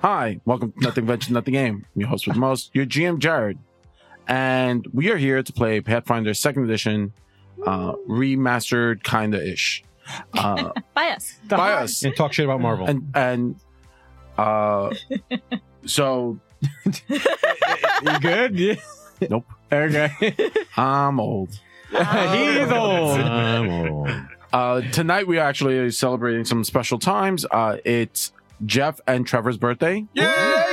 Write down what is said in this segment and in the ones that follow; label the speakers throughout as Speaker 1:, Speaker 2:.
Speaker 1: Hi, welcome to Nothing Venture, Nothing Game. I'm your host with the most, your GM Jared. And we are here to play Pathfinder 2nd Edition, uh, remastered kinda ish. Uh,
Speaker 2: By us.
Speaker 1: by us.
Speaker 3: and talk shit about Marvel.
Speaker 1: And, and uh, so
Speaker 3: you good? Yeah.
Speaker 1: Nope.
Speaker 3: Okay.
Speaker 1: I'm old.
Speaker 3: He's old.
Speaker 1: Uh, tonight we are actually celebrating some special times. Uh, it's Jeff and Trevor's birthday.
Speaker 4: yeah.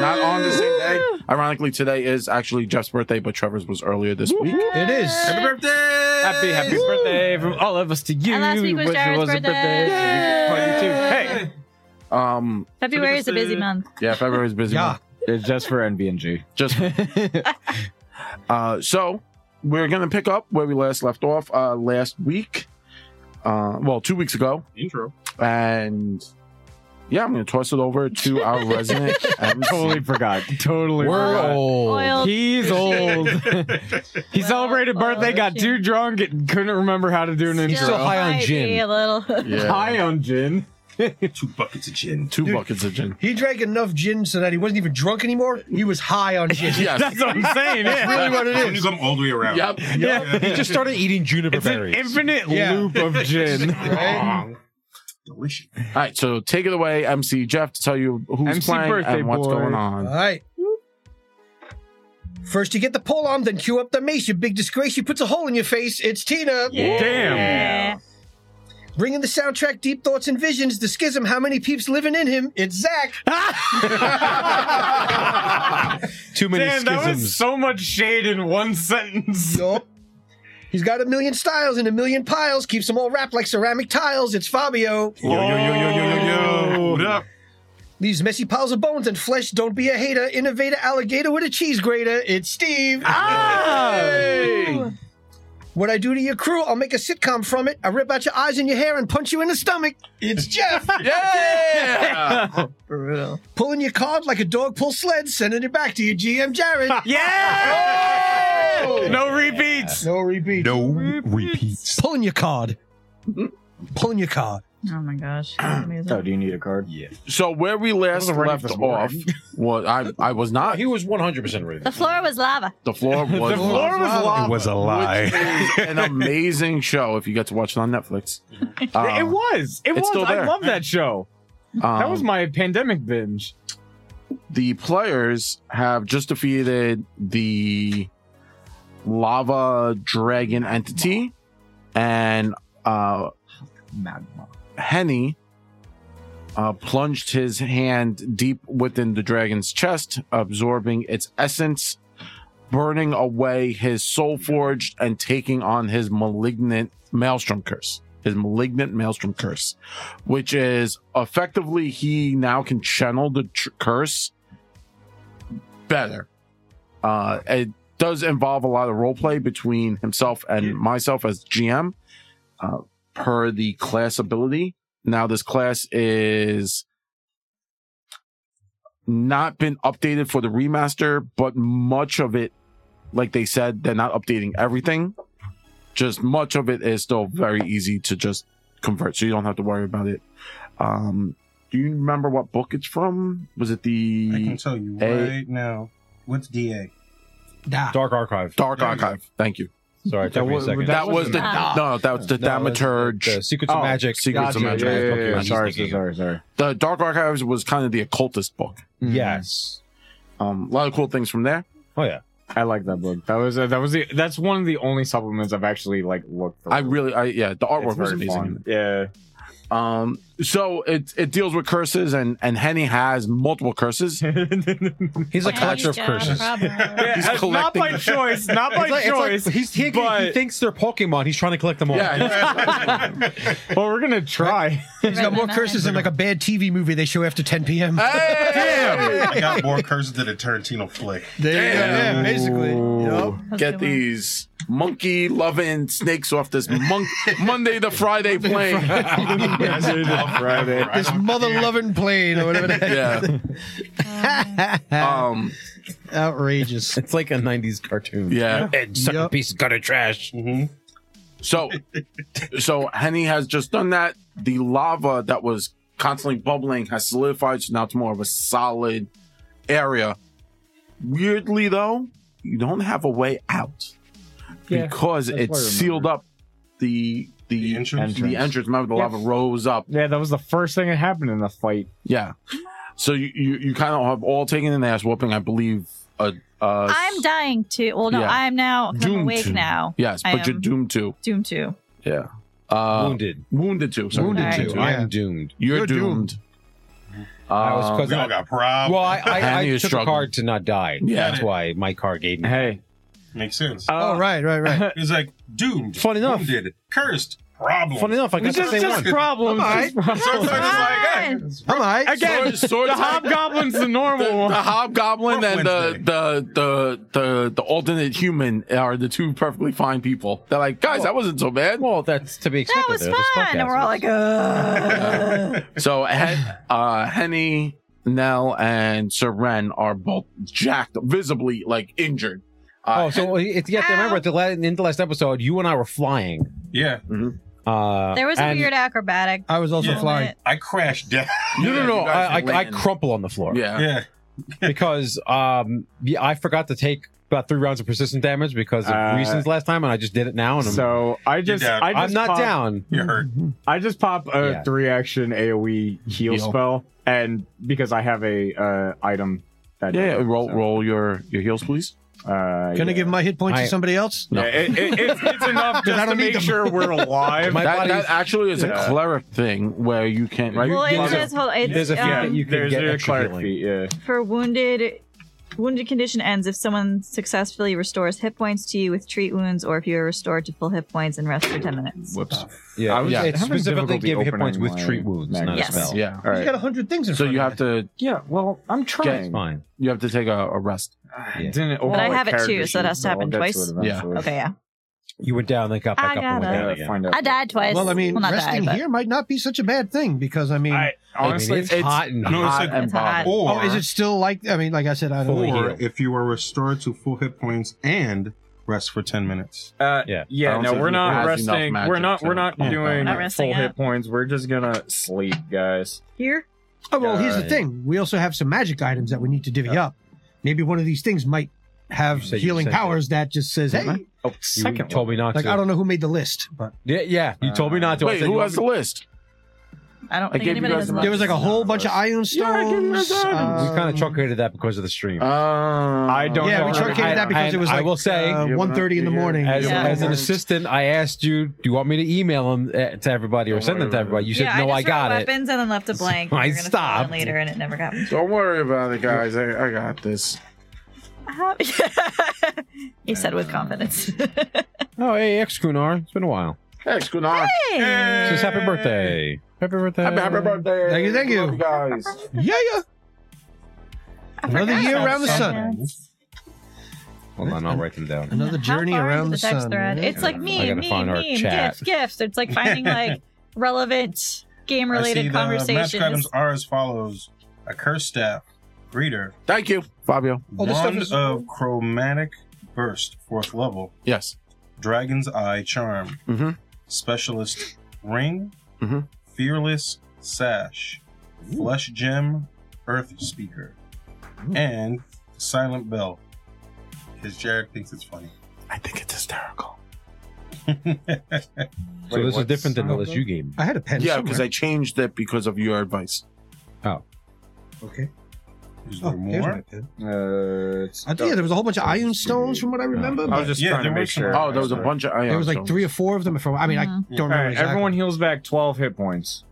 Speaker 1: Not on the same day. Ironically, today is actually Jeff's birthday, but Trevor's was earlier this week.
Speaker 3: It is.
Speaker 4: Happy birthday!
Speaker 3: Happy, happy birthday from all of us to you.
Speaker 2: And last week was
Speaker 3: which
Speaker 2: Jared's
Speaker 3: a
Speaker 2: birthday.
Speaker 3: birthday. to you. Oh, you too. Hey,
Speaker 1: Um,
Speaker 2: February is a busy month.
Speaker 1: yeah, February's busy.
Speaker 3: Yeah.
Speaker 1: month.
Speaker 5: It's just for NBNG.
Speaker 1: Just uh, so we're gonna pick up where we last left off uh, last week. Uh, well, two weeks ago,
Speaker 4: Intro.
Speaker 1: and yeah, I'm gonna toss it over to our resident. MC.
Speaker 5: totally forgot.
Speaker 3: totally.
Speaker 5: We're
Speaker 3: forgot.
Speaker 5: old.
Speaker 2: Oiled.
Speaker 3: He's old. he
Speaker 2: Well,
Speaker 3: celebrated birthday, got too
Speaker 2: ocean.
Speaker 3: drunk, and couldn't remember how to do an intro.
Speaker 5: still high on
Speaker 2: might
Speaker 5: gin.
Speaker 2: be A little.
Speaker 1: Yeah,
Speaker 3: High on gin.
Speaker 4: Two buckets of gin.
Speaker 1: two buckets of gin.
Speaker 6: He drank enough gin so that he wasn't even drunk anymore. He was high on gin.
Speaker 1: Yes.
Speaker 3: That's what I'm saying. Yeah.
Speaker 6: Really what it
Speaker 4: When you
Speaker 6: is.
Speaker 4: come all the way around.
Speaker 1: Yep.
Speaker 3: Yeah.
Speaker 5: He just started eating juniper
Speaker 3: It's an
Speaker 5: berries.
Speaker 3: infinite
Speaker 6: Yeah.
Speaker 3: loop of gin.
Speaker 6: Right?
Speaker 4: Delicious.
Speaker 1: All right, so take it away, MC Jeff, to tell you who's
Speaker 3: MC
Speaker 1: playing
Speaker 3: birthday
Speaker 1: and what's
Speaker 3: boy. Uh,
Speaker 1: going
Speaker 6: All
Speaker 1: on.
Speaker 6: right. First you get the pole arm, then cue up the mace. You big disgrace. She puts a hole in your face. It's Tina.
Speaker 2: Yeah.
Speaker 3: Damn.
Speaker 6: Bringing the soundtrack, deep thoughts and visions. The schism. How many peeps living in him? It's Zach.
Speaker 5: Too many
Speaker 3: Damn, that was
Speaker 5: schisms.
Speaker 3: so much shade in one sentence.
Speaker 6: Yup. He's got a million styles and a million piles. Keeps them all wrapped like ceramic tiles. It's Fabio.
Speaker 4: Yo, yo, yo, yo, yo, yo, yo.
Speaker 3: Oh.
Speaker 4: What up?
Speaker 6: Leaves messy piles of bones and flesh. Don't be a hater. Innovator alligator with a cheese grater. It's Steve.
Speaker 3: Ah!
Speaker 6: What I do to your crew, I'll make a sitcom from it. I rip out your eyes and your hair and punch you in the stomach. It's Jeff.
Speaker 1: Yeah.
Speaker 6: Pulling your card like a dog pulls sled, sending it back to your GM Jared.
Speaker 3: Yeah! No repeats.
Speaker 6: no repeat.
Speaker 4: No repeats.
Speaker 6: Pulling your card. Pulling your card.
Speaker 2: Oh my gosh.
Speaker 5: Oh, do you need a card?
Speaker 4: Yeah.
Speaker 1: So where we last
Speaker 3: wasn't ready
Speaker 1: left
Speaker 3: this
Speaker 1: off
Speaker 3: morning.
Speaker 1: was I I was not.
Speaker 4: He was 100% ready.
Speaker 2: The floor was lava.
Speaker 1: The floor was
Speaker 3: The floor was lava.
Speaker 4: It was a
Speaker 1: which
Speaker 4: lie.
Speaker 1: is an amazing show if you get to watch it on Netflix. Um,
Speaker 3: it was. It
Speaker 1: it's
Speaker 3: was.
Speaker 1: still there.
Speaker 3: I love that show. that
Speaker 1: um,
Speaker 3: was my pandemic binge.
Speaker 1: the players have just defeated the lava dragon entity and uh
Speaker 5: Magma.
Speaker 1: henny uh, plunged his hand deep within the dragon's chest absorbing its essence burning away his soul forged and taking on his malignant maelstrom curse his malignant maelstrom curse which is effectively he now can channel the tr- curse better uh it does involve a lot of role play between himself and myself as gm uh, per the class ability now this class is not been updated for the remaster but much of it like they said they're not updating everything just much of it is still very easy to just convert so you don't have to worry about it um do you remember what book it's from was it the
Speaker 7: I can tell you
Speaker 1: A-
Speaker 7: right now. What's DA?
Speaker 6: Nah.
Speaker 3: Dark Archive.
Speaker 1: Dark Archive. Thank you.
Speaker 5: Sorry, it took me a second.
Speaker 1: That was the
Speaker 2: Ah.
Speaker 1: no, that was the Thaumaturge.
Speaker 5: The Secrets
Speaker 3: Oh,
Speaker 5: of Magic.
Speaker 1: Secrets of Magic.
Speaker 5: Yeah, yeah, yeah,
Speaker 1: Okay,
Speaker 5: yeah.
Speaker 1: he's
Speaker 5: Sorry, sorry, sorry, sorry.
Speaker 1: The Dark Archives was kind of the occultist book.
Speaker 3: Mm-hmm.
Speaker 5: Yes.
Speaker 1: Um, a lot of cool things from there.
Speaker 5: Oh yeah.
Speaker 3: I like that book. That was uh, that was the that's one of the only supplements I've actually like looked for.
Speaker 1: I really, I yeah, the
Speaker 3: It's
Speaker 1: artwork was
Speaker 3: very
Speaker 1: amazing.
Speaker 3: fun. Yeah.
Speaker 1: Um, so it it deals with curses, and and Henny has multiple curses.
Speaker 5: He's a
Speaker 2: Yeah,
Speaker 5: collector of
Speaker 2: he's got a
Speaker 5: curses.
Speaker 2: problem.
Speaker 3: Yeah, uh, not by
Speaker 1: collecting-
Speaker 3: choice. Not by
Speaker 5: It's like- it's like
Speaker 3: choice.
Speaker 5: he's, he, he
Speaker 3: but-
Speaker 5: thinks they're Pokemon. He's trying to collect them all.
Speaker 1: Yeah,
Speaker 3: well, we're gonna try.
Speaker 6: He's got more curses than like a bad TV movie they show after 10 p.m.
Speaker 1: Hey!
Speaker 7: I got more curses than a Tarantino flick.
Speaker 6: There you go. Yeah, basically. Yup.
Speaker 1: Get these monkey loving snakes off this monk Monday to Friday plane.
Speaker 3: Friday.
Speaker 6: This mother loving plane or whatever. the-
Speaker 1: Yeah. Um.
Speaker 6: Outrageous.
Speaker 5: It's like a '90s cartoon.
Speaker 1: Yeah.
Speaker 5: And suck
Speaker 6: Yep.
Speaker 5: piece of gutter trash.
Speaker 4: Mm-hmm.
Speaker 1: So, so Henny has just done that. The lava that was constantly bubbling has solidified. So now it's more of a solid area. Weirdly, though, you don't have a way out
Speaker 3: Yeah,
Speaker 1: because
Speaker 3: that's
Speaker 1: it's
Speaker 3: what I
Speaker 1: sealed up the the
Speaker 4: The entrance?
Speaker 1: The entrance. Remember, the
Speaker 3: Yeah.
Speaker 1: lava rose up.
Speaker 3: Yeah, that was the first thing that happened in the fight.
Speaker 1: Yeah. So you you, you kind of have all taken an ass whooping, I believe. Uh, uh,
Speaker 2: I'm dying to. Well, no,
Speaker 1: Yeah.
Speaker 2: I'm now. 'cause I'm
Speaker 1: Doomed
Speaker 2: awake
Speaker 1: to.
Speaker 2: now.
Speaker 1: yes,
Speaker 2: I
Speaker 1: but you're
Speaker 2: am-
Speaker 1: doomed to.
Speaker 2: Doom two.
Speaker 1: Yeah. Uh, wounded.
Speaker 5: wounded.
Speaker 1: to. Sorry.
Speaker 5: Wounded
Speaker 2: Alright.
Speaker 5: to.
Speaker 8: Yeah.
Speaker 5: I'm doomed.
Speaker 1: You're,
Speaker 8: You're
Speaker 1: doomed.
Speaker 8: doomed.
Speaker 5: I was
Speaker 1: Um,
Speaker 5: cause
Speaker 4: We all
Speaker 5: I,
Speaker 4: got problems.
Speaker 5: well, I, I,
Speaker 1: Handy
Speaker 5: I
Speaker 1: is
Speaker 5: took a
Speaker 1: struggling.
Speaker 5: card to not die.
Speaker 1: Oh. Yeah.
Speaker 5: That's why my card gave me.
Speaker 3: Hey.
Speaker 4: Makes sense.
Speaker 3: Uh,
Speaker 9: oh, right, right, right.
Speaker 4: He's like doomed.
Speaker 5: Fun enough.
Speaker 4: Wounded. Cursed. Problem.
Speaker 5: Funny enough, I got
Speaker 3: It's
Speaker 5: the
Speaker 3: just,
Speaker 5: same
Speaker 3: just
Speaker 5: one.
Speaker 3: problems.
Speaker 9: All right.
Speaker 3: just problems.
Speaker 4: Sometimes it's like,
Speaker 9: I'm
Speaker 4: hey,
Speaker 9: all right.
Speaker 3: Again,
Speaker 1: Swords- swords-
Speaker 3: the hobgoblin's the
Speaker 1: the,
Speaker 3: normal
Speaker 1: the
Speaker 3: one.
Speaker 1: hobgoblin and the,
Speaker 4: Wednesday.
Speaker 1: the the the the alternate human are the two perfectly fine people. They're like, guys, that wasn't so bad.
Speaker 5: Well, that's to be
Speaker 2: That
Speaker 5: expected.
Speaker 2: was
Speaker 5: though. This
Speaker 2: fun. And
Speaker 5: podcast
Speaker 2: we're all
Speaker 5: was-
Speaker 2: like, oh, uh.
Speaker 1: So Hen- uh, Henny, Nell, and Sir Ren are both jacked, visibly like injured. Uh,
Speaker 5: Oh, so it's yeah.
Speaker 2: Ow.
Speaker 5: Remember at the la- in the last episode, you and I were flying.
Speaker 4: yeah,
Speaker 5: Uh,
Speaker 2: There was a
Speaker 5: and-
Speaker 2: weird acrobatic.
Speaker 9: I was also
Speaker 4: Yeah.
Speaker 9: flying.
Speaker 4: I crashed down.
Speaker 5: No, no, no.
Speaker 1: you guys
Speaker 5: I,
Speaker 1: were
Speaker 5: I, I
Speaker 1: laying.
Speaker 5: crumple on the floor
Speaker 1: yeah.
Speaker 4: Yeah.
Speaker 5: because um, yeah, I forgot to take about three rounds of persistent damage because of
Speaker 3: Uh,
Speaker 5: reasons last time, and I just did it now, and I'm,
Speaker 3: So I just,
Speaker 4: down.
Speaker 3: I just
Speaker 5: I'm not
Speaker 3: pop,
Speaker 5: down.
Speaker 4: You're hurt.
Speaker 3: I just pop a
Speaker 5: Yeah.
Speaker 3: three action AOE heal,
Speaker 1: Heal.
Speaker 3: spell, and because I have a uh, item that
Speaker 1: Yeah, yeah, roll
Speaker 3: so,
Speaker 1: roll your your heels, please.
Speaker 3: Uh,
Speaker 9: Gonna
Speaker 3: yeah.
Speaker 9: give my hit points
Speaker 5: I-
Speaker 9: to somebody else?
Speaker 3: Yeah, it, it, it's, it's enough just to
Speaker 9: don't need
Speaker 3: make
Speaker 9: them.
Speaker 3: sure we're alive.
Speaker 5: My
Speaker 1: That,
Speaker 5: body's-
Speaker 1: that actually is
Speaker 3: Yeah.
Speaker 1: a cleric thing where you can't right.
Speaker 2: Well,
Speaker 5: there's
Speaker 2: it's
Speaker 5: a-
Speaker 2: just hold. It's,
Speaker 5: there's a feat
Speaker 2: um,
Speaker 5: that you can
Speaker 3: There's
Speaker 5: get
Speaker 3: your
Speaker 5: extra
Speaker 3: cleric
Speaker 5: healing.
Speaker 3: feat, yeah.
Speaker 2: for wounded wounded condition ends if someone successfully restores hit points to you with treat wounds or if you are restored to full hit points and rest for 10 minutes
Speaker 1: Whoops.
Speaker 5: Yeah,
Speaker 3: I was
Speaker 5: yeah.
Speaker 3: having
Speaker 5: It specifically
Speaker 3: difficulty
Speaker 5: give hit points
Speaker 3: opening
Speaker 5: with
Speaker 3: my
Speaker 5: treat wounds, not
Speaker 3: magnet
Speaker 5: a
Speaker 2: Yes.
Speaker 5: spell.
Speaker 1: Yeah.
Speaker 3: All
Speaker 9: He's
Speaker 3: right.
Speaker 9: got a hundred things in
Speaker 1: So
Speaker 9: front
Speaker 1: you
Speaker 9: of
Speaker 1: have to
Speaker 3: Yeah, well, I'm
Speaker 5: It's
Speaker 3: trying.
Speaker 5: fine.
Speaker 1: you have to take a, a rest.
Speaker 5: Yeah.
Speaker 3: Uh, Didn't
Speaker 2: But I
Speaker 3: overlay
Speaker 2: have it
Speaker 3: character
Speaker 2: too, so it has
Speaker 3: sheets,
Speaker 2: to happen
Speaker 3: I'll get to
Speaker 2: twice.
Speaker 3: it
Speaker 1: Yeah.
Speaker 3: eventually.
Speaker 2: okay yeah
Speaker 5: You went down, then got back
Speaker 2: I
Speaker 5: up, and
Speaker 2: got
Speaker 5: went
Speaker 2: it.
Speaker 5: down
Speaker 3: Yeah,
Speaker 5: again.
Speaker 3: find out.
Speaker 2: i died twice
Speaker 9: Well, I mean,
Speaker 2: not
Speaker 9: resting
Speaker 2: die, but-
Speaker 9: here might not be such a bad thing because I mean,
Speaker 3: I,
Speaker 5: I mean,
Speaker 3: honestly,
Speaker 5: it's,
Speaker 1: it's-
Speaker 5: hot and
Speaker 4: No, it's
Speaker 1: Hot
Speaker 4: like-
Speaker 1: and
Speaker 2: It's hot.
Speaker 1: bothered.
Speaker 4: Or,
Speaker 9: oh, is it still like? I mean, like I said, I don't.
Speaker 5: Fully
Speaker 9: know.
Speaker 5: healed.
Speaker 4: or if you were restored to full hit points and rest for 10 minutes.
Speaker 3: uh,
Speaker 5: Yeah.
Speaker 3: yeah,
Speaker 1: I
Speaker 3: yeah.
Speaker 1: don't
Speaker 3: No,
Speaker 1: think
Speaker 3: we're
Speaker 1: it
Speaker 3: not
Speaker 1: has enough
Speaker 3: resting.
Speaker 1: magic
Speaker 3: We're not.
Speaker 1: to-
Speaker 3: We're not
Speaker 1: Yeah.
Speaker 3: doing
Speaker 2: Not resting
Speaker 3: full
Speaker 2: yet.
Speaker 3: hit points. We're just gonna sleep, guys.
Speaker 2: here
Speaker 9: Oh well, here's the
Speaker 5: Yeah.
Speaker 9: thing: we also have some magic items that we need to divvy up. Maybe one of these things might have
Speaker 5: You said- you
Speaker 9: healing
Speaker 5: said that.
Speaker 9: powers that. just says, "Hey,
Speaker 1: Mhm.
Speaker 3: Oh,
Speaker 5: you
Speaker 3: second
Speaker 5: told me not
Speaker 9: like
Speaker 5: to.
Speaker 9: I don't know who made the list, but
Speaker 5: yeah, yeah, you told me not to. I
Speaker 1: Wait,
Speaker 5: said,
Speaker 1: who
Speaker 5: you
Speaker 1: has the
Speaker 5: want
Speaker 1: list?
Speaker 2: i don't
Speaker 1: I
Speaker 2: think
Speaker 1: gave you
Speaker 2: anybody
Speaker 1: guys
Speaker 2: has
Speaker 1: a
Speaker 2: left.
Speaker 9: there was like a whole bunch of iron
Speaker 1: Yeah, I gave you
Speaker 9: stones.
Speaker 1: those items.
Speaker 5: me- We kind of
Speaker 9: um,
Speaker 5: truncated that because of the stream.
Speaker 1: Uh, I
Speaker 3: don't
Speaker 9: Oh. Yeah,
Speaker 3: know.
Speaker 9: we
Speaker 3: I-
Speaker 9: truncated that because
Speaker 5: and
Speaker 9: it was
Speaker 5: I
Speaker 9: like
Speaker 5: will say-
Speaker 9: uh,
Speaker 1: Yeah,
Speaker 9: 1.30 in the
Speaker 1: yeah.
Speaker 9: morning.
Speaker 5: As,
Speaker 2: Yeah.
Speaker 5: as an assistant, I asked you, do you want me to email them uh, to everybody or send them to everybody? You said,
Speaker 2: yeah,
Speaker 5: no, I,
Speaker 2: I, just wrote
Speaker 5: got it.
Speaker 2: weapons and then left a blank
Speaker 5: I
Speaker 2: and you're gonna fill it in
Speaker 5: stopped.
Speaker 2: later and it never got
Speaker 1: Don't worry about it, guys. I, I got this.
Speaker 2: he said with confidence
Speaker 5: Oh, hey, ex Kunar. It's been a while.
Speaker 1: Hey, it's good on.
Speaker 2: Hey.
Speaker 5: Says happy birthday. Happy birthday.
Speaker 1: Happy, happy birthday.
Speaker 9: Thank you, thank you.
Speaker 1: Love guys.
Speaker 9: yeah, yeah.
Speaker 2: I
Speaker 9: Another
Speaker 2: forgot
Speaker 9: year
Speaker 2: about
Speaker 9: around the
Speaker 2: that.
Speaker 9: sun.
Speaker 5: Hold on, I'll write them down.
Speaker 9: Another
Speaker 2: How
Speaker 9: journey
Speaker 2: far
Speaker 9: around
Speaker 2: into
Speaker 9: the,
Speaker 2: text
Speaker 9: sun.
Speaker 2: Thread?
Speaker 9: right?
Speaker 2: It's like
Speaker 5: I
Speaker 2: me,
Speaker 5: gotta
Speaker 2: me,
Speaker 5: find our
Speaker 2: me,
Speaker 5: chat.
Speaker 2: gifts, gifts. It's like finding like relevant game
Speaker 4: I see
Speaker 2: related
Speaker 9: uh,
Speaker 4: the magic items
Speaker 2: conversations.
Speaker 4: are as follows. A curse staff, reader,
Speaker 1: Thank you, Fabio.
Speaker 9: Oh, this stuff
Speaker 4: wand
Speaker 9: is-
Speaker 4: of chromatic burst, fourth level,
Speaker 1: Yes.
Speaker 4: dragon's eye charm,
Speaker 1: Mm-hmm.
Speaker 4: specialist ring,
Speaker 9: Mm-hmm.
Speaker 1: Mhm.
Speaker 4: fearless sash, flesh gem, earth speaker, and silent bell. Because Jared thinks it's funny.
Speaker 1: I think it's hysterical.
Speaker 9: Oh,
Speaker 5: So this is different than the list you gave me.
Speaker 9: I had a pen.
Speaker 1: Yeah,
Speaker 9: somewhere.
Speaker 1: because I changed it because of your advice.
Speaker 9: okay.
Speaker 4: Is there
Speaker 9: Oh, here's my
Speaker 4: more?
Speaker 9: pen.
Speaker 3: Uh, it's-
Speaker 9: I think, yeah, there was a whole bunch of iron stones from what I remember.
Speaker 3: I
Speaker 9: but
Speaker 3: was just
Speaker 4: Yeah,
Speaker 3: trying to
Speaker 4: there
Speaker 3: make
Speaker 4: was some-
Speaker 3: sure.
Speaker 1: Oh, there was a bunch of iron.
Speaker 9: there was like
Speaker 1: stones.
Speaker 9: three or four of them. From I mean, I
Speaker 2: Mhm.
Speaker 9: don't
Speaker 4: All
Speaker 9: remember
Speaker 3: All right,
Speaker 9: exactly.
Speaker 3: everyone heals back twelve hit points.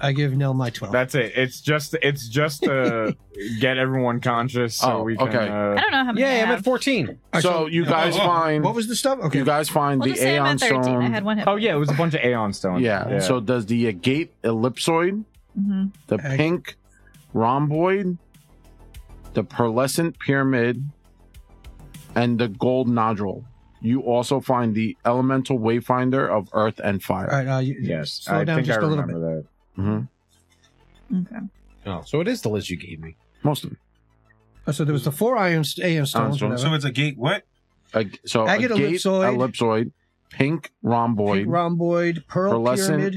Speaker 9: I give Nell my twelve.
Speaker 3: That's it. It's just it's just to get everyone conscious so
Speaker 1: Oh,
Speaker 3: we can.
Speaker 1: okay.
Speaker 3: Uh,
Speaker 2: I don't know how many. I
Speaker 5: Yeah, I'm
Speaker 2: have.
Speaker 5: at 14.
Speaker 9: All right, uh,
Speaker 1: So you guys
Speaker 4: Oh, oh.
Speaker 1: find
Speaker 9: what was the stuff? Okay,
Speaker 1: you guys find
Speaker 2: We'll
Speaker 1: the
Speaker 2: just say I'm
Speaker 1: Aeon
Speaker 2: at 13. I had
Speaker 1: stone.
Speaker 2: one hit.
Speaker 3: oh yeah, it was a bunch of Aeon stones.
Speaker 1: Yeah. So does the uh, gate ellipsoid,
Speaker 2: hmm
Speaker 1: the
Speaker 9: Okay.
Speaker 1: pink rhomboid, the pearlescent pyramid, and the gold nodule. You also find the elemental wayfinder of earth and
Speaker 9: all
Speaker 1: fire.
Speaker 9: right. Uh, you,
Speaker 3: yes,
Speaker 9: slow
Speaker 3: I
Speaker 9: down
Speaker 3: think
Speaker 9: just
Speaker 3: I
Speaker 9: a little
Speaker 3: remember
Speaker 9: bit.
Speaker 3: that.
Speaker 1: Mhm.
Speaker 2: Okay.
Speaker 5: Oh, so it is the list you gave me.
Speaker 1: Most of them.
Speaker 9: Oh, So there was the four iron st- iron stones.
Speaker 1: stones.
Speaker 9: whatever.
Speaker 4: So it's a gate. What?
Speaker 1: A, so
Speaker 9: Agate
Speaker 1: a gate
Speaker 9: ellipsoid.
Speaker 1: ellipsoid, pink rhomboid,
Speaker 9: Pink rhomboid, pearl
Speaker 1: Pearlescent,
Speaker 9: pyramid,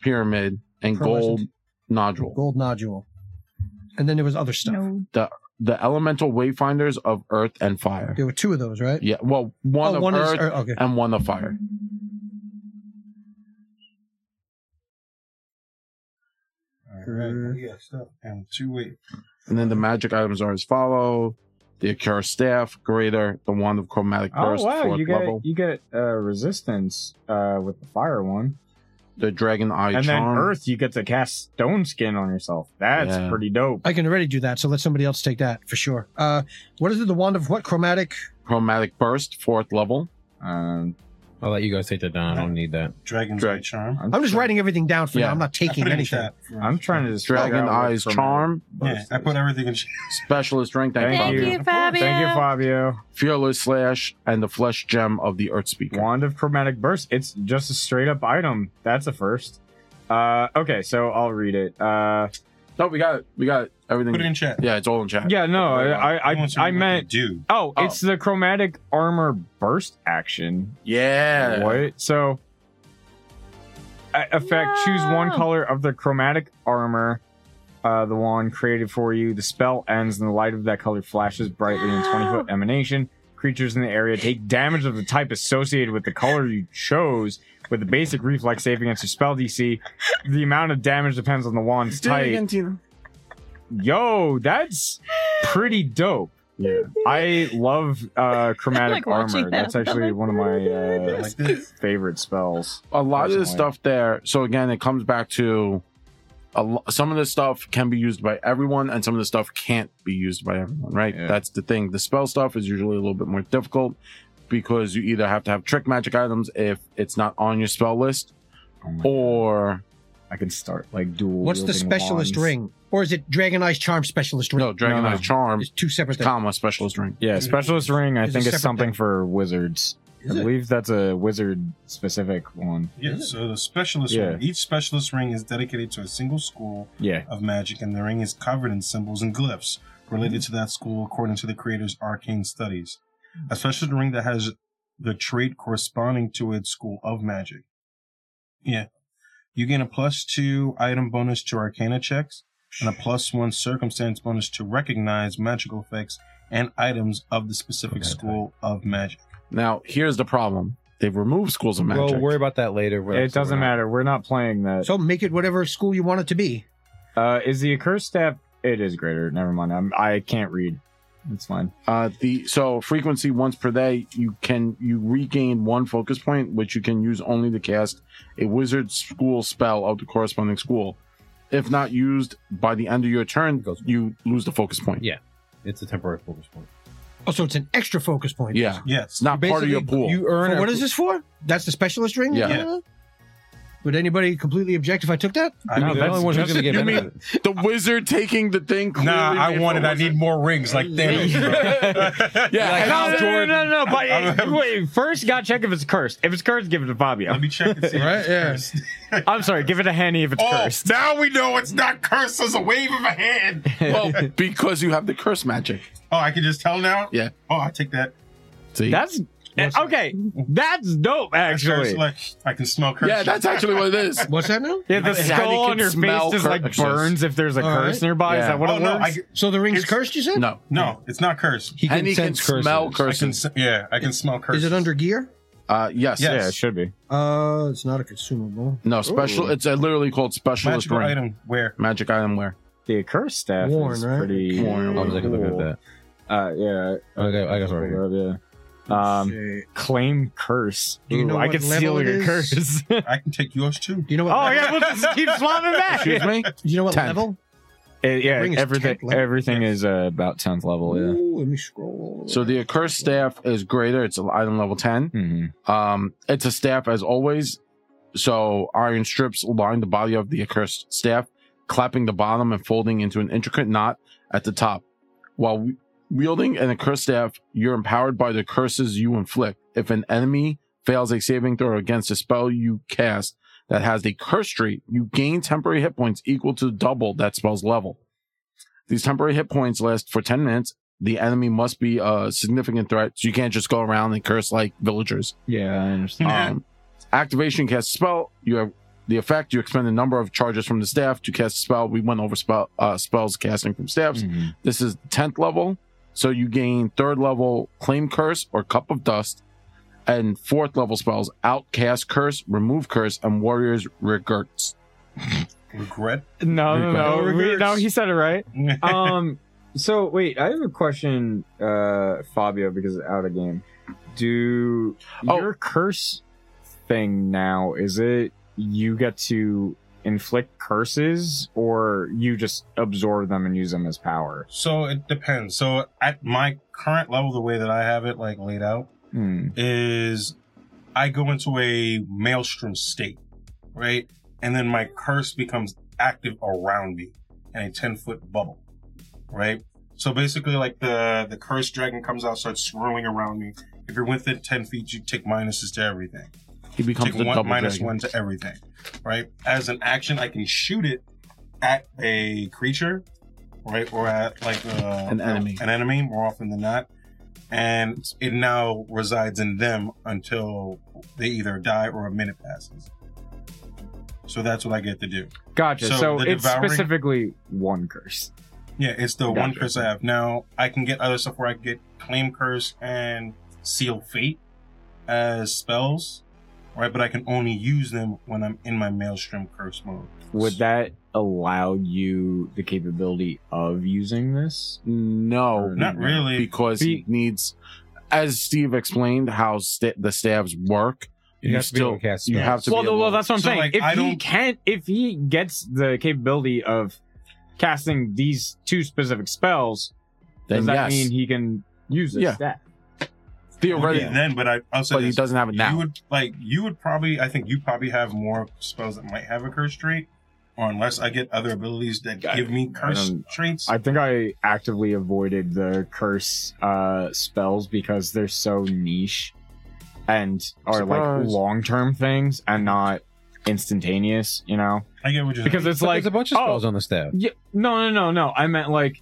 Speaker 1: pyramid, and
Speaker 9: Pearlescent.
Speaker 1: gold nodule.
Speaker 9: Gold nodule. And then there was other stuff.
Speaker 2: No.
Speaker 1: The elemental wayfinders of earth and fire.
Speaker 9: There were two of those, right?
Speaker 1: Yeah, well, one
Speaker 9: Oh,
Speaker 1: of
Speaker 9: one
Speaker 1: earth
Speaker 9: is earth, okay.
Speaker 1: and one of fire.
Speaker 9: Uh,
Speaker 4: Alright, yeah, stuff. And two weight.
Speaker 1: And then the magic items are as follow: the Acura staff, greater, the wand of chromatic
Speaker 3: Oh
Speaker 1: burst,
Speaker 3: wow,
Speaker 1: fourth
Speaker 3: you get
Speaker 1: level,
Speaker 3: you get uh, resistance uh, with the fire one,
Speaker 1: the dragon eye
Speaker 3: and then
Speaker 1: charm.
Speaker 3: Earth you get to cast Stone Skin on yourself. That's
Speaker 1: Yeah.
Speaker 3: pretty dope.
Speaker 9: I can already do that, so let somebody else take that for sure. Uh, what is it? The wand of what? Chromatic?
Speaker 1: chromatic burst, fourth level.
Speaker 3: Um,
Speaker 5: I'll let you guys take that down. I don't need that.
Speaker 4: Dragon's
Speaker 1: Drag-
Speaker 4: Eye Charm.
Speaker 9: I'm just writing everything down for you.
Speaker 1: Yeah.
Speaker 9: I'm not
Speaker 4: I put
Speaker 9: taking
Speaker 4: it in
Speaker 9: anything.
Speaker 4: chat for-
Speaker 3: I'm trying to just
Speaker 1: Dragon
Speaker 3: figure out what
Speaker 1: eyes
Speaker 3: from-
Speaker 1: charm,
Speaker 4: Yeah, I put everything in chat.
Speaker 1: specialist rank
Speaker 3: Thank
Speaker 1: Fabio.
Speaker 3: you.
Speaker 2: Thank you, Fabio.
Speaker 3: Thank you, Fabio.
Speaker 1: fearless slash, and the flesh gem of the earth speaker.
Speaker 3: Wand of Chromatic Burst. It's just a straight up item. That's a first. Uh, okay, so I'll read it. Uh,
Speaker 1: No, we got it. We got it. everything.
Speaker 4: Put it in chat.
Speaker 1: Yeah, it's all in chat.
Speaker 3: yeah, no,
Speaker 1: Okay,
Speaker 3: I I,
Speaker 4: He
Speaker 3: I,
Speaker 4: wants to
Speaker 3: I
Speaker 4: know what they
Speaker 3: meant.
Speaker 4: do.
Speaker 3: Oh,
Speaker 1: Oh.
Speaker 3: it's the Chromatic Armor Burst action.
Speaker 1: yeah.
Speaker 3: What? So, a- effect choose one
Speaker 2: No.
Speaker 3: color of the chromatic armor. Uh, the wand created for you. The spell ends, and the light of that color flashes brightly in 20 foot emanation. Creatures in the area take damage of the type associated with the color you chose with a basic reflex save against your spell DC. The amount of damage depends on the wand's
Speaker 1: Do it
Speaker 3: type.
Speaker 1: again, Tina.
Speaker 3: Yo, that's pretty dope.
Speaker 1: Yeah.
Speaker 3: I love uh,
Speaker 2: like
Speaker 3: chromatic
Speaker 2: watching
Speaker 3: armor.
Speaker 2: that.
Speaker 3: That's
Speaker 2: I'm
Speaker 3: actually
Speaker 2: like,
Speaker 3: one of my
Speaker 4: Yeah,
Speaker 3: uh,
Speaker 4: like this.
Speaker 3: favorite spells.
Speaker 1: a lot of the
Speaker 3: Personally.
Speaker 1: stuff there. So again, it comes back to a lo- some of the stuff can be used by everyone, and some of the stuff can't be used by everyone. Right?
Speaker 3: Yeah.
Speaker 1: That's the thing. The spell stuff is usually a little bit more difficult because you either have to have trick magic items if it's not on your spell list,
Speaker 3: Oh my
Speaker 1: or
Speaker 3: I can start like dual.
Speaker 9: What's the
Speaker 3: wielding
Speaker 9: specialist
Speaker 3: wands.
Speaker 9: ring? Or is it Dragon Eyes Charm specialist ring?
Speaker 1: no dragon
Speaker 3: No,
Speaker 1: eye
Speaker 3: no.
Speaker 1: charm,
Speaker 9: It's two separate things.
Speaker 1: comma specialist ring.
Speaker 3: Yeah, specialist ring. I
Speaker 9: Is it
Speaker 3: think
Speaker 9: a
Speaker 3: is
Speaker 9: separate
Speaker 3: something
Speaker 9: thing?
Speaker 3: for wizards. I
Speaker 9: Is it?
Speaker 3: believe that's a wizard specific one.
Speaker 4: Yeah, so the specialist
Speaker 3: Yeah.
Speaker 4: ring. Each specialist ring is dedicated to a single school
Speaker 3: Yeah.
Speaker 4: of magic, and the ring is covered in symbols and glyphs related to that school according to the creator's arcane studies. A specialist ring that has the trait corresponding to its school of magic. Yeah. You gain a plus two item bonus to arcana checks and a plus one circumstance bonus to recognize magical effects and items of the specific school of magic.
Speaker 1: Now here's the problem: they've removed schools of magic.
Speaker 5: We'll worry about that later. We're-
Speaker 3: It doesn't
Speaker 5: we're not-
Speaker 3: matter. We're not playing that.
Speaker 9: So make it whatever school you want it to be.
Speaker 3: Uh, is the accursed staff? It is greater. Never mind. I'm, I can't read. It's fine.
Speaker 1: Uh, the so frequency once per day. You can you regain one focus point, which you can use only to cast a wizard school spell of the corresponding school. If not used by the end of your turn,
Speaker 5: Goes-
Speaker 1: you lose the focus point.
Speaker 5: Yeah. It's a temporary focus point.
Speaker 9: Oh, so it's an extra focus point.
Speaker 1: yeah,
Speaker 4: Yes.
Speaker 1: it's not part of your
Speaker 5: Basically,
Speaker 1: pool.
Speaker 5: You earn
Speaker 9: So
Speaker 5: a-
Speaker 9: what is this for? That's the specialist ring?
Speaker 1: Yeah.
Speaker 4: Yeah.
Speaker 9: Would anybody completely object if I took that?
Speaker 4: I
Speaker 5: No,
Speaker 4: mean,
Speaker 5: the
Speaker 4: that's
Speaker 5: only one who's
Speaker 4: just-
Speaker 5: going to get
Speaker 4: you mean-
Speaker 5: benefit.
Speaker 1: the wizard taking the thing.
Speaker 4: Nah,
Speaker 1: clearly
Speaker 4: I
Speaker 1: made
Speaker 4: want
Speaker 1: for
Speaker 4: it. I
Speaker 1: wizard.
Speaker 4: need more rings like Thanos. bro.
Speaker 1: Yeah,
Speaker 5: Like,
Speaker 1: and
Speaker 5: how
Speaker 1: I'll-
Speaker 5: do- Jordan.
Speaker 3: no, no, no. But
Speaker 4: I'm-
Speaker 3: wait, first gotta check if it's cursed. If it's cursed, give it to Fabio.
Speaker 4: Let me check and see.
Speaker 9: Right, yeah.
Speaker 4: Yes.
Speaker 3: I'm sorry, give it a Henny if it's cursed.
Speaker 4: Oh, now we know it's not cursed. There's a wave of a hand.
Speaker 1: well, because you have the curse magic.
Speaker 4: Oh, I can just tell now.
Speaker 1: Yeah.
Speaker 4: Oh, I take that.
Speaker 1: See,
Speaker 3: That's Eh, okay. That's dope,
Speaker 4: That's
Speaker 3: actually.
Speaker 4: cursed, like I can smell curse.
Speaker 1: yeah, that's actually what it is.
Speaker 9: What's that now?
Speaker 3: Yeah, the
Speaker 1: Like,
Speaker 3: skull
Speaker 1: Daddy
Speaker 3: on
Speaker 1: can
Speaker 3: your face
Speaker 1: smell
Speaker 3: just like
Speaker 1: curses.
Speaker 3: burns if there's a
Speaker 9: All
Speaker 3: curse
Speaker 9: right.
Speaker 3: nearby. Is
Speaker 1: Yeah.
Speaker 3: that what
Speaker 4: Oh
Speaker 3: it
Speaker 4: no,
Speaker 3: works?
Speaker 4: I,
Speaker 9: So the ring's
Speaker 4: It's-
Speaker 9: cursed, you said?
Speaker 1: No,
Speaker 4: no, it's not cursed.
Speaker 5: He can,
Speaker 1: and he can
Speaker 5: sense curses.
Speaker 1: smell
Speaker 4: I can,
Speaker 1: curses.
Speaker 4: s- yeah, I can smell curses.
Speaker 9: Is it under gear?
Speaker 1: Uh, yes.
Speaker 4: Yeah.
Speaker 3: Yeah, it should be.
Speaker 9: Uh, it's not a consumable.
Speaker 1: No special.
Speaker 3: Ooh.
Speaker 1: It's uh, literally called specialist
Speaker 4: magical
Speaker 1: ring.
Speaker 4: item? Where?
Speaker 1: Magic item wear.
Speaker 3: The accursed staff
Speaker 9: Worn,
Speaker 3: is
Speaker 9: right?
Speaker 3: pretty.
Speaker 1: Worn,
Speaker 5: I was like, look at that.
Speaker 3: Uh, yeah.
Speaker 5: Okay, I got it right
Speaker 3: yeah. Um,
Speaker 9: Oh, Shit.
Speaker 3: claim curse.
Speaker 9: Do you know
Speaker 3: Ooh, I
Speaker 9: what
Speaker 3: can steal
Speaker 9: level it
Speaker 3: your
Speaker 9: is?
Speaker 3: curse. oh,
Speaker 4: I can take yours too.
Speaker 9: Do you know what?
Speaker 3: I
Speaker 9: level,
Speaker 3: gotta put this, keep swapping back.
Speaker 1: Excuse me.
Speaker 9: Do you know what
Speaker 1: Tenth.
Speaker 9: level?
Speaker 3: It- yeah,
Speaker 9: Ring is
Speaker 3: everything.
Speaker 9: tenth level.
Speaker 3: Everything is uh, about tenth level. Yeah.
Speaker 9: Ooh, let me scroll.
Speaker 1: Oh, So the accursed staff is greater. It's item level ten.
Speaker 3: Mhm.
Speaker 1: Um, it's a staff as always. So iron strips line the body of the accursed staff, clapping the bottom and folding into an intricate knot at the top. While w- wielding an accursed staff, you're empowered by the curses you inflict. If an enemy fails a saving throw against a spell you cast that has the curse trait, you gain temporary hit points equal to double that spell's level. These temporary hit points last for 10 minutes. The enemy must be a significant threat, so you can't just go around and curse like villagers.
Speaker 3: Yeah, I understand.
Speaker 1: Um, activation cast spell. You have the effect. You expend a number of charges from the staff to cast a spell. We went over spell uh, spells casting from staffs.
Speaker 4: Hmm.
Speaker 1: This is 10th level. So you gain third level claim curse or cup of dust and fourth level spells outcast curse, remove curse, and warriors regrets.
Speaker 4: Regret.
Speaker 3: No, no, no.
Speaker 4: Regret.
Speaker 3: We- no, he said it right. um so wait i have a question uh fabio because it's out of game do
Speaker 1: Oh.
Speaker 3: your curse thing now is it you get to inflict curses or you just absorb them and use them as power
Speaker 4: so it depends. So at my current level, the way that I have it like laid out,
Speaker 3: Hmm.
Speaker 4: is I go into a maelstrom state, right? And then my curse becomes active around me in a 10 foot bubble, right? So basically, like the, the curse dragon comes out, starts swirling around me. If you're within 10 feet, you take minuses to everything.
Speaker 1: He becomes
Speaker 4: Take
Speaker 1: the
Speaker 4: one,
Speaker 1: double
Speaker 4: minus
Speaker 1: dragon.
Speaker 4: one to everything, right? As an action, I can shoot it at a creature, right? Or at like a,
Speaker 1: An enemy.
Speaker 4: An enemy, more often than not. And it now resides in them until they either die or a minute passes. So that's what I get to do.
Speaker 3: gotcha
Speaker 4: So
Speaker 3: so,
Speaker 4: the
Speaker 3: it's
Speaker 4: devouring-
Speaker 3: specifically one curse
Speaker 4: Yeah, it's the one
Speaker 3: Gotcha.
Speaker 4: curse I have. Now I can get other stuff where I can get claim curse and seal fate as spells. Right, but I can only use them when I'm in my maelstrom curse mode.
Speaker 3: would that allow you the capability of using this
Speaker 1: No,
Speaker 4: Not really.
Speaker 1: because
Speaker 3: Be-
Speaker 1: he needs, as Steve explained, how sta- the stabs work.
Speaker 5: You have to be able to cast
Speaker 1: you
Speaker 5: spells.
Speaker 1: have to.
Speaker 3: well,
Speaker 1: be
Speaker 3: th-
Speaker 1: able-
Speaker 3: well, that's what I'm
Speaker 4: So,
Speaker 3: saying.
Speaker 4: like,
Speaker 3: if
Speaker 4: I
Speaker 3: he
Speaker 4: don't-
Speaker 3: can't, if he gets the capability of casting these two specific spells,
Speaker 1: then
Speaker 3: does that
Speaker 1: yes,
Speaker 3: mean he can use this
Speaker 1: Yeah.
Speaker 3: stat?
Speaker 1: theoretically,
Speaker 4: Okay, then, but I, I'll say
Speaker 1: but he
Speaker 4: this.
Speaker 1: doesn't have it now.
Speaker 4: You would like you would probably I think you probably have more spells that might have a curse trait, or unless I get other abilities that
Speaker 3: I-
Speaker 4: give me
Speaker 3: I
Speaker 4: curse
Speaker 3: don't-
Speaker 4: traits.
Speaker 3: I think I actively avoided the curse uh, spells because they're so niche and are like
Speaker 1: Surprise.
Speaker 3: long term things and not instantaneous. You know,
Speaker 4: I get what you're
Speaker 3: because
Speaker 4: saying.
Speaker 3: it's
Speaker 5: But
Speaker 3: like
Speaker 5: there's a bunch of
Speaker 3: oh,
Speaker 5: spells on the staff.
Speaker 3: Yeah, no, no, no, no. I meant like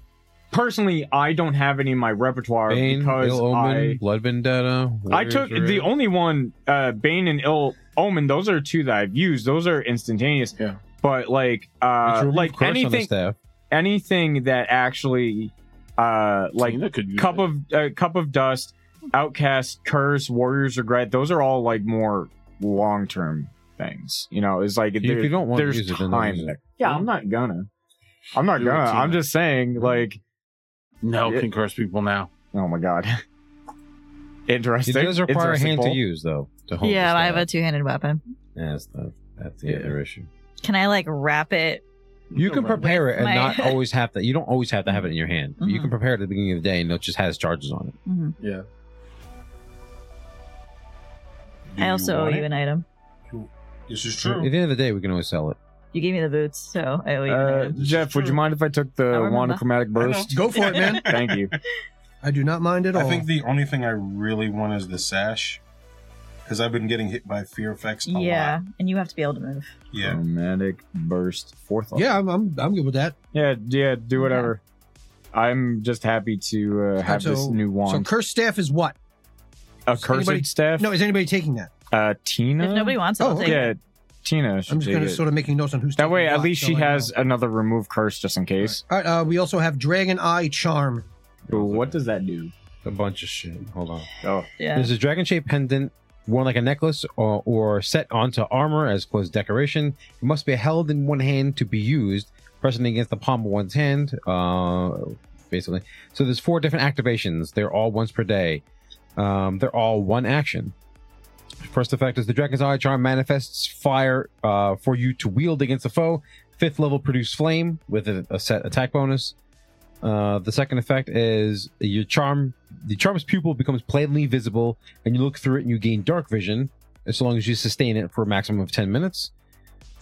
Speaker 3: personally, I don't have any in my repertoire
Speaker 5: Bane,
Speaker 3: because
Speaker 5: Ill Omen,
Speaker 3: I
Speaker 5: Blood Vendetta.
Speaker 3: I
Speaker 5: Warriors
Speaker 3: took the
Speaker 5: Regrets.
Speaker 3: only one, uh, Bane and Ill Omen. Those are two that I've used. Those are instantaneous.
Speaker 1: Yeah.
Speaker 3: But like,
Speaker 5: It's
Speaker 3: uh,
Speaker 5: removed
Speaker 3: like
Speaker 5: curse on the
Speaker 3: anything,
Speaker 5: staff.
Speaker 3: anything that actually, uh, like
Speaker 1: Tina could use
Speaker 3: cup
Speaker 1: it.
Speaker 3: of uh, cup of dust, outcast, curse, warriors regret. Those are all like more long term things. You know, it's like
Speaker 5: If
Speaker 3: there-
Speaker 5: you don't want to
Speaker 3: there's
Speaker 5: use it, then don't
Speaker 3: time
Speaker 5: use it.
Speaker 3: there. Yeah, I'm not gonna. I'm not
Speaker 1: Do it,
Speaker 3: gonna. I'm
Speaker 1: Tina.
Speaker 3: just saying, like,
Speaker 1: no
Speaker 3: Yeah.
Speaker 1: can curse people now.
Speaker 3: oh my god,
Speaker 5: It
Speaker 3: interesting.
Speaker 5: does require a
Speaker 3: Interesting
Speaker 5: hand to
Speaker 3: poll.
Speaker 5: use, though. To hold
Speaker 2: Yeah,
Speaker 5: the
Speaker 2: I have a
Speaker 5: staff.
Speaker 2: two handed weapon.
Speaker 5: Yeah, that's the, that's the
Speaker 3: Yeah.
Speaker 5: other issue.
Speaker 2: Can I like wrap it?
Speaker 5: You can prepare it and
Speaker 2: My-
Speaker 5: not always have to. You don't always have to have it in your hand. You can
Speaker 2: Mhm.
Speaker 5: prepare it at the beginning of the day, and it just has charges on it.
Speaker 4: Do
Speaker 2: I also owe
Speaker 4: want
Speaker 2: you
Speaker 4: it?
Speaker 2: an item.
Speaker 4: This is
Speaker 5: At
Speaker 4: true.
Speaker 5: the end of the day, we can always sell it.
Speaker 2: You gave me the boots, so I owe you an
Speaker 3: Uh,
Speaker 2: item.
Speaker 3: Jeff, would you
Speaker 4: True.
Speaker 3: mind if I took
Speaker 2: I
Speaker 3: the
Speaker 2: remember.
Speaker 3: monochromatic burst?
Speaker 9: Go for it, man.
Speaker 3: Thank you.
Speaker 9: I do not mind at all.
Speaker 4: I think the only thing I really want is the sash, because I've been getting hit by fear effects. A
Speaker 2: Yeah,
Speaker 4: Lot.
Speaker 2: and you have to be able to move.
Speaker 4: Yeah.
Speaker 3: Chromatic burst fourth level.
Speaker 9: yeah, I'm, I'm, I'm good with that.
Speaker 3: Yeah, yeah, do whatever. I'm just happy to uh, have
Speaker 9: so,
Speaker 3: this new
Speaker 9: So
Speaker 3: wand.
Speaker 9: curse staff is what?
Speaker 3: a cursed
Speaker 9: anybody-
Speaker 3: staff?
Speaker 9: No, is anybody taking that?
Speaker 3: uh, Tina?
Speaker 2: If nobody wants it,
Speaker 9: Oh,
Speaker 2: I'll take
Speaker 3: Yeah,
Speaker 2: it.
Speaker 3: Tina should
Speaker 9: I'm just
Speaker 3: take
Speaker 9: going to
Speaker 3: it.
Speaker 9: sort of making notes on who's
Speaker 3: That
Speaker 9: taking
Speaker 3: way, at
Speaker 9: what,
Speaker 3: least
Speaker 9: so
Speaker 3: she
Speaker 9: I know.
Speaker 3: has another remove curse just in case.
Speaker 9: All right, uh, we also have Dragon Eye Charm.
Speaker 3: Ooh, what does that do?
Speaker 5: A bunch of shit. Hold on.
Speaker 3: Oh,
Speaker 2: Yeah.
Speaker 5: There's a dragon shaped pendant worn like a necklace or, or set onto armor as close decoration. It must be held in one hand to be used, pressing against the palm of one's hand. Uh, basically, so there's four different activations. They're all once per day. Um, they're all one action. First effect is the Dragon's Eye Charm manifests fire uh, for you to wield against a foe. Fifth level produce flame with a, a set attack bonus. Uh, the second effect is your charm. The charm's pupil becomes plainly visible, and you look through it and you gain dark vision as long as you sustain it for a maximum of 10 minutes.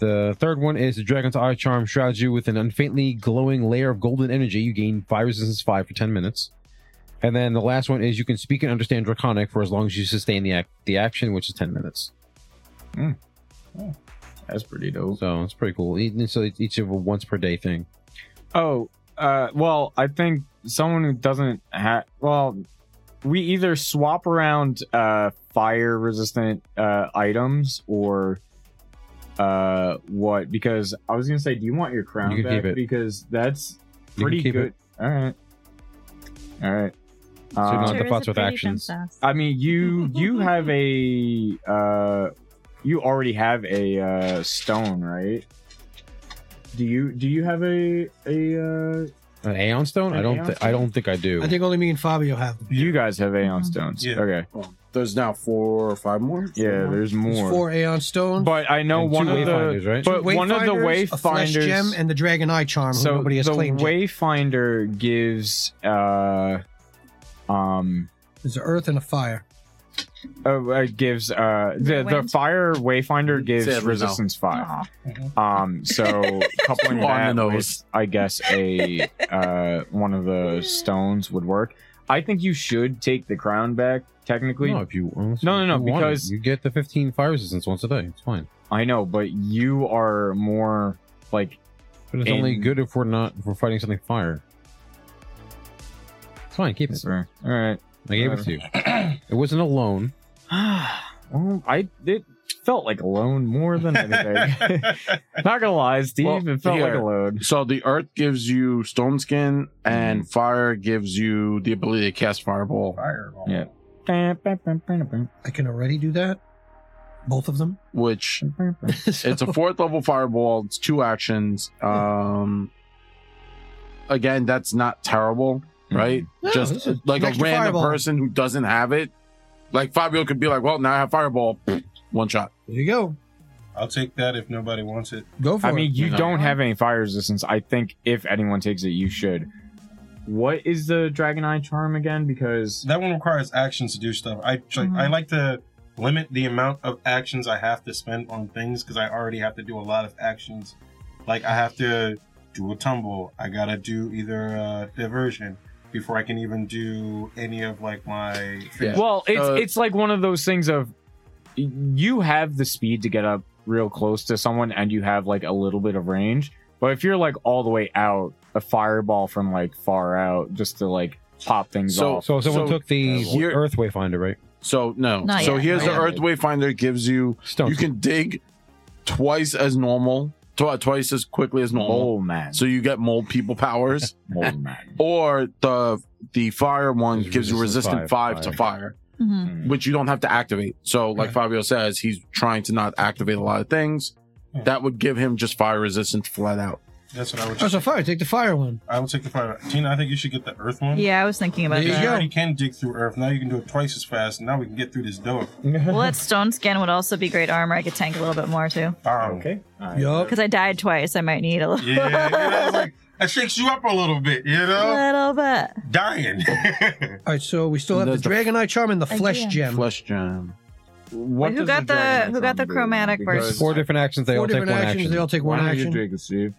Speaker 5: The third one is the Dragon's Eye Charm shrouds you with an unfaintly glowing layer of golden energy. You gain fire resistance 5 for 10 minutes. And then the last one is you can speak and understand Draconic for as long as you sustain the, ac- the action, which is 10 minutes.
Speaker 3: that's pretty dope.
Speaker 5: So it's pretty cool. E- So it's each of a once per day thing.
Speaker 3: Oh, uh, well, I think someone who doesn't have. Well, we either swap around uh, fire resistant uh, items or uh, what because I was gonna say, do you want your crown
Speaker 5: You can
Speaker 3: back?
Speaker 5: keep it.
Speaker 3: Because that's
Speaker 5: You can
Speaker 3: pretty
Speaker 5: keep
Speaker 3: good. All right, all right.
Speaker 5: you don't
Speaker 3: Um,
Speaker 5: have to
Speaker 2: Sure is
Speaker 5: fuss
Speaker 2: a
Speaker 5: with
Speaker 2: pretty
Speaker 5: actions.
Speaker 2: princess.
Speaker 3: I mean, you you have a uh, you already have a uh, stone, right? Do you do you have a a uh,
Speaker 5: An Aeon Stone?
Speaker 3: An
Speaker 5: I don't.
Speaker 3: Aeon
Speaker 5: Th-
Speaker 3: Stone?
Speaker 5: I don't think I do.
Speaker 9: I think only me and Fabio have them.
Speaker 3: you guys have
Speaker 9: Mm-hmm.
Speaker 3: Aeon stones?
Speaker 4: Yeah.
Speaker 3: Okay.
Speaker 1: There's now four or five more.
Speaker 3: Yeah, there's
Speaker 9: There's
Speaker 3: more.
Speaker 9: four Aeon stones.
Speaker 3: But I know
Speaker 5: And two
Speaker 3: one of the
Speaker 5: wayfinders, right?
Speaker 3: but one of the
Speaker 9: a flesh
Speaker 3: wayfinders
Speaker 9: gem, and the dragon eye charm. who
Speaker 3: so
Speaker 9: nobody has
Speaker 3: the
Speaker 9: claimed. yet.
Speaker 3: wayfinder gives uh um
Speaker 9: There's an earth and a fire.
Speaker 3: uh, uh, gives uh the the
Speaker 2: Wind.
Speaker 3: fire wayfinder gives
Speaker 1: Said Rizzo.
Speaker 3: resistance five.
Speaker 9: Oh.
Speaker 2: Aw.
Speaker 3: Um, so coupling
Speaker 1: Too on
Speaker 3: that
Speaker 1: the nose.
Speaker 3: with, I guess, a uh, one of the stones would work. I think you should take the crown back. Technically,
Speaker 5: no, if you unless
Speaker 3: No, no,
Speaker 5: you
Speaker 3: no,
Speaker 5: want it,
Speaker 3: because-
Speaker 5: you get the 15 fire resistance once a day. It's fine.
Speaker 3: I know, but you are more like
Speaker 5: But it's
Speaker 3: And-
Speaker 5: only good if we're not if we're fighting something fire. It's fine. Keep it.
Speaker 3: all right.
Speaker 5: I gave it to you. It wasn't a loan.
Speaker 3: well, I it felt like a loan more than anything. Not gonna lie, Steve,
Speaker 1: Well,
Speaker 3: it felt like
Speaker 1: here.
Speaker 3: a loan.
Speaker 1: So the earth gives you stone skin, and fire gives you the ability to cast fireball.
Speaker 4: Fireball.
Speaker 3: Yeah.
Speaker 9: I can already do that. Both of them.
Speaker 1: Which
Speaker 9: So-
Speaker 1: it's a fourth level fireball. It's two actions. Um, again, that's not terrible, right?
Speaker 9: No, this
Speaker 1: Just
Speaker 9: is
Speaker 1: like
Speaker 9: an
Speaker 1: a
Speaker 9: extra
Speaker 1: random
Speaker 9: fireball.
Speaker 1: person who doesn't have it, like Fabio could be like, "Well, now I have fireball, one shot."
Speaker 9: There you go.
Speaker 4: I'll take that if nobody wants it.
Speaker 9: Go for
Speaker 3: I mean,
Speaker 9: it.
Speaker 3: you
Speaker 1: No.
Speaker 3: don't have any fire resistance. I think if anyone takes it, you should. What is the Dragon Eye charm again? Because
Speaker 4: That one requires actions to do stuff. I like,
Speaker 2: Mhm.
Speaker 4: I like to limit the amount of actions I have to spend on things because I already have to do a lot of actions. Like I have to do a tumble. I gotta do either uh, diversion before I can even do any of like my.
Speaker 1: Yeah.
Speaker 3: well, it's
Speaker 1: Uh,
Speaker 3: it's like one of those things of you have the speed to get up real close to someone, and you have like a little bit of range. But if you're like all the way out, a fireball from like far out just to like pop things
Speaker 1: So-
Speaker 3: off.
Speaker 5: So someone
Speaker 1: So,
Speaker 5: took the
Speaker 1: uh, here-
Speaker 5: Earth Wayfinder, right?
Speaker 1: So no.
Speaker 2: Not
Speaker 1: so
Speaker 2: yet,
Speaker 1: here's
Speaker 2: not
Speaker 1: the
Speaker 2: yet.
Speaker 1: earth wayfinder gives you.
Speaker 5: Stone.
Speaker 1: You can dig twice as normal, tw- twice as quickly as normal.
Speaker 3: Mole Oh, man,
Speaker 1: So you get mold people powers,
Speaker 3: mole man.
Speaker 1: or the the fire one
Speaker 5: It's
Speaker 1: gives you
Speaker 5: resistant
Speaker 1: resistant
Speaker 5: five,
Speaker 1: five, to fire,
Speaker 2: Mhm.
Speaker 3: Hmm.
Speaker 1: which you don't have to activate. So,
Speaker 9: Right.
Speaker 1: like Fabio says, he's trying to not activate a lot of things.
Speaker 4: Yeah.
Speaker 1: That would give him just fire resistance flat out.
Speaker 4: That's what I would.
Speaker 9: Oh, so fire. Take the fire one.
Speaker 4: I will take the fire. Tina, I think you should get the earth one.
Speaker 2: Yeah, I was thinking about
Speaker 9: There you
Speaker 4: You
Speaker 2: that.
Speaker 4: already can dig through earth. Now you can do it twice as fast. Now we can get through this door.
Speaker 2: Well, that stone skin would also be great armor. I could tank a little bit more too.
Speaker 4: Bam.
Speaker 9: Yup.
Speaker 2: Because I died twice, I might need a little,
Speaker 4: Yeah, you know, it's like, that shakes you up a little bit, you
Speaker 2: little
Speaker 4: know?
Speaker 2: bit.
Speaker 4: Dying.
Speaker 9: All right, so we still have the
Speaker 1: There's the-
Speaker 9: Dragonite Charm and the
Speaker 2: I
Speaker 9: Flesh
Speaker 2: do.
Speaker 9: Gem.
Speaker 1: Flesh gem.
Speaker 3: What
Speaker 2: Wait, who
Speaker 3: does
Speaker 2: got the-
Speaker 3: Dragon Eye
Speaker 2: who got
Speaker 3: charm
Speaker 2: the
Speaker 3: do?
Speaker 2: chromatic
Speaker 3: Because-
Speaker 2: versus-
Speaker 5: Four different actions. They
Speaker 9: Four
Speaker 5: all take one
Speaker 9: different actions.
Speaker 5: action.
Speaker 9: They all take
Speaker 3: Why
Speaker 9: one
Speaker 3: don't you
Speaker 9: action. Hmm?
Speaker 3: take it, Steve?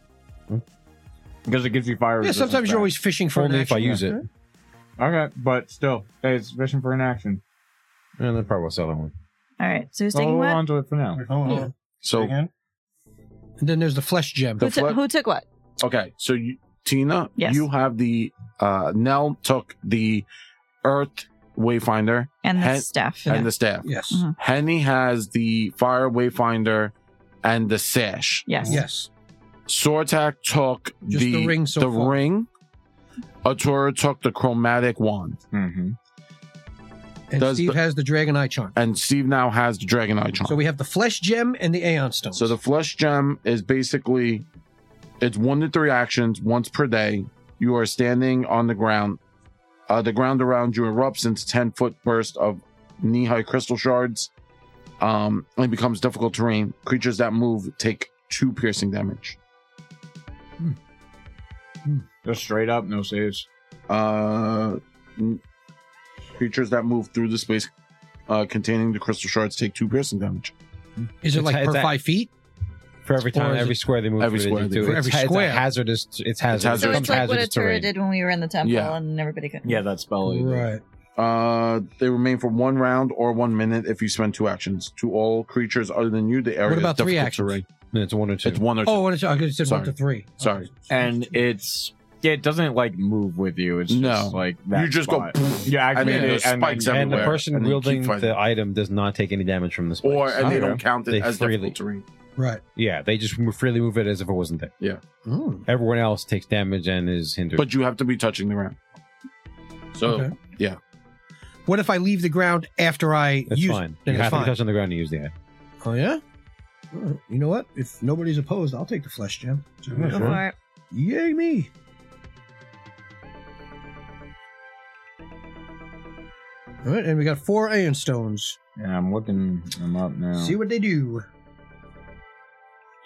Speaker 3: Because it gives you fire.
Speaker 9: Yeah,
Speaker 3: resistance
Speaker 9: sometimes
Speaker 3: back.
Speaker 9: you're always fishing for an
Speaker 5: Only if
Speaker 9: action.
Speaker 5: I use it.
Speaker 3: okay, but still, hey, it's fishing for an action.
Speaker 5: And then probably will sell that one.
Speaker 2: All right, so who's
Speaker 3: I'll
Speaker 2: taking
Speaker 3: hold
Speaker 2: what?
Speaker 3: on to it for now.
Speaker 4: Wait, hold on.
Speaker 9: Yeah.
Speaker 1: So
Speaker 4: Again?
Speaker 9: And then there's the Flesh Gem.
Speaker 1: The
Speaker 2: Who, took
Speaker 1: fle-
Speaker 2: who took what?
Speaker 1: okay, so you, Tina,
Speaker 2: Yes.
Speaker 1: you have the uh Nell took the Earth Wayfinder
Speaker 2: And the
Speaker 1: Hen-
Speaker 2: staff.
Speaker 9: Yeah.
Speaker 1: and the staff.
Speaker 9: Yes.
Speaker 2: Mhm.
Speaker 5: Mm-hmm.
Speaker 1: Henny has the Fire Wayfinder and the Sash.
Speaker 2: Yes.
Speaker 9: Yes.
Speaker 1: Sortak took
Speaker 9: Just the, ring so
Speaker 1: the
Speaker 9: far.
Speaker 1: ring. Atura took the chromatic wand,
Speaker 3: Mm-hmm.
Speaker 9: And
Speaker 1: Does
Speaker 9: Steve
Speaker 1: the-
Speaker 9: has the Dragonite Charm.
Speaker 1: and Steve now has the Dragon Eye charm.
Speaker 9: So
Speaker 1: So,
Speaker 9: we have the Flesh Gem and the Aeon Stone.
Speaker 1: the flesh gem is basically it's one to three actions once per day. You are standing on the ground. Uh, the ground around you erupts into ten foot burst of knee high crystal shards. Um, and becomes difficult terrain. Creatures that move take two piercing damage.
Speaker 3: Just straight up, no saves.
Speaker 1: Uh, n- creatures that move through the space uh, containing the crystal shards take two piercing damage.
Speaker 9: is it
Speaker 5: It's-
Speaker 9: like
Speaker 5: it's
Speaker 9: per
Speaker 5: a-
Speaker 9: five feet?
Speaker 5: For every
Speaker 9: Or
Speaker 5: time,
Speaker 9: is
Speaker 5: every
Speaker 9: it-
Speaker 5: square they move,
Speaker 1: Every
Speaker 5: through,
Speaker 1: square
Speaker 5: they
Speaker 1: they
Speaker 5: do.
Speaker 1: do.
Speaker 9: For every
Speaker 5: it's, ha-
Speaker 9: square.
Speaker 5: It's a hazardous. It's hazardous.
Speaker 1: So
Speaker 2: So
Speaker 1: it's
Speaker 2: it's
Speaker 5: becomes
Speaker 2: like what
Speaker 5: hazardous
Speaker 2: Atura
Speaker 5: terrain.
Speaker 2: did when we were in the temple
Speaker 1: Yeah.
Speaker 2: and everybody could.
Speaker 3: Yeah, that
Speaker 1: Oh,
Speaker 3: spell. is-
Speaker 9: Right.
Speaker 1: Uh, they remain for one round or one minute if you spend two actions. To all creatures other than you, the area.
Speaker 9: What about
Speaker 1: is difficult
Speaker 9: three
Speaker 1: to
Speaker 9: actions?
Speaker 1: reach.
Speaker 5: No, It's one or two.
Speaker 1: It's one or two.
Speaker 9: Oh, what is, I could have said one
Speaker 1: Sorry.
Speaker 9: to three.
Speaker 1: Sorry.
Speaker 3: And it's yeah, it doesn't like move with you. It's
Speaker 1: No.
Speaker 3: just like that
Speaker 1: you just
Speaker 3: spot.
Speaker 1: go.
Speaker 3: You
Speaker 1: and
Speaker 3: activate
Speaker 1: then
Speaker 3: it,
Speaker 1: there's
Speaker 3: and
Speaker 1: spikes
Speaker 3: then-
Speaker 5: and the
Speaker 1: everywhere.
Speaker 5: person
Speaker 1: And then you keep
Speaker 5: wielding
Speaker 1: fighting.
Speaker 5: the item does not take any damage from this.
Speaker 1: Or and they don't count it
Speaker 5: They
Speaker 1: as
Speaker 5: freely-
Speaker 1: difficult terrain.
Speaker 6: Right.
Speaker 5: Yeah, they just move- freely move it as if it wasn't there.
Speaker 6: Mm.
Speaker 5: Everyone else takes damage and is hindered.
Speaker 1: but you have to be touching the ground. So
Speaker 6: Okay.
Speaker 1: yeah.
Speaker 6: What if I leave the ground after I
Speaker 5: that's
Speaker 6: use?
Speaker 5: fine.
Speaker 6: then
Speaker 5: You
Speaker 6: it's
Speaker 5: have to
Speaker 6: fine.
Speaker 5: touch on the ground to use the air.
Speaker 6: Oh yeah. All right. You know what? If nobody's opposed, I'll take the flesh gem.
Speaker 2: Go for it.
Speaker 6: Yay me! All right, and we got four iron stones.
Speaker 3: And I'm looking them up now.
Speaker 6: See what they do.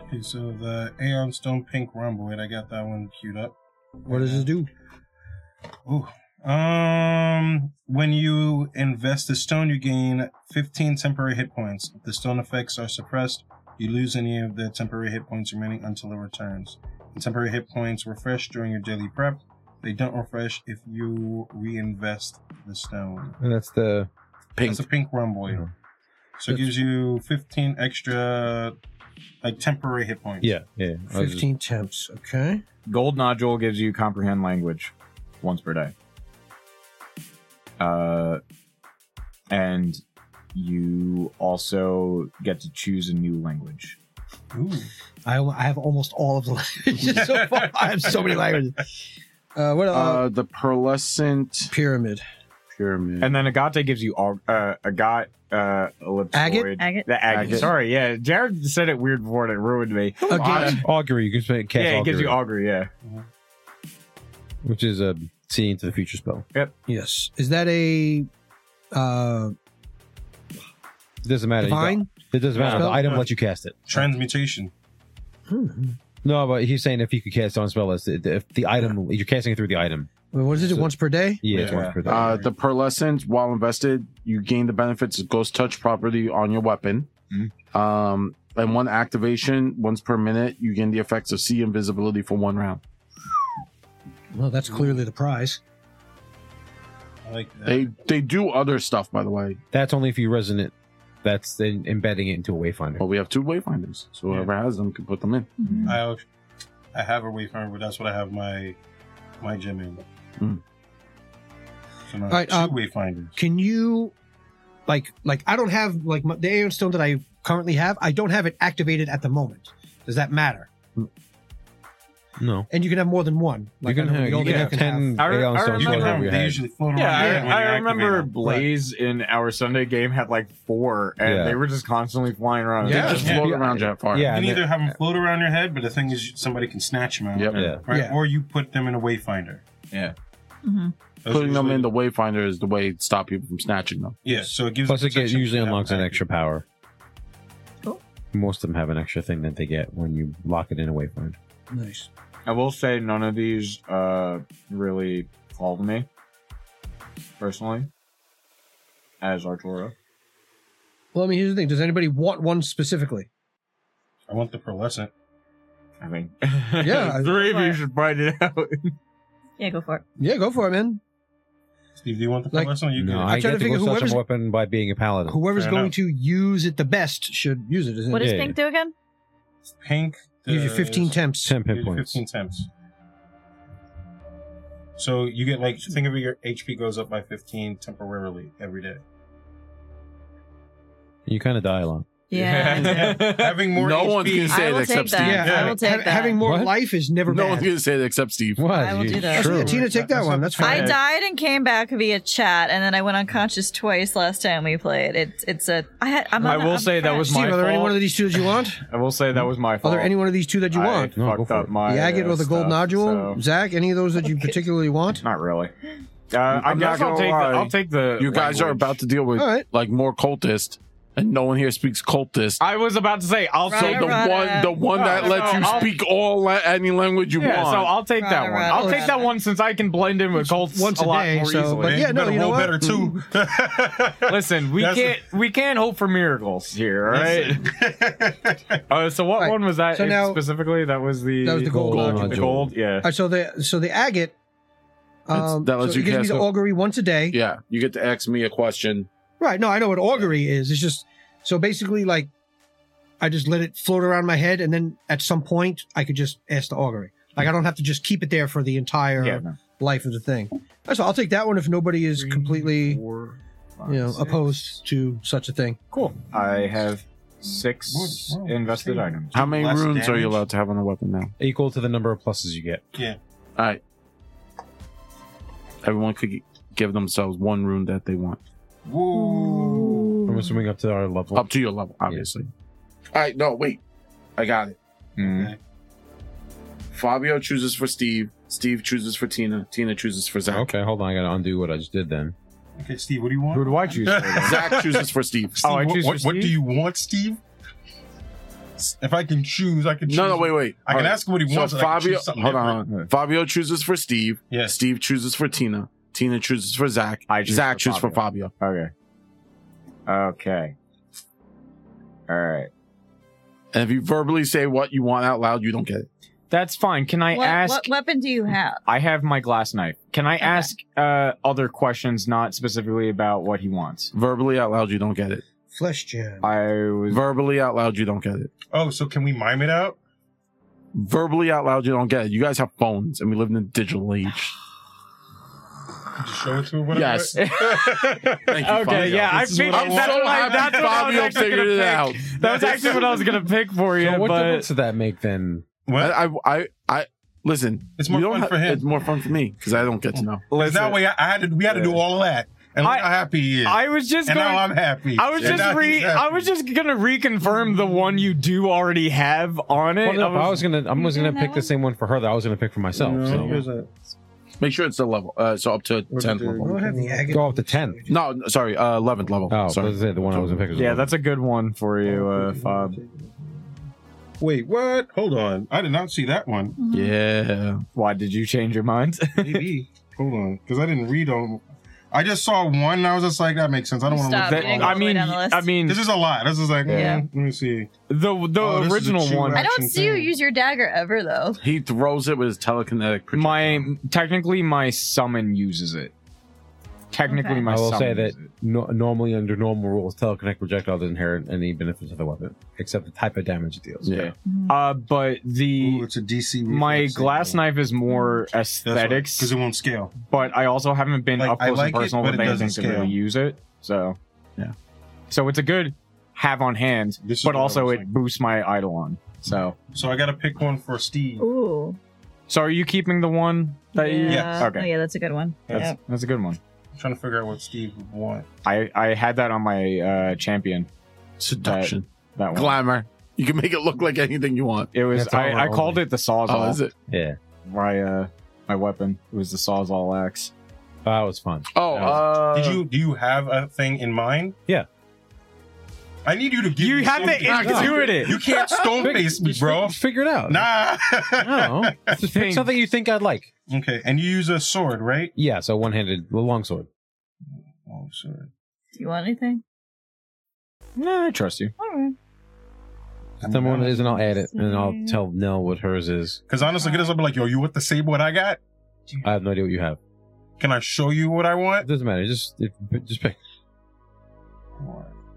Speaker 4: Okay, so the Aeon Stone Pink Rhomboid, I got that one queued up.
Speaker 6: What does this do?
Speaker 4: Ooh. Um, when you invest the stone, you gain 15 temporary hit points. If the stone effects are suppressed, you lose any of the temporary hit points remaining until it returns. The temporary hit points refresh during your daily prep. They don't refresh if you reinvest the stone.
Speaker 5: And that's the
Speaker 1: Pink.
Speaker 4: It's a pink rhomboid. So it gives you 15 extra, like, temporary hit points.
Speaker 5: yeah yeah. I was just-
Speaker 6: Fifteen temps. Okay.
Speaker 3: Gold nodule gives you comprehend language once per day. Uh, and you also get to choose a new language.
Speaker 4: Ooh.
Speaker 6: I, I have almost all of the languages so far. I have so many languages. Uh, what uh,
Speaker 1: uh, the pearlescent
Speaker 6: pyramid?
Speaker 1: pyramid.
Speaker 3: And then agate gives you all, uh, agate uh, ellipsoid.
Speaker 6: Agate?
Speaker 2: Agate?
Speaker 3: The agate.
Speaker 1: Agate.
Speaker 3: Sorry, yeah. Jared said it weird before and it ruined me.
Speaker 6: Agate.
Speaker 5: augury. You can say cast
Speaker 3: yeah, it gives you
Speaker 5: augury,
Speaker 3: augury. Yeah.
Speaker 5: which is a see into the future spell.
Speaker 6: Yes. Is that a uh,
Speaker 5: It doesn't matter. You got-
Speaker 6: divine?
Speaker 5: It doesn't matter. The
Speaker 6: Spell?
Speaker 5: item lets you cast it.
Speaker 4: Transmutation.
Speaker 6: Hmm.
Speaker 5: No, but he's saying if he could cast it on spell list, it- if the item you're casting it through the item.
Speaker 6: Wait, What is it?
Speaker 5: So-
Speaker 6: Once per day?
Speaker 5: Yeah, it's
Speaker 4: Yeah.
Speaker 5: once per day.
Speaker 1: Uh, the pearlescent, while invested, you gain the benefits of ghost touch property on your weapon. Um, and one activation, once per minute, you gain the effects of see invisibility for one round.
Speaker 6: Well, that's clearly the prize.
Speaker 4: I like that.
Speaker 1: They they do other stuff, by the way.
Speaker 5: That's only if you resonate. That's then embedding it into a wayfinder.
Speaker 1: But we have two wayfinders, so whoever has them can put them in.
Speaker 2: Mm-hmm.
Speaker 5: Hmm.
Speaker 4: I I have a wayfinder, but that's what I have my my gem in.
Speaker 5: Hmm.
Speaker 1: Mm.
Speaker 4: So now I have
Speaker 6: Alright,
Speaker 4: two
Speaker 6: um,
Speaker 4: wayfinders.
Speaker 6: Can you, like, like I don't have like my, the Aeon Stone that I currently have. I don't have it activated at the moment. Does that matter?
Speaker 5: No.
Speaker 6: And you can have more than one.
Speaker 5: You
Speaker 6: Like
Speaker 5: can
Speaker 6: I know
Speaker 5: have,
Speaker 6: the
Speaker 5: you
Speaker 6: older
Speaker 5: can have
Speaker 6: can
Speaker 5: ten
Speaker 3: I re-
Speaker 5: Aeon
Speaker 3: I
Speaker 5: stones.
Speaker 3: remember-
Speaker 4: You can
Speaker 5: whatever
Speaker 4: have,
Speaker 5: we
Speaker 4: they
Speaker 5: had.
Speaker 4: usually float around.
Speaker 3: Yeah,
Speaker 4: when
Speaker 3: I, I
Speaker 4: you activate
Speaker 3: remember
Speaker 4: them.
Speaker 3: Blaze in our Sunday game had like four, and
Speaker 5: Yeah.
Speaker 3: they were just constantly flying around.
Speaker 1: They
Speaker 4: Yeah.
Speaker 1: just float around Jetfire.
Speaker 5: Yeah,
Speaker 4: You can
Speaker 5: and
Speaker 4: either have them float around your head, but the thing is, somebody can snatch them out.
Speaker 1: Yep.
Speaker 5: Yeah.
Speaker 4: Right?
Speaker 6: Yeah.
Speaker 4: Or you put them in a wayfinder.
Speaker 2: Mhm.
Speaker 4: Those
Speaker 1: Putting them
Speaker 4: usually-
Speaker 1: in the wayfinder is the way to stop people from snatching them.
Speaker 4: Yeah, so it gives
Speaker 5: Plus, it get,
Speaker 4: protection
Speaker 5: usually
Speaker 4: without
Speaker 5: unlocks an
Speaker 4: activating.
Speaker 5: extra power.
Speaker 2: Cool.
Speaker 5: Most of them have an extra thing that they get when you lock it in a wayfinder.
Speaker 6: Nice.
Speaker 3: I will say none of these uh really called me personally as Arturo.
Speaker 6: Well, I mean, here's the thing. Does anybody want one specifically?
Speaker 4: I want the pearlescent.
Speaker 3: I think.
Speaker 6: Yeah, I-
Speaker 3: three of you should find it out.
Speaker 2: Yeah, go for it.
Speaker 6: Yeah, go for it, man.
Speaker 4: Steve, do you want the
Speaker 6: Like-
Speaker 4: pearlescent? or you
Speaker 5: No,
Speaker 4: good?
Speaker 5: I,
Speaker 6: I'm trying
Speaker 5: get
Speaker 6: to
Speaker 5: to,
Speaker 6: figure
Speaker 5: go such
Speaker 6: whoever's-
Speaker 5: a weapon by being a paladin.
Speaker 6: Whoever's
Speaker 4: Fair
Speaker 6: going
Speaker 4: enough.
Speaker 6: to use it the best should use it, isn't
Speaker 2: What
Speaker 6: it?
Speaker 2: does
Speaker 5: Yeah.
Speaker 2: Pink do again?
Speaker 4: Pink.
Speaker 6: Gives
Speaker 3: Uh,
Speaker 6: you 15
Speaker 4: does-
Speaker 6: temps.
Speaker 5: Ten
Speaker 4: gives
Speaker 5: hit
Speaker 4: you
Speaker 5: points.
Speaker 4: 15 temps. So you get like think of it, your HP goes up by 15 temporarily every day.
Speaker 5: You kind of die a lot.
Speaker 2: Yeah.
Speaker 4: Having more
Speaker 1: no
Speaker 4: HP.
Speaker 1: one's gonna say
Speaker 2: I
Speaker 1: that
Speaker 2: will take
Speaker 1: except
Speaker 2: that.
Speaker 1: Steve.
Speaker 4: Yeah.
Speaker 2: I will take
Speaker 6: ha-
Speaker 2: that.
Speaker 6: Having more
Speaker 5: What?
Speaker 6: life is never
Speaker 1: No one's
Speaker 6: bad.
Speaker 1: gonna say that except Steve.
Speaker 5: What?
Speaker 2: I will do that.
Speaker 5: True.
Speaker 6: Yeah, Tina, take that
Speaker 4: That's
Speaker 6: one.
Speaker 4: not
Speaker 6: That's
Speaker 2: I
Speaker 6: fine.
Speaker 2: died and came back via chat, and then I went unconscious twice last time we played. It's it's a I had I'm
Speaker 3: I
Speaker 2: on-
Speaker 3: will
Speaker 2: I'm
Speaker 3: say that was
Speaker 6: Steve,
Speaker 3: my
Speaker 6: are there any
Speaker 3: fault.
Speaker 6: one of these two that you want?
Speaker 3: I will say that was my
Speaker 6: Are
Speaker 3: fault.
Speaker 6: there any one of these two that you
Speaker 3: I
Speaker 6: want?
Speaker 5: No, go
Speaker 3: fucked
Speaker 5: for
Speaker 3: up
Speaker 5: it.
Speaker 3: my
Speaker 6: the agate
Speaker 3: uh,
Speaker 6: or the gold
Speaker 3: stuff,
Speaker 6: nodule,
Speaker 3: so-
Speaker 6: Zach? Any of those that you particularly want?
Speaker 3: Not really. Uh, I
Speaker 1: I'm not
Speaker 3: guess
Speaker 1: gonna
Speaker 3: I'll take,
Speaker 1: lie.
Speaker 3: the, I'll take the.
Speaker 1: You guys are
Speaker 3: language.
Speaker 1: about to deal with
Speaker 6: All right.
Speaker 1: like more cultists, and no one here speaks cultist.
Speaker 3: I was about to say I'll
Speaker 2: Right,
Speaker 1: So
Speaker 3: take
Speaker 1: the
Speaker 3: the.
Speaker 2: right.
Speaker 1: one, the one
Speaker 3: No,
Speaker 1: that
Speaker 3: no,
Speaker 1: lets
Speaker 3: no,
Speaker 1: you
Speaker 3: I'll-
Speaker 1: speak all la- any language you
Speaker 3: Yeah,
Speaker 1: want.
Speaker 3: so I'll take that
Speaker 2: Right,
Speaker 3: one.
Speaker 2: right,
Speaker 3: I'll
Speaker 2: right.
Speaker 3: take that one since I can blend in with cults
Speaker 6: Once
Speaker 3: a
Speaker 6: a
Speaker 3: lot
Speaker 6: day,
Speaker 3: more
Speaker 6: so-
Speaker 3: easily.
Speaker 6: but
Speaker 4: Man,
Speaker 6: yeah,
Speaker 4: you
Speaker 6: no,
Speaker 4: better
Speaker 6: you know
Speaker 4: roll
Speaker 6: what?
Speaker 4: better too.
Speaker 3: Listen, we
Speaker 4: That's-
Speaker 3: can't we can't hope for miracles here, all right? Uh, so what
Speaker 6: Right.
Speaker 3: one was that
Speaker 6: So
Speaker 3: it-
Speaker 6: now-
Speaker 3: specifically? That was the
Speaker 6: That was the gold
Speaker 5: Gold
Speaker 6: nodule.
Speaker 3: the gold, yeah.
Speaker 6: All right, Uh, so the so the agate.
Speaker 1: That's-
Speaker 6: Um,
Speaker 1: that
Speaker 6: that
Speaker 1: lets
Speaker 6: so
Speaker 1: you
Speaker 6: it gives me
Speaker 1: cast
Speaker 6: the
Speaker 1: a-
Speaker 6: augury once a day.
Speaker 1: yeah, you get to ask me a question.
Speaker 6: Right. No, I know what augury is. It's just so basically like I just let it float around my head, and then at some point I could just ask the augury. Like I don't have to just keep it there for the entire
Speaker 3: Yeah, no.
Speaker 6: life of the thing. So I'll take that one if nobody is completely
Speaker 3: Four, five,
Speaker 6: you know
Speaker 3: six.
Speaker 6: opposed to such a thing.
Speaker 3: Cool. I have six
Speaker 4: Wow.
Speaker 3: invested
Speaker 4: Two.
Speaker 3: items.
Speaker 1: How many
Speaker 4: Less
Speaker 1: runes are
Speaker 4: damage.
Speaker 1: you allowed to have on a weapon now?
Speaker 5: Equal to the number of pluses you get.
Speaker 1: All right. Everyone could g- give themselves one rune that they want,
Speaker 3: Whoa.
Speaker 5: I'm assuming up to our level.
Speaker 1: up to your level, obviously. All right. No, wait. I got it.
Speaker 3: Mm.
Speaker 1: Fabio chooses for Steve. Steve chooses for Tina. Tina chooses for Zach.
Speaker 5: Okay, hold on. I gotta undo what I just did then.
Speaker 4: Okay, Steve, what do you want?
Speaker 5: Who do I choose?
Speaker 1: Zach chooses for Steve.
Speaker 4: Steve,
Speaker 3: Oh, I
Speaker 4: what-
Speaker 3: choose for
Speaker 4: what, what
Speaker 3: Steve?
Speaker 4: do you want, Steve? If I can choose, I can choose.
Speaker 1: No, no, wait, wait.
Speaker 4: I can
Speaker 1: All right.
Speaker 4: ask him what he wants.
Speaker 1: So
Speaker 4: and I can
Speaker 1: Fabio,
Speaker 4: choose something
Speaker 1: hold on.
Speaker 4: different.
Speaker 1: hold on. Fabio chooses for Steve.
Speaker 4: Yes.
Speaker 1: Steve chooses for Tina. Tina chooses for Zach.
Speaker 3: I choose
Speaker 1: Zach
Speaker 3: for
Speaker 1: chooses for Fabio.
Speaker 3: Okay. Okay. All right.
Speaker 1: And if you verbally say what you want out loud, you don't get it.
Speaker 3: That's fine. Can I
Speaker 2: what,
Speaker 3: ask?
Speaker 2: what weapon do you have?
Speaker 3: I have my glass knife. Can I
Speaker 2: Okay.
Speaker 3: ask uh, other questions, not specifically about what he wants?
Speaker 1: Verbally out loud, you don't get it.
Speaker 6: Flesh jam.
Speaker 3: I was.
Speaker 1: Verbally out loud, you don't get it.
Speaker 4: Oh, so can we mime it out?
Speaker 1: Verbally out loud, you don't get it. You guys have phones, and we live in the digital age.
Speaker 4: Just show it to him. Whatever.
Speaker 1: Yes. Thank Thank you,
Speaker 3: okay,
Speaker 1: Fabio.
Speaker 3: yeah, I
Speaker 1: This is
Speaker 3: figured
Speaker 1: what I
Speaker 3: that's,
Speaker 1: want.
Speaker 3: what I,
Speaker 1: I'm so
Speaker 3: that's
Speaker 1: happy
Speaker 3: what I was
Speaker 1: Fabio
Speaker 3: actually
Speaker 1: figured
Speaker 3: gonna
Speaker 1: it
Speaker 3: pick.
Speaker 1: out.
Speaker 3: That was actually what I was gonna pick for you,
Speaker 5: So what
Speaker 3: but
Speaker 5: difference did that make then?
Speaker 4: What?
Speaker 1: I, I, I, I listen.
Speaker 4: It's more
Speaker 1: you don't
Speaker 4: fun
Speaker 1: have-
Speaker 4: for him.
Speaker 1: It's more fun for me because I don't get
Speaker 3: Oh.
Speaker 1: to know.
Speaker 4: Because that way, I, I had to. We had to do all of that, and look
Speaker 3: I-
Speaker 4: how happy he is.
Speaker 3: I was just
Speaker 4: and now
Speaker 3: going.
Speaker 4: I'm happy.
Speaker 3: I was
Speaker 4: And
Speaker 3: just
Speaker 4: now he's
Speaker 3: re.
Speaker 4: happy.
Speaker 3: I was just gonna reconfirm the one you do already have on it.
Speaker 5: Well, no,
Speaker 3: I
Speaker 5: if I
Speaker 3: was-
Speaker 5: was gonna, I was
Speaker 2: You
Speaker 5: gonna
Speaker 2: doing
Speaker 5: pick
Speaker 2: that
Speaker 5: the
Speaker 2: one?
Speaker 5: same one for her that I was gonna pick for myself.
Speaker 4: No,
Speaker 5: so.
Speaker 4: here's a-
Speaker 1: Make sure it's the level. Uh, so up to
Speaker 4: What
Speaker 1: tenth
Speaker 4: did-
Speaker 1: level.
Speaker 6: don't have the agate.
Speaker 5: Go up to 10.
Speaker 1: No, no, sorry, uh, eleventh level.
Speaker 5: Oh,
Speaker 1: sorry.
Speaker 5: that's it, the one I was gonna pick. was
Speaker 3: yeah,
Speaker 5: eleven.
Speaker 3: that's a good one for you, uh, Fob.
Speaker 4: Wait, what? Hold on. I did not see that one.
Speaker 1: Yeah.
Speaker 3: Why did you change your mind?
Speaker 4: Maybe. Hold on, because I didn't read on. I just saw one. and I was just like, that makes sense. I don't want to
Speaker 2: Stop.
Speaker 4: look.
Speaker 3: That-
Speaker 2: you didn't go all
Speaker 3: I
Speaker 2: the way
Speaker 3: mean,
Speaker 2: down the list.
Speaker 3: I mean,
Speaker 4: This is a lot. This is like,
Speaker 2: Yeah.
Speaker 4: mm, let me see.
Speaker 3: the the
Speaker 4: Oh, this is a
Speaker 3: original
Speaker 4: chew
Speaker 3: one.
Speaker 2: I don't
Speaker 4: Action
Speaker 2: see you
Speaker 4: thing.
Speaker 2: use your dagger ever though.
Speaker 1: He throws it with his telekinetic. Projectile.
Speaker 3: my technically my summon uses it. Technically,
Speaker 2: Okay.
Speaker 3: my
Speaker 5: I will
Speaker 3: summon
Speaker 5: say that
Speaker 3: uses it.
Speaker 5: no, normally under normal rules, teleconnect projectile doesn't inherit any benefits of the weapon except the type of damage it deals.
Speaker 1: yeah.
Speaker 3: Uh, but the
Speaker 4: Ooh, it's a DC.
Speaker 3: my glass knife is more aesthetics,
Speaker 4: because it won't scale.
Speaker 3: but I also haven't been
Speaker 4: Like,
Speaker 3: up
Speaker 4: I
Speaker 3: close
Speaker 4: like
Speaker 3: and
Speaker 4: it,
Speaker 3: personal
Speaker 4: but
Speaker 3: with
Speaker 4: it
Speaker 3: anything
Speaker 4: doesn't
Speaker 3: to really
Speaker 4: scale.
Speaker 3: use it. So
Speaker 1: Yeah.
Speaker 3: so it's a good have on hand,
Speaker 4: This is
Speaker 3: but
Speaker 4: what I
Speaker 3: also
Speaker 4: was
Speaker 3: it
Speaker 4: thinking.
Speaker 3: boosts my eidolon. So
Speaker 4: So I got to pick one for Steve.
Speaker 2: Ooh.
Speaker 3: so are you keeping the one that you?
Speaker 4: Yes.
Speaker 2: Oh,
Speaker 3: uh, Okay,
Speaker 2: yeah, that's a good one.
Speaker 3: that's
Speaker 2: Yep.
Speaker 3: that's a good one.
Speaker 4: I'm trying to figure out what Steve would want.
Speaker 3: I I had that on my uh champion
Speaker 1: Seduction.
Speaker 3: that one.
Speaker 1: Glamour. You can make it look like anything you want.
Speaker 3: it was
Speaker 5: That's all
Speaker 3: I, I
Speaker 5: wrong.
Speaker 3: called it the sawzall.
Speaker 1: Oh, is it?
Speaker 5: Yeah.
Speaker 3: my uh my weapon. It was the Sawzall axe.
Speaker 5: That was fun.
Speaker 1: Oh,
Speaker 5: Yeah.
Speaker 1: uh,
Speaker 4: Did you do you have a thing in mind?
Speaker 5: Yeah.
Speaker 4: I need you to give
Speaker 3: You
Speaker 4: me
Speaker 3: have to
Speaker 4: something.
Speaker 3: intuit it.
Speaker 4: You can't stone face me,
Speaker 5: Just
Speaker 4: bro.
Speaker 5: fig- Figure it out.
Speaker 4: Nah.
Speaker 5: No. Just pick
Speaker 3: Thing.
Speaker 5: something you think I'd like.
Speaker 4: okay, and you use a sword, right?
Speaker 5: Yeah, so one handed, the longsword.
Speaker 4: Oh, sword.
Speaker 2: Do you want anything?
Speaker 3: Nah, I trust you.
Speaker 2: All right.
Speaker 5: Someone is, and I'll add it, and I'll tell Nell what hers is.
Speaker 4: Because honestly, I'll be like, yo, you want the same what I got?
Speaker 5: I have no idea what you have.
Speaker 4: Can I show you what I
Speaker 5: It
Speaker 4: want?
Speaker 5: doesn't matter. Just, if, just pick.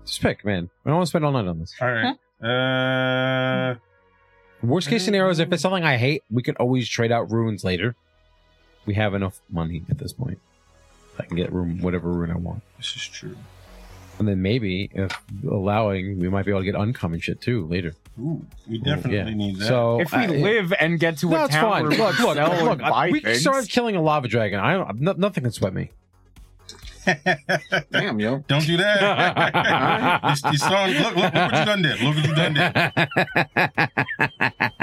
Speaker 5: Just pick, man. I don't want to spend all night on this.
Speaker 4: All right. Uh,
Speaker 5: Worst case scenario is if it's something I hate, we can always trade out runes later. We have enough money at this point. I can get room whatever rune I want.
Speaker 4: this is true.
Speaker 5: And then maybe, if allowing, we might be able to get uncommon shit too later.
Speaker 4: Ooh, we definitely
Speaker 5: yeah.
Speaker 4: need that.
Speaker 5: So
Speaker 3: If we
Speaker 5: Oh, I-
Speaker 3: live and get to
Speaker 5: no,
Speaker 3: a
Speaker 5: it's
Speaker 3: town
Speaker 5: fine.
Speaker 3: where we
Speaker 5: Look, look,
Speaker 3: sell and
Speaker 5: look.
Speaker 3: buy
Speaker 5: we can
Speaker 3: things,
Speaker 5: start killing a lava dragon. I don't. No, nothing can sweat me.
Speaker 1: damn, yo.
Speaker 4: Don't do that. you, you saw- look, look, look what you done did. Look what you done did.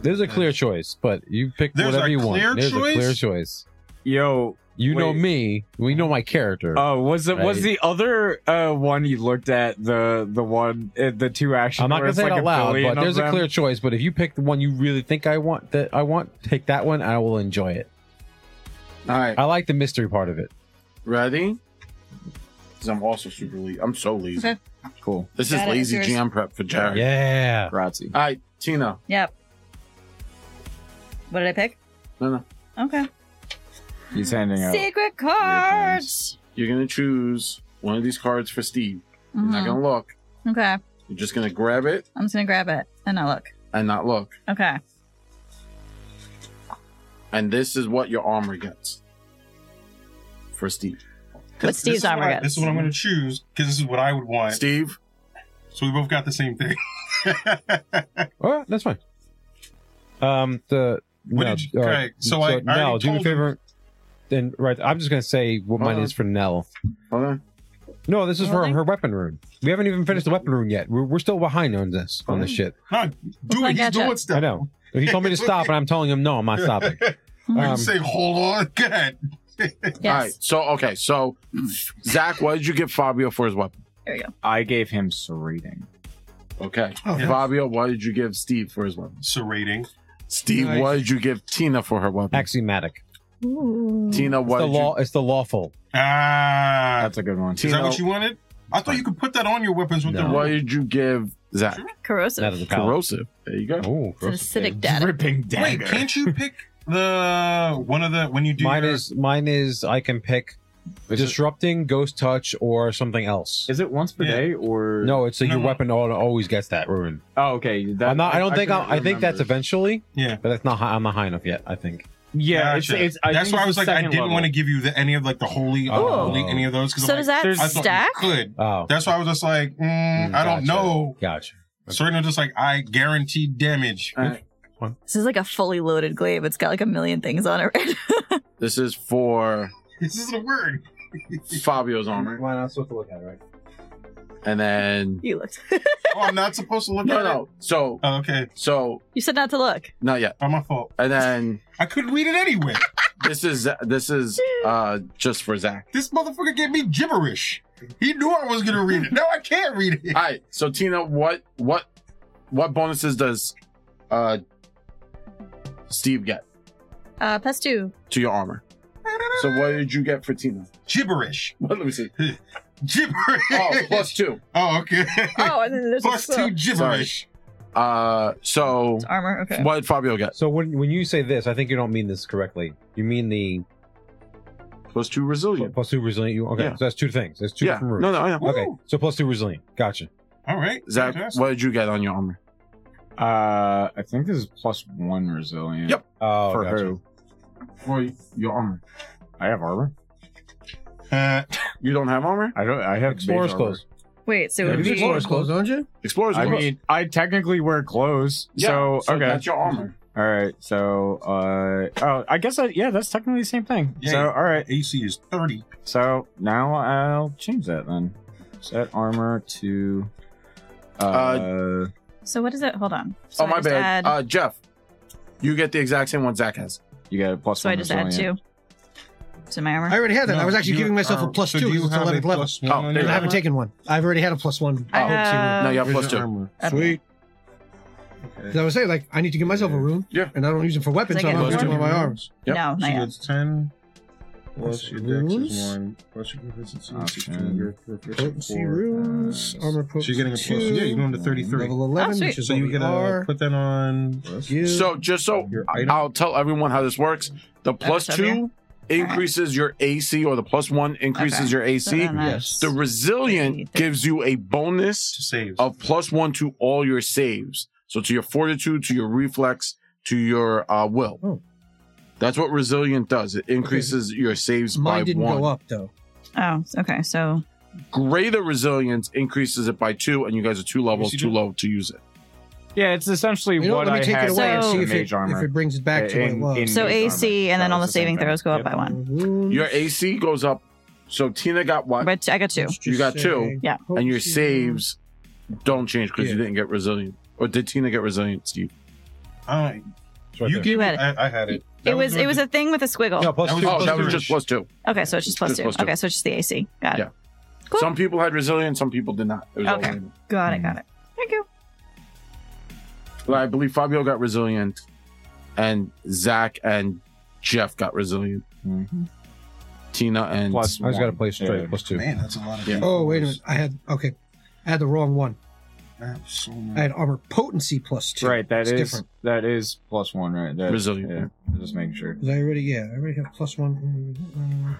Speaker 5: There's a clear choice, but you pick
Speaker 4: There's
Speaker 5: whatever
Speaker 4: a
Speaker 5: you want.
Speaker 4: clear
Speaker 5: There's a
Speaker 4: choice?
Speaker 5: clear choice.
Speaker 3: yo,
Speaker 5: You know
Speaker 3: Wait.
Speaker 5: me. We know my character.
Speaker 3: uh, was it was
Speaker 5: Right.
Speaker 3: the other uh one you looked at the the one uh, the two action?
Speaker 5: I'm not
Speaker 3: where
Speaker 5: gonna
Speaker 3: it's
Speaker 5: say
Speaker 3: like
Speaker 5: it
Speaker 3: a
Speaker 5: out loud,
Speaker 3: billion
Speaker 5: but
Speaker 3: of
Speaker 5: there's a
Speaker 3: them?
Speaker 5: clear choice. But if you pick the one you really think I want, that I want, take that one. I will enjoy it.
Speaker 1: All right,
Speaker 5: I like the mystery part of it.
Speaker 1: ready? 'Cause I'm also super lazy. I'm so lazy.
Speaker 2: Okay.
Speaker 3: cool.
Speaker 1: This
Speaker 2: Got
Speaker 1: is
Speaker 2: it,
Speaker 1: lazy
Speaker 2: yours.
Speaker 1: jam prep for Jared.
Speaker 5: Yeah.
Speaker 3: Grazie.
Speaker 1: All right, Tina.
Speaker 2: Yep. What did I pick?
Speaker 1: No, no.
Speaker 2: Okay.
Speaker 3: He's handing out.
Speaker 2: Secret cards.
Speaker 1: You're gonna choose one of these cards for Steve. You're not
Speaker 2: Mhm.
Speaker 1: gonna look.
Speaker 2: Okay.
Speaker 1: You're just gonna grab it
Speaker 2: I'm just gonna grab it and not look.
Speaker 1: and not look.
Speaker 2: Okay.
Speaker 1: And this is what your armor gets for Steve.
Speaker 2: What
Speaker 4: This
Speaker 2: Steve's
Speaker 4: is what
Speaker 2: armor
Speaker 4: I-
Speaker 2: gets.
Speaker 4: This is what I'm going to choose because this is what I would want.
Speaker 1: Steve,
Speaker 4: So we both got the same thing.
Speaker 5: All right, that's fine. Um, the
Speaker 4: What
Speaker 5: no,
Speaker 4: did you-
Speaker 5: all
Speaker 4: okay, so I- I already
Speaker 5: Nell, do me a
Speaker 4: told him-
Speaker 5: favor. Then right, I'm just gonna say what mine
Speaker 3: Uh-huh.
Speaker 1: Hold
Speaker 5: is for Nell.
Speaker 1: Okay.
Speaker 5: No, this is
Speaker 2: Really?
Speaker 5: for her weapon room. We haven't even finished the weapon room yet. We're, we're still behind on this on this shit.
Speaker 4: No, do
Speaker 2: I
Speaker 4: it. He's
Speaker 2: gotcha.
Speaker 4: doing stuff.
Speaker 5: I know. He told me to stop, and I'm telling him no, I'm not stopping.
Speaker 4: I
Speaker 5: Um,
Speaker 4: can say, hold on. Go ahead.
Speaker 1: All
Speaker 2: Mm-hmm. Yes.
Speaker 1: right. So okay. So Zach, what did you give Fabio for his weapon?
Speaker 3: I gave him serrating.
Speaker 1: Okay.
Speaker 4: Yeah.
Speaker 1: Fabio, what did you give Steve for his weapon?
Speaker 4: Serrating.
Speaker 1: Steve,
Speaker 6: Nice.
Speaker 1: what did you give Tina for her weapon?
Speaker 5: Axiomatic.
Speaker 2: Ooh.
Speaker 1: Tina,
Speaker 5: It's
Speaker 1: what
Speaker 5: the
Speaker 1: did you?
Speaker 5: law. It's the lawful.
Speaker 4: Ah.
Speaker 3: That's a good one.
Speaker 4: is that what
Speaker 1: Tino-
Speaker 4: you wanted? I thought you could put that on your weapons with
Speaker 5: No.
Speaker 4: the
Speaker 1: What did you give Zach?
Speaker 2: Corrosive.
Speaker 5: That is a palate.
Speaker 1: Corrosive. There you go.
Speaker 5: Oh,
Speaker 2: it's an
Speaker 5: gross.
Speaker 2: acidic data.
Speaker 3: Ripping
Speaker 4: Wait, can't you pick the one of the when you do
Speaker 5: Mine
Speaker 4: your-
Speaker 5: is mine is I can pick disrupting, ghost touch, or something else.
Speaker 3: Is it once per
Speaker 4: Yeah.
Speaker 3: day or
Speaker 5: No, it's a,
Speaker 4: No,
Speaker 5: your
Speaker 4: no.
Speaker 5: weapon al- always gets that ruin.
Speaker 3: Oh, okay. that-
Speaker 5: I'm not. I don't think.
Speaker 3: couldn't
Speaker 5: I, I think that's
Speaker 3: remember.
Speaker 5: eventually,
Speaker 4: yeah.
Speaker 5: but that's not. High, I'm not high enough yet. I think.
Speaker 3: Yeah, it's,
Speaker 4: Gotcha.
Speaker 3: it's, I
Speaker 4: That's
Speaker 3: think
Speaker 4: why
Speaker 3: it's
Speaker 4: I was
Speaker 3: the
Speaker 4: like, I
Speaker 3: second
Speaker 4: didn't
Speaker 3: level.
Speaker 4: want to give you the, any of like the holy,
Speaker 5: Oh.
Speaker 4: unholy, any of those because
Speaker 2: So
Speaker 4: I'm
Speaker 2: does
Speaker 4: like,
Speaker 2: that
Speaker 4: I thought
Speaker 2: stack?
Speaker 4: you could.
Speaker 5: Oh,
Speaker 4: That's why I was just like, mm, I
Speaker 5: gotcha.
Speaker 4: don't know.
Speaker 5: Gotcha.
Speaker 4: Serena just like, I guaranteed damage.
Speaker 1: Alright.
Speaker 2: This is like a fully loaded glaive. It's got like a million things on it. Right?
Speaker 1: This is for
Speaker 4: This isn't a word.
Speaker 1: Fabio's armor,
Speaker 5: Why not supposed to look at it, right?
Speaker 1: and then
Speaker 2: you looked.
Speaker 4: Oh, I'm not supposed to look
Speaker 1: no,
Speaker 4: at it.
Speaker 1: no. So,
Speaker 4: Oh, okay,
Speaker 1: so
Speaker 2: you said not to look.
Speaker 1: not yet.
Speaker 4: oh, my fault.
Speaker 1: And then
Speaker 4: I couldn't read it anyway.
Speaker 1: this is this is uh just for Zach.
Speaker 4: This motherfucker gave me gibberish. He knew I was gonna read it. Now I can't read it.
Speaker 1: All right. So Tina, what what what bonuses does uh Steve get
Speaker 2: Uh, plus two.
Speaker 1: to your armor? So what did you get for Tina?
Speaker 4: Gibberish.
Speaker 1: Let me see.
Speaker 4: Gibberish.
Speaker 1: Oh, plus two.
Speaker 4: Oh, okay.
Speaker 1: Ah,
Speaker 2: Oh, and then there's
Speaker 4: plus
Speaker 2: also-
Speaker 4: two gibberish.
Speaker 1: Uh, so
Speaker 2: It's armor. Okay.
Speaker 1: what did Fabio get?
Speaker 5: So when when you say this, I think you don't mean this correctly. You mean the
Speaker 1: Plus two resilient.
Speaker 5: plus two resilient. You, okay,
Speaker 1: Yeah.
Speaker 5: so that's two things. That's two
Speaker 1: Yeah.
Speaker 5: different rules.
Speaker 1: No, no, I know.
Speaker 4: Woo.
Speaker 5: Okay, so plus two resilient. Gotcha.
Speaker 4: All right.
Speaker 1: Zach,
Speaker 4: fantastic.
Speaker 1: what did you get on your armor?
Speaker 3: Uh, I think this is plus one resilient.
Speaker 1: Yep.
Speaker 5: Oh,
Speaker 1: For
Speaker 5: gotcha.
Speaker 3: who?
Speaker 1: Well, your armor.
Speaker 3: I have armor.
Speaker 4: Uh,
Speaker 1: You don't have armor?
Speaker 3: I don't. I have base
Speaker 5: Explorer's
Speaker 3: armor.
Speaker 5: clothes.
Speaker 2: Wait. So it
Speaker 5: Yeah,
Speaker 2: would be.
Speaker 5: you explorer's
Speaker 6: clothes, don't you?
Speaker 1: Explorer's
Speaker 3: I
Speaker 1: clothes.
Speaker 3: mean, I technically wear clothes.
Speaker 1: Yeah,
Speaker 3: so, okay.
Speaker 1: That's your armor.
Speaker 3: all right. So, uh, oh, I guess I, yeah, that's technically the same thing.
Speaker 4: Yeah,
Speaker 3: so,
Speaker 4: yeah.
Speaker 3: all right.
Speaker 4: AC is 30.
Speaker 3: So now I'll change that then. Set armor to. Uh,
Speaker 2: So what is it? Hold on. So
Speaker 1: Oh,
Speaker 2: I
Speaker 1: my
Speaker 2: just
Speaker 1: bad.
Speaker 2: Add,
Speaker 1: Uh, Jeff, you get the exact same one Zach has.
Speaker 3: you got a plus
Speaker 2: so I
Speaker 3: one.
Speaker 2: just add two
Speaker 3: resilient.
Speaker 2: to my armor.
Speaker 6: I already had that. I was
Speaker 4: No,
Speaker 6: actually
Speaker 4: you
Speaker 6: giving myself
Speaker 4: are-
Speaker 6: a plus
Speaker 4: so
Speaker 6: two
Speaker 4: do you
Speaker 6: because it's
Speaker 4: have a
Speaker 6: 11th level.
Speaker 4: plus one
Speaker 1: Oh,
Speaker 4: on
Speaker 1: there
Speaker 4: your
Speaker 1: you
Speaker 6: And I
Speaker 1: go.
Speaker 6: haven't
Speaker 4: armor?
Speaker 6: taken one. I've already had a plus one.
Speaker 2: I
Speaker 6: Oh,
Speaker 2: have-
Speaker 1: no, you have
Speaker 4: Where's
Speaker 1: plus
Speaker 4: your
Speaker 1: two.
Speaker 4: armor?
Speaker 2: Okay.
Speaker 6: Sweet.
Speaker 4: Okay.
Speaker 6: 'Cause I was saying, like, I need to give myself a rune.
Speaker 1: Yeah.
Speaker 6: And I don't use them for
Speaker 2: Does
Speaker 6: weapons, so
Speaker 2: that
Speaker 6: I'm
Speaker 2: get
Speaker 6: not
Speaker 2: plus
Speaker 6: using them on my arms.
Speaker 1: Yep.
Speaker 2: No,
Speaker 4: She
Speaker 2: not yet.
Speaker 4: gets 10. Plus
Speaker 6: Plus
Speaker 4: your dex
Speaker 6: runes.
Speaker 4: is 1. Plus your proficiency is 16.
Speaker 3: Option.
Speaker 4: Your proficiency
Speaker 6: Potency
Speaker 4: 4.
Speaker 6: runes.
Speaker 3: uh,
Speaker 6: Armor
Speaker 4: So
Speaker 6: potency.
Speaker 4: you're getting a plus.
Speaker 6: two,
Speaker 4: Yeah, you're going to 33.
Speaker 6: Level 11,
Speaker 2: sweet.
Speaker 6: which is
Speaker 4: So
Speaker 6: what
Speaker 4: you
Speaker 6: we
Speaker 4: get to
Speaker 6: are.
Speaker 4: put that on.
Speaker 6: You-
Speaker 1: So just so
Speaker 4: Your
Speaker 1: I-
Speaker 4: item.
Speaker 1: I'll tell everyone how this works, the plus
Speaker 2: it's up here?
Speaker 1: two increases your AC, or the plus one increases
Speaker 2: Okay.
Speaker 1: your
Speaker 2: So
Speaker 1: AC.
Speaker 2: then that's-
Speaker 1: the resilient gives you a bonus
Speaker 4: To save.
Speaker 1: of plus one to all your saves. So to your fortitude, to your reflex, to your uh, will.
Speaker 6: Oh.
Speaker 1: That's what resilient does. It increases your saves by
Speaker 6: Mine didn't
Speaker 1: one.
Speaker 6: go up, though.
Speaker 2: Oh, okay. So
Speaker 1: Greater resilience increases it by two, and you guys are two levels
Speaker 4: she
Speaker 1: too
Speaker 4: do?
Speaker 1: low to use it.
Speaker 3: Yeah, it's essentially
Speaker 6: You know,
Speaker 3: what
Speaker 6: let me
Speaker 3: I
Speaker 6: take
Speaker 3: had
Speaker 6: it away and
Speaker 2: So-
Speaker 6: see
Speaker 3: in
Speaker 6: if
Speaker 3: mage
Speaker 6: it,
Speaker 3: armor.
Speaker 6: if it brings it back to
Speaker 3: In-
Speaker 6: what it was.
Speaker 3: in-
Speaker 2: so
Speaker 3: Mage
Speaker 2: AC
Speaker 3: armor.
Speaker 2: and then
Speaker 3: So
Speaker 2: all the
Speaker 3: it's the same
Speaker 2: saving
Speaker 3: thing.
Speaker 2: throws go up
Speaker 3: Yep.
Speaker 2: by one.
Speaker 6: Runes.
Speaker 1: Your AC goes up. So Tina got what?
Speaker 2: But I got two.
Speaker 6: Let's just
Speaker 1: you got
Speaker 6: say
Speaker 1: two,
Speaker 2: Yeah.
Speaker 1: and your
Speaker 6: potency
Speaker 1: saves don't change because you
Speaker 6: Yeah.
Speaker 1: didn't get resilient. Or did Tina get resilient, Steve?
Speaker 6: Oh.
Speaker 4: Uh,
Speaker 5: It's right
Speaker 4: you
Speaker 5: there.
Speaker 4: gave
Speaker 2: You
Speaker 4: me.
Speaker 2: had it.
Speaker 4: I, I had it. That
Speaker 2: it was
Speaker 4: what
Speaker 2: it was
Speaker 4: the-
Speaker 2: a thing with a squiggle.
Speaker 5: No, plus
Speaker 4: That
Speaker 5: two.
Speaker 4: was-
Speaker 1: Oh,
Speaker 5: plus
Speaker 1: that
Speaker 5: two.
Speaker 1: was just plus two.
Speaker 2: Okay, so it's just plus
Speaker 1: Just
Speaker 2: two.
Speaker 1: plus two.
Speaker 2: Okay, so it's just the AC. Got it.
Speaker 1: Yeah.
Speaker 2: Cool.
Speaker 1: Some people had resilient, some people did not. It was all
Speaker 2: Okay.
Speaker 1: random.
Speaker 2: Got it. Got it. Thank you.
Speaker 1: Well, I believe Fabio got resilient, and Zach and Jeff got resilient.
Speaker 5: Mm-hmm.
Speaker 3: Mhm.
Speaker 1: Tina and
Speaker 3: Plus
Speaker 5: I just got to
Speaker 3: one.
Speaker 5: play straight.
Speaker 3: Yeah.
Speaker 5: Plus two.
Speaker 4: Man, that's a lot of.
Speaker 1: Yeah.
Speaker 4: people.
Speaker 6: Oh, wait a minute. I had, okay. I had the wrong one.
Speaker 4: I have so
Speaker 6: I
Speaker 4: many.
Speaker 6: had armor potency plus two.
Speaker 3: Right, that
Speaker 6: It's
Speaker 3: is
Speaker 6: different.
Speaker 3: that is plus one, right? That,
Speaker 1: Resilient.
Speaker 3: Yeah, just making sure.
Speaker 6: 'Cause I already, yeah, I already have plus one. uh,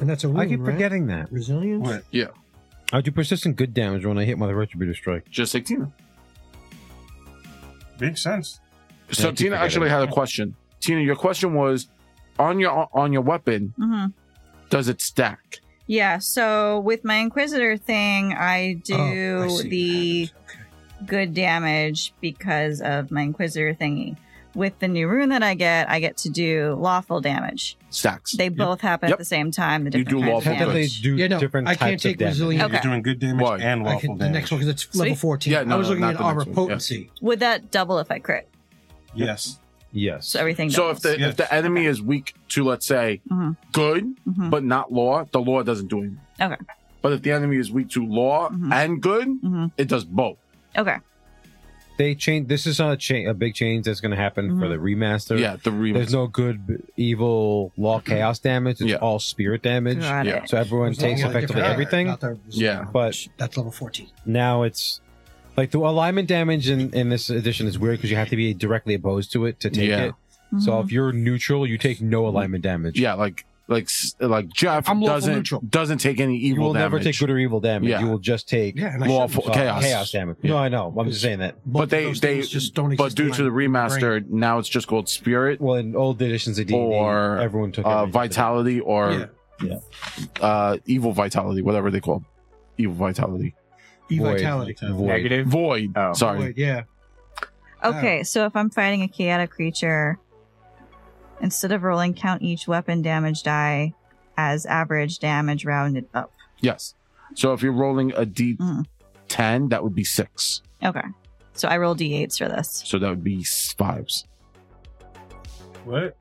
Speaker 6: And that's a rune,
Speaker 5: I keep
Speaker 6: right?
Speaker 5: forgetting that.
Speaker 6: Resilience?
Speaker 4: What?
Speaker 5: I do persistent good damage when I hit my retributive strike.
Speaker 1: just like Tina.
Speaker 4: Makes sense.
Speaker 1: So
Speaker 5: I keep
Speaker 1: Tina actually had a question. Tina, your question was on your on your weapon,
Speaker 2: hmm
Speaker 1: does it stack?
Speaker 2: Yeah, so with my Inquisitor thing, I do
Speaker 9: Oh, I see what
Speaker 2: the
Speaker 9: happens. Okay.
Speaker 2: good damage because of my Inquisitor thingy. With the new rune that I get, I get to do lawful damage.
Speaker 1: Stacks.
Speaker 2: They both happen
Speaker 1: Yep.
Speaker 2: at the same time. The
Speaker 1: You
Speaker 2: different
Speaker 1: do
Speaker 2: kinds of
Speaker 1: lawful
Speaker 2: damage.
Speaker 5: Technically,
Speaker 1: damage.
Speaker 5: do
Speaker 6: Yeah, no,
Speaker 5: different
Speaker 6: I
Speaker 5: types
Speaker 6: can't take
Speaker 5: of damage.
Speaker 6: resilient.
Speaker 2: Okay.
Speaker 4: You're doing good damage
Speaker 1: Why?
Speaker 4: and
Speaker 6: I
Speaker 4: lawful
Speaker 6: can, the
Speaker 4: damage.
Speaker 6: next one because it's
Speaker 2: See?
Speaker 6: level 14.
Speaker 1: Yeah, no,
Speaker 6: I was
Speaker 1: no,
Speaker 6: looking
Speaker 1: not
Speaker 6: at
Speaker 1: the next
Speaker 6: armor
Speaker 1: one, yeah.
Speaker 6: potency.
Speaker 2: Would that double if I crit?
Speaker 4: yes.
Speaker 5: Yes.
Speaker 2: So everything.
Speaker 1: So if
Speaker 2: doubles.
Speaker 1: the
Speaker 4: Yes.
Speaker 1: if the enemy is weak to let's say
Speaker 2: Mhm.
Speaker 1: good
Speaker 2: Mhm.
Speaker 1: but not law, the law doesn't do anything.
Speaker 2: Okay.
Speaker 1: But if the enemy is weak to law
Speaker 2: Mhm.
Speaker 1: and good,
Speaker 2: Mhm.
Speaker 1: it does both.
Speaker 2: okay,
Speaker 5: They change. This is a change, a big change that's going to happen for
Speaker 2: Mhm.
Speaker 6: Mm-hmm.
Speaker 5: the remaster.
Speaker 1: yeah, the remix.
Speaker 5: There's no good, b- evil, law, chaos damage. It's
Speaker 1: Yeah.
Speaker 5: all spirit damage.
Speaker 2: got
Speaker 1: yeah.
Speaker 2: it.
Speaker 5: So everyone
Speaker 6: There's a lot
Speaker 5: takes
Speaker 6: of
Speaker 5: effectively
Speaker 6: different-
Speaker 5: everything.
Speaker 6: not the-
Speaker 1: Yeah.
Speaker 5: But-
Speaker 6: that's level 14.
Speaker 5: now it's like the alignment damage in, in this edition is weird because you have to be directly opposed to it to take
Speaker 1: Yeah. Mm-hmm.
Speaker 5: it. So
Speaker 3: Mm-hmm.
Speaker 2: Mhm.
Speaker 5: if you're neutral, you take no alignment damage.
Speaker 1: Yeah, like like s- like Jeff
Speaker 6: I'm lawful
Speaker 1: doesn't
Speaker 6: neutral.
Speaker 1: doesn't take any
Speaker 5: You
Speaker 1: evil
Speaker 5: will
Speaker 1: damage.
Speaker 5: never take good or evil damage.
Speaker 1: Yeah.
Speaker 5: You will just take
Speaker 6: Yeah, and I
Speaker 1: lawful
Speaker 5: uh,
Speaker 1: chaos.
Speaker 5: chaos damage.
Speaker 1: Yeah.
Speaker 5: No, I know. I'm just saying that.
Speaker 1: But they they but due to the remaster, now it's just called spirit
Speaker 5: Well, in old editions of D&D,
Speaker 1: Or,
Speaker 5: everyone took
Speaker 1: uh,
Speaker 5: everything.
Speaker 1: vitality or
Speaker 5: Yeah.
Speaker 1: uh evil vitality, whatever they call it. evil vitality.
Speaker 6: e-vitality.
Speaker 5: Void.
Speaker 3: Negative.
Speaker 1: Void.
Speaker 3: Oh.
Speaker 1: Sorry.
Speaker 6: yeah.
Speaker 2: Okay, so if I'm fighting a chaotic creature, instead of rolling count each weapon damage die as average damage rounded up.
Speaker 1: Yes. So if you're rolling a
Speaker 2: Mm.
Speaker 1: D10, that would be six.
Speaker 2: Okay. So I roll d8s for this.
Speaker 1: So that would be s- fives.
Speaker 4: What?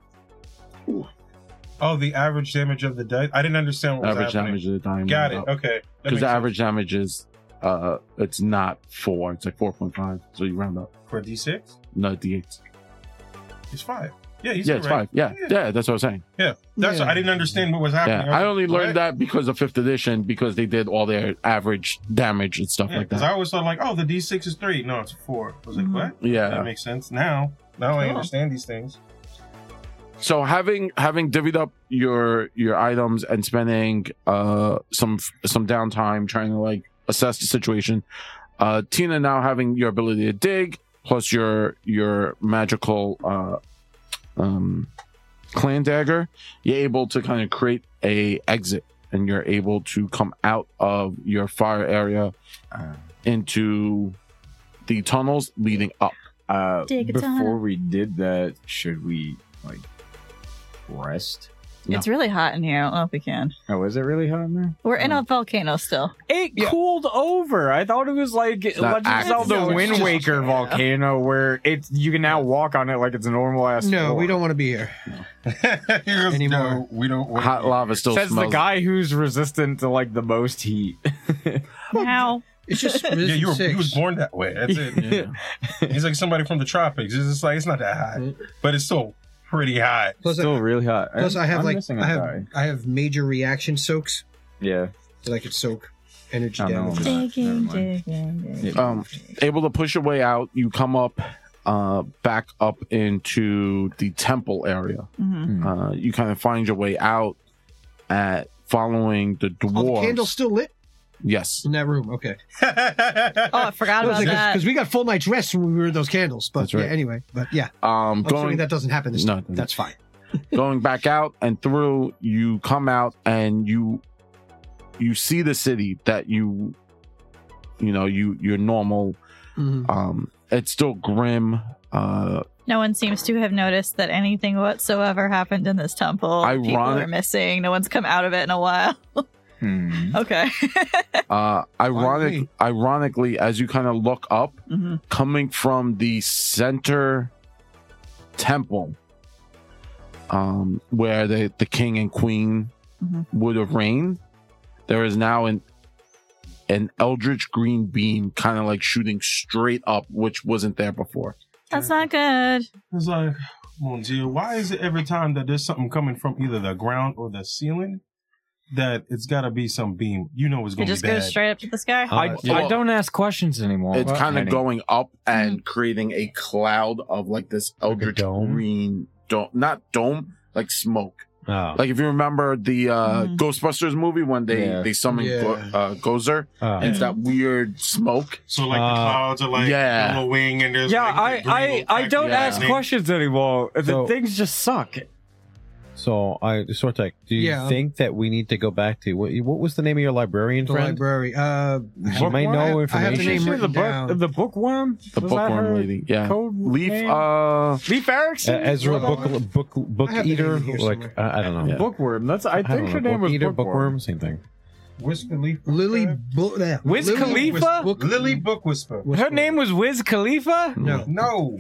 Speaker 4: Oh, the average damage of the dice. I didn't understand what was
Speaker 1: Average
Speaker 4: happening.
Speaker 1: damage of the time.
Speaker 4: Got it. Okay. That
Speaker 1: Because
Speaker 4: makes
Speaker 1: the Uh, average damage is, uh, it's not four. It's like 4.5. So you round up.
Speaker 4: sense. for D six,
Speaker 1: No, D8.
Speaker 4: it's five. Yeah, you
Speaker 1: yeah,
Speaker 4: said
Speaker 1: it's
Speaker 4: right.
Speaker 1: five. Yeah,
Speaker 4: Yeah.
Speaker 1: yeah, that's what I'm saying.
Speaker 4: That's
Speaker 6: Yeah.
Speaker 4: I didn't understand what was happening.
Speaker 1: Yeah, I only learned that because of fifth edition because they did all their average damage and stuff like
Speaker 4: because
Speaker 1: that.
Speaker 4: I always thought like, oh, the D six is three. No, it's four. I was like,
Speaker 6: Mm-hmm.
Speaker 2: Mhm.
Speaker 4: what? That
Speaker 1: yeah.
Speaker 4: makes sense now. Now I
Speaker 6: Oh.
Speaker 2: Cool.
Speaker 4: understand these things.
Speaker 1: So having having divvied up your your items and spending uh some some downtime trying to like assess the situation, uh Tina now having your ability to dig plus your your magical uh um clan dagger, you're able to kind of create a exit and you're able to come out of your fire area into the tunnels leading up.
Speaker 3: Uh,
Speaker 2: Dig a
Speaker 3: before
Speaker 2: tunnel.
Speaker 3: we did that, should we like rest?
Speaker 1: Yeah.
Speaker 2: It's really hot in here. I don't know if we can.
Speaker 3: Oh, is it really hot in there?
Speaker 2: We're in a volcano still.
Speaker 3: It cooled over. I thought it was like
Speaker 1: not
Speaker 3: Legend of
Speaker 1: active.
Speaker 3: Zelda
Speaker 2: No, it's
Speaker 3: Wind
Speaker 2: just-
Speaker 3: Waker volcano, where it's you can now walk on it like it's a normal ass.
Speaker 6: No,
Speaker 3: floor.
Speaker 6: we don't want to be here.
Speaker 4: He goes,
Speaker 6: Anymore.
Speaker 4: "No, we don't. want
Speaker 1: Hot
Speaker 4: to-
Speaker 1: lava still
Speaker 3: Says the
Speaker 1: smells.
Speaker 3: guy who's resistant to like the most heat. Oh,
Speaker 2: Now,
Speaker 6: It's just
Speaker 4: Yeah,
Speaker 6: Risen
Speaker 4: you were,
Speaker 6: six.
Speaker 4: you was born that way. That's it.
Speaker 1: Yeah.
Speaker 4: He's like somebody from the tropics. It's just like it's not that hot, but it's still pretty hot.
Speaker 6: Uh, Plus, I,
Speaker 3: Still really hot.
Speaker 6: plus I have
Speaker 3: I'm
Speaker 6: like
Speaker 3: missing a
Speaker 6: I have
Speaker 3: die.
Speaker 6: I have major reaction soaks
Speaker 3: yeah.
Speaker 6: that I could soak energy
Speaker 3: I don't know.
Speaker 6: damage.
Speaker 3: Never
Speaker 2: digging,
Speaker 3: mind.
Speaker 2: digging, digging.
Speaker 1: um, able to push your way out. You come up, uh, back up into the temple area.
Speaker 2: Mhm.
Speaker 6: Hmm.
Speaker 1: Uh, you kind of find your way out at following the
Speaker 6: All
Speaker 1: dwarves.
Speaker 6: Oh, the candles still lit
Speaker 1: Yes.
Speaker 6: in that room. Okay,
Speaker 2: Oh, I forgot about that.
Speaker 6: because we got full night's rest when we were in those candles. But
Speaker 1: That's right.
Speaker 6: yeah, anyway, but yeah,
Speaker 1: Um,
Speaker 6: I'm assuming
Speaker 1: going
Speaker 6: that doesn't happen this
Speaker 1: No,
Speaker 6: time.
Speaker 1: it doesn't.
Speaker 6: That's fine.
Speaker 1: going back out and through. You come out and you you see the city that you you know you your normal.
Speaker 6: Mhm.
Speaker 1: Um, it's still grim. Uh,
Speaker 2: No one seems to have noticed that anything whatsoever happened in this temple. People
Speaker 1: Ironic-
Speaker 2: are missing. No one's come out of it in a while.
Speaker 3: Hmm.
Speaker 2: Okay.
Speaker 1: uh, ironic,
Speaker 6: me.
Speaker 1: ironically, as you kind of look up,
Speaker 2: hmm
Speaker 1: coming from the center temple um where the the king and queen
Speaker 2: Mhm.
Speaker 1: would have reigned there is now an an eldritch green beam kind of like shooting straight up which wasn't there before
Speaker 2: That's not good.
Speaker 4: It's like, mon dieu, why is it every time that there's something coming from either the ground or the ceiling that it's got to be some beam? You know it's
Speaker 2: It
Speaker 4: going to be
Speaker 2: just
Speaker 4: bad.
Speaker 2: goes straight up to the sky.
Speaker 3: I,
Speaker 5: Uh,
Speaker 3: I don't ask questions anymore.
Speaker 1: it's kind of
Speaker 3: Kenny.
Speaker 1: going up and creating a cloud of like this
Speaker 5: Like a
Speaker 1: eldritch
Speaker 5: dome?
Speaker 1: green dome not dome like smoke
Speaker 5: Oh.
Speaker 1: like if you remember the uh
Speaker 2: Mhm.
Speaker 1: ghostbusters movie when they
Speaker 3: Yeah.
Speaker 1: they summoned
Speaker 6: Yeah.
Speaker 1: Go- uh gozer
Speaker 5: Oh.
Speaker 1: and it's that weird smoke.
Speaker 4: So like the
Speaker 5: Uh,
Speaker 4: clouds are like
Speaker 1: yeah.
Speaker 4: billowing and there's
Speaker 3: Yeah,
Speaker 4: like, the
Speaker 3: I,
Speaker 4: green
Speaker 3: I, I
Speaker 4: type
Speaker 3: don't
Speaker 4: of
Speaker 1: Yeah.
Speaker 3: ask
Speaker 4: lightning.
Speaker 3: questions anymore. The
Speaker 5: So-
Speaker 3: things just suck.
Speaker 5: So I Sortek, do you
Speaker 6: Yeah.
Speaker 5: think that we need to go back to what, what was the name of your librarian
Speaker 6: The
Speaker 5: friend?
Speaker 6: library. Uh,
Speaker 5: She may know
Speaker 6: I have the
Speaker 5: information.
Speaker 6: name
Speaker 3: She was
Speaker 6: written
Speaker 3: the book,
Speaker 6: down.
Speaker 3: the bookworm.
Speaker 1: The
Speaker 3: Was that her
Speaker 1: bookworm lady. Yeah.
Speaker 3: Code
Speaker 1: Leaf
Speaker 3: name?
Speaker 1: uh
Speaker 3: Leaf Erickson.
Speaker 5: Uh, Ezra
Speaker 6: Well,
Speaker 5: book book book
Speaker 6: I have the
Speaker 5: eater,
Speaker 6: name here
Speaker 5: like
Speaker 6: somewhere.
Speaker 5: uh, I don't know.
Speaker 1: Yeah.
Speaker 3: Bookworm. That's. I,
Speaker 5: I don't
Speaker 3: think her
Speaker 5: know,
Speaker 3: name
Speaker 5: book
Speaker 3: was
Speaker 5: eater,
Speaker 3: bookworm.
Speaker 5: same thing.
Speaker 4: Whisper Leaf.
Speaker 6: Lily.
Speaker 4: Whisperer?
Speaker 6: Bo- yeah.
Speaker 3: Wiz
Speaker 6: Lily
Speaker 3: Khalifa?
Speaker 6: Wis- Book-
Speaker 4: Lily Book Whisper.
Speaker 6: Wis-
Speaker 3: Her name was Wiz Khalifa.
Speaker 6: No.
Speaker 4: No.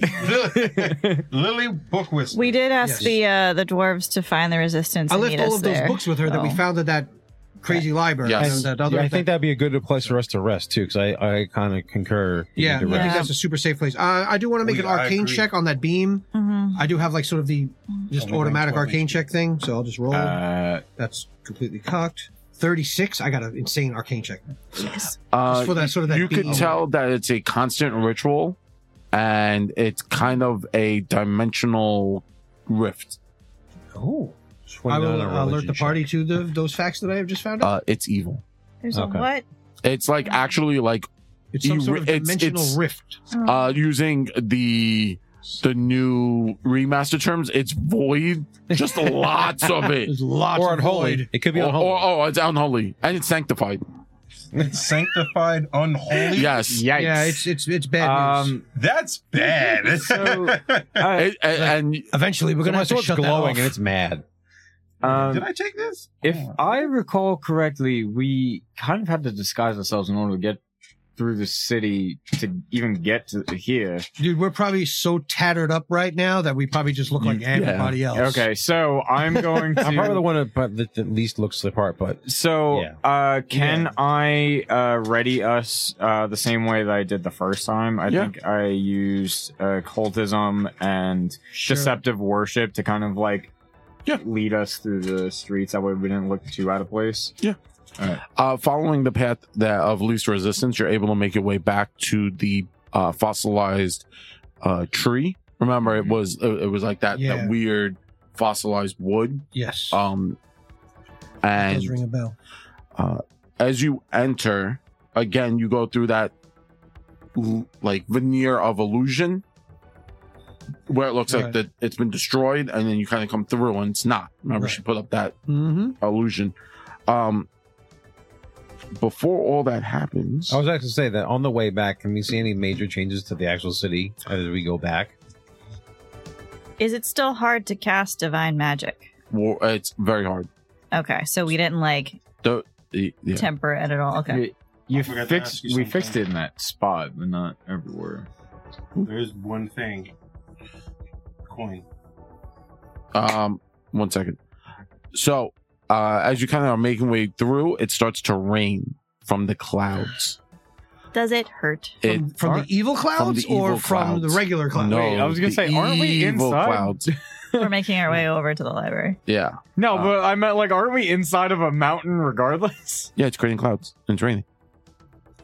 Speaker 4: Lily Book Whisper.
Speaker 2: We did ask
Speaker 6: Yes.
Speaker 2: the uh, the dwarves to find the resistance.
Speaker 6: I
Speaker 2: and
Speaker 6: left
Speaker 2: meet
Speaker 6: all
Speaker 2: us
Speaker 6: of those
Speaker 2: there.
Speaker 6: books with her that we
Speaker 2: So-
Speaker 6: found at that crazy library.
Speaker 1: Yes.
Speaker 6: and that
Speaker 5: Yeah,
Speaker 6: other
Speaker 5: I think that'd be a good place for us to rest too, because I, I kind of concur. you
Speaker 6: Yeah,
Speaker 5: need to
Speaker 6: I
Speaker 5: rest.
Speaker 6: think that's a super safe place. Uh, I do want to make
Speaker 4: We-
Speaker 6: an
Speaker 4: I
Speaker 6: arcane
Speaker 4: agree.
Speaker 6: check on that beam.
Speaker 2: Mhm.
Speaker 6: I do have like sort of the just
Speaker 4: Oh, we
Speaker 6: automatic
Speaker 4: went 12
Speaker 6: arcane
Speaker 4: inches.
Speaker 6: check thing, so I'll just roll.
Speaker 5: Uh,
Speaker 6: That's completely cocked. Thirty-six. I got an insane arcane check.
Speaker 2: Yes.
Speaker 1: uh
Speaker 6: Just for that sort of that.
Speaker 1: you could
Speaker 6: beam.
Speaker 1: tell that it's a constant ritual and it's kind of a dimensional rift.
Speaker 6: Oh,
Speaker 5: 29
Speaker 6: I
Speaker 5: on
Speaker 6: will uh, alert
Speaker 5: religion
Speaker 6: the
Speaker 5: check.
Speaker 6: party to the, those facts that I have just found out.
Speaker 1: Uh it's evil.
Speaker 2: There's
Speaker 5: Okay.
Speaker 2: a what?
Speaker 1: It's like actually like
Speaker 6: it's some
Speaker 1: you
Speaker 6: sort
Speaker 1: re-
Speaker 6: of
Speaker 1: it's-
Speaker 6: dimensional
Speaker 1: it's-
Speaker 6: rift.
Speaker 1: uh using the the new remaster terms, it's void. Just lots of it.
Speaker 6: There's lots
Speaker 5: or
Speaker 6: of
Speaker 5: unholy.
Speaker 6: void.
Speaker 5: It could be
Speaker 1: Or,
Speaker 5: unholy.
Speaker 1: or- oh, it's unholy. And it's sanctified.
Speaker 4: It's sanctified, unholy.
Speaker 1: Yes.
Speaker 3: Yikes.
Speaker 6: Yeah, it's it's it's bad news.
Speaker 3: Um,
Speaker 4: That's bad.
Speaker 3: So-
Speaker 1: It- and, and
Speaker 6: Eventually, we're
Speaker 5: so
Speaker 6: gonna
Speaker 5: my
Speaker 6: have to
Speaker 5: sword's
Speaker 6: shut
Speaker 5: glowing and
Speaker 6: that off.
Speaker 5: it's mad.
Speaker 4: Did
Speaker 3: um,
Speaker 4: I take this?
Speaker 3: if
Speaker 4: Oh.
Speaker 3: I recall correctly, we kind of had to disguise ourselves in order to get through the city to even get to here.
Speaker 6: Dude, we're probably so tattered up right now that we probably just look like everybody else.
Speaker 3: Okay, so I'm going to.
Speaker 5: I'm probably the one that, but that that least looks the part, but
Speaker 3: So,
Speaker 5: Yeah.
Speaker 3: uh, can I uh, ready us uh, the same way that I did the first time? I
Speaker 1: Yeah.
Speaker 3: think I used uh, cultism and
Speaker 6: Sure.
Speaker 3: deceptive worship to kind of like
Speaker 1: Yeah.
Speaker 3: lead us through the streets. That way, we didn't look too out of place.
Speaker 1: uh, following the path that of least resistance, you're able to make your way back to the uh, fossilized uh, tree. Remember, it was uh, it was like that
Speaker 6: Mm-hmm. Yeah.
Speaker 1: that weird fossilized wood.
Speaker 6: Yes.
Speaker 1: Um,
Speaker 6: It does ring
Speaker 1: and
Speaker 6: a bell.
Speaker 1: as you enter, again, you go through that l- like veneer of illusion where it looks like
Speaker 6: Right.
Speaker 1: that it's been destroyed, and then you kind of come through, and it's not. Remember, she put up that
Speaker 6: Mm-hmm.
Speaker 1: illusion. Um, before all that happens,
Speaker 5: I was actually saying that on the way back, can we see any major changes to the actual city as we go back?
Speaker 2: Is it still hard to cast divine magic?
Speaker 1: war, it's very hard.
Speaker 2: Okay, so we didn't like
Speaker 1: Y- yeah.
Speaker 2: temper it at all. Okay.
Speaker 3: You, you
Speaker 4: I forgot to
Speaker 3: fixed.
Speaker 4: ask you
Speaker 3: we
Speaker 4: something.
Speaker 3: fixed it in that spot, but not everywhere.
Speaker 4: There's one thing. Coin.
Speaker 1: Um, one second. So, uh, as you kind of are making way through, it starts to rain from the clouds.
Speaker 2: Does it hurt?
Speaker 1: It
Speaker 6: From, from the evil clouds
Speaker 1: the evil
Speaker 6: or from the
Speaker 1: clouds.
Speaker 6: regular clouds?
Speaker 1: no,
Speaker 3: Wait, I was gonna
Speaker 1: the
Speaker 3: say, aren't we
Speaker 1: evil
Speaker 3: inside?
Speaker 1: Clouds.
Speaker 2: We're making our way over to the library.
Speaker 1: Yeah,
Speaker 3: No,
Speaker 1: Uh,
Speaker 3: but I meant like, aren't we inside of a mountain regardless?
Speaker 1: yeah, it's creating clouds. and It's raining.